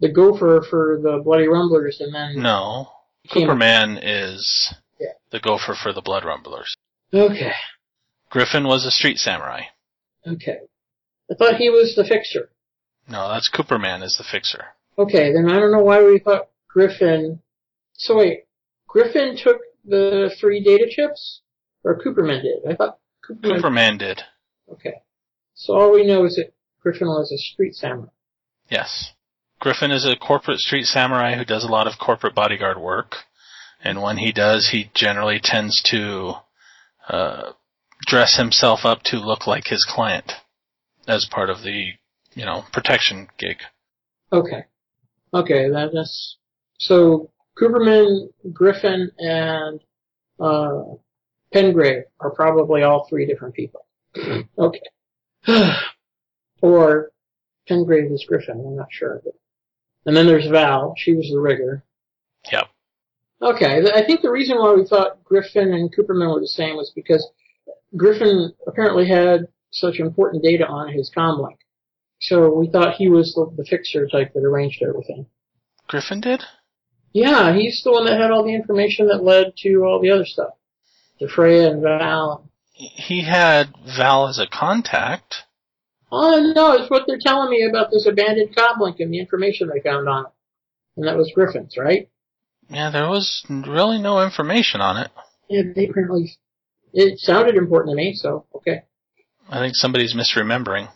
Speaker 4: the gopher for the Bloody Rumblers, and then
Speaker 1: No.
Speaker 4: Came-
Speaker 1: Cooperman is
Speaker 4: Yeah.
Speaker 1: the gopher for the Blood Rumblers.
Speaker 4: okay,
Speaker 1: Griffin was a street samurai.
Speaker 4: okay. I thought he was the fixer.
Speaker 1: No, that's Cooperman is the fixer.
Speaker 4: Okay, then I don't know why we thought Griffin. So wait, Griffin took the three data chips, or Cooperman did? I thought Cooperman.
Speaker 1: Cooperman did.
Speaker 4: Okay, so all we know is that Griffin was a street samurai.
Speaker 1: Yes. Griffin is a corporate street samurai who does a lot of corporate bodyguard work. And when he does, he generally tends to uh, dress himself up to look like his client as part of the, you know, protection gig.
Speaker 4: Okay. Okay, that, that's so Cooperman, Griffin, and uh, Pengrave are probably all three different people. okay. or Pengrave is Griffin, I'm not sure. But, and then there's Val, she was the rigger.
Speaker 1: Yep.
Speaker 4: Okay, th- I think the reason why we thought Griffin and Cooperman were the same was because Griffin apparently had such important data on his comlink. So we thought he was the, the fixer type that arranged everything.
Speaker 1: Griffin did?
Speaker 4: Yeah, he's the one that had all the information that led to all the other stuff. DeFreya and Val.
Speaker 1: He had Val as a contact.
Speaker 4: Oh no, it's what they're telling me about this abandoned comlink and the information they found on it. And that was Griffin's, right?
Speaker 1: Yeah, there was really no information on it.
Speaker 4: Yeah, they apparently. It sounded important to me, so okay.
Speaker 1: I think somebody's misremembering.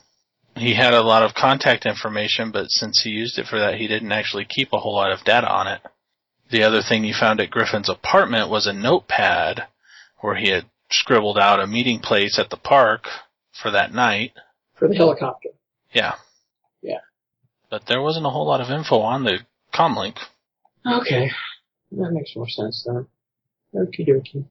Speaker 1: He had a lot of contact information, but since he used it for that, he didn't actually keep a whole lot of data on it. The other thing you found at Griffin's apartment was a notepad where he had scribbled out a meeting place at the park for that night.
Speaker 4: For the helicopter.
Speaker 1: Yeah.
Speaker 4: Yeah.
Speaker 1: But there wasn't a whole lot of info on the comlink.
Speaker 4: Okay. That makes more sense then. Okie dokie.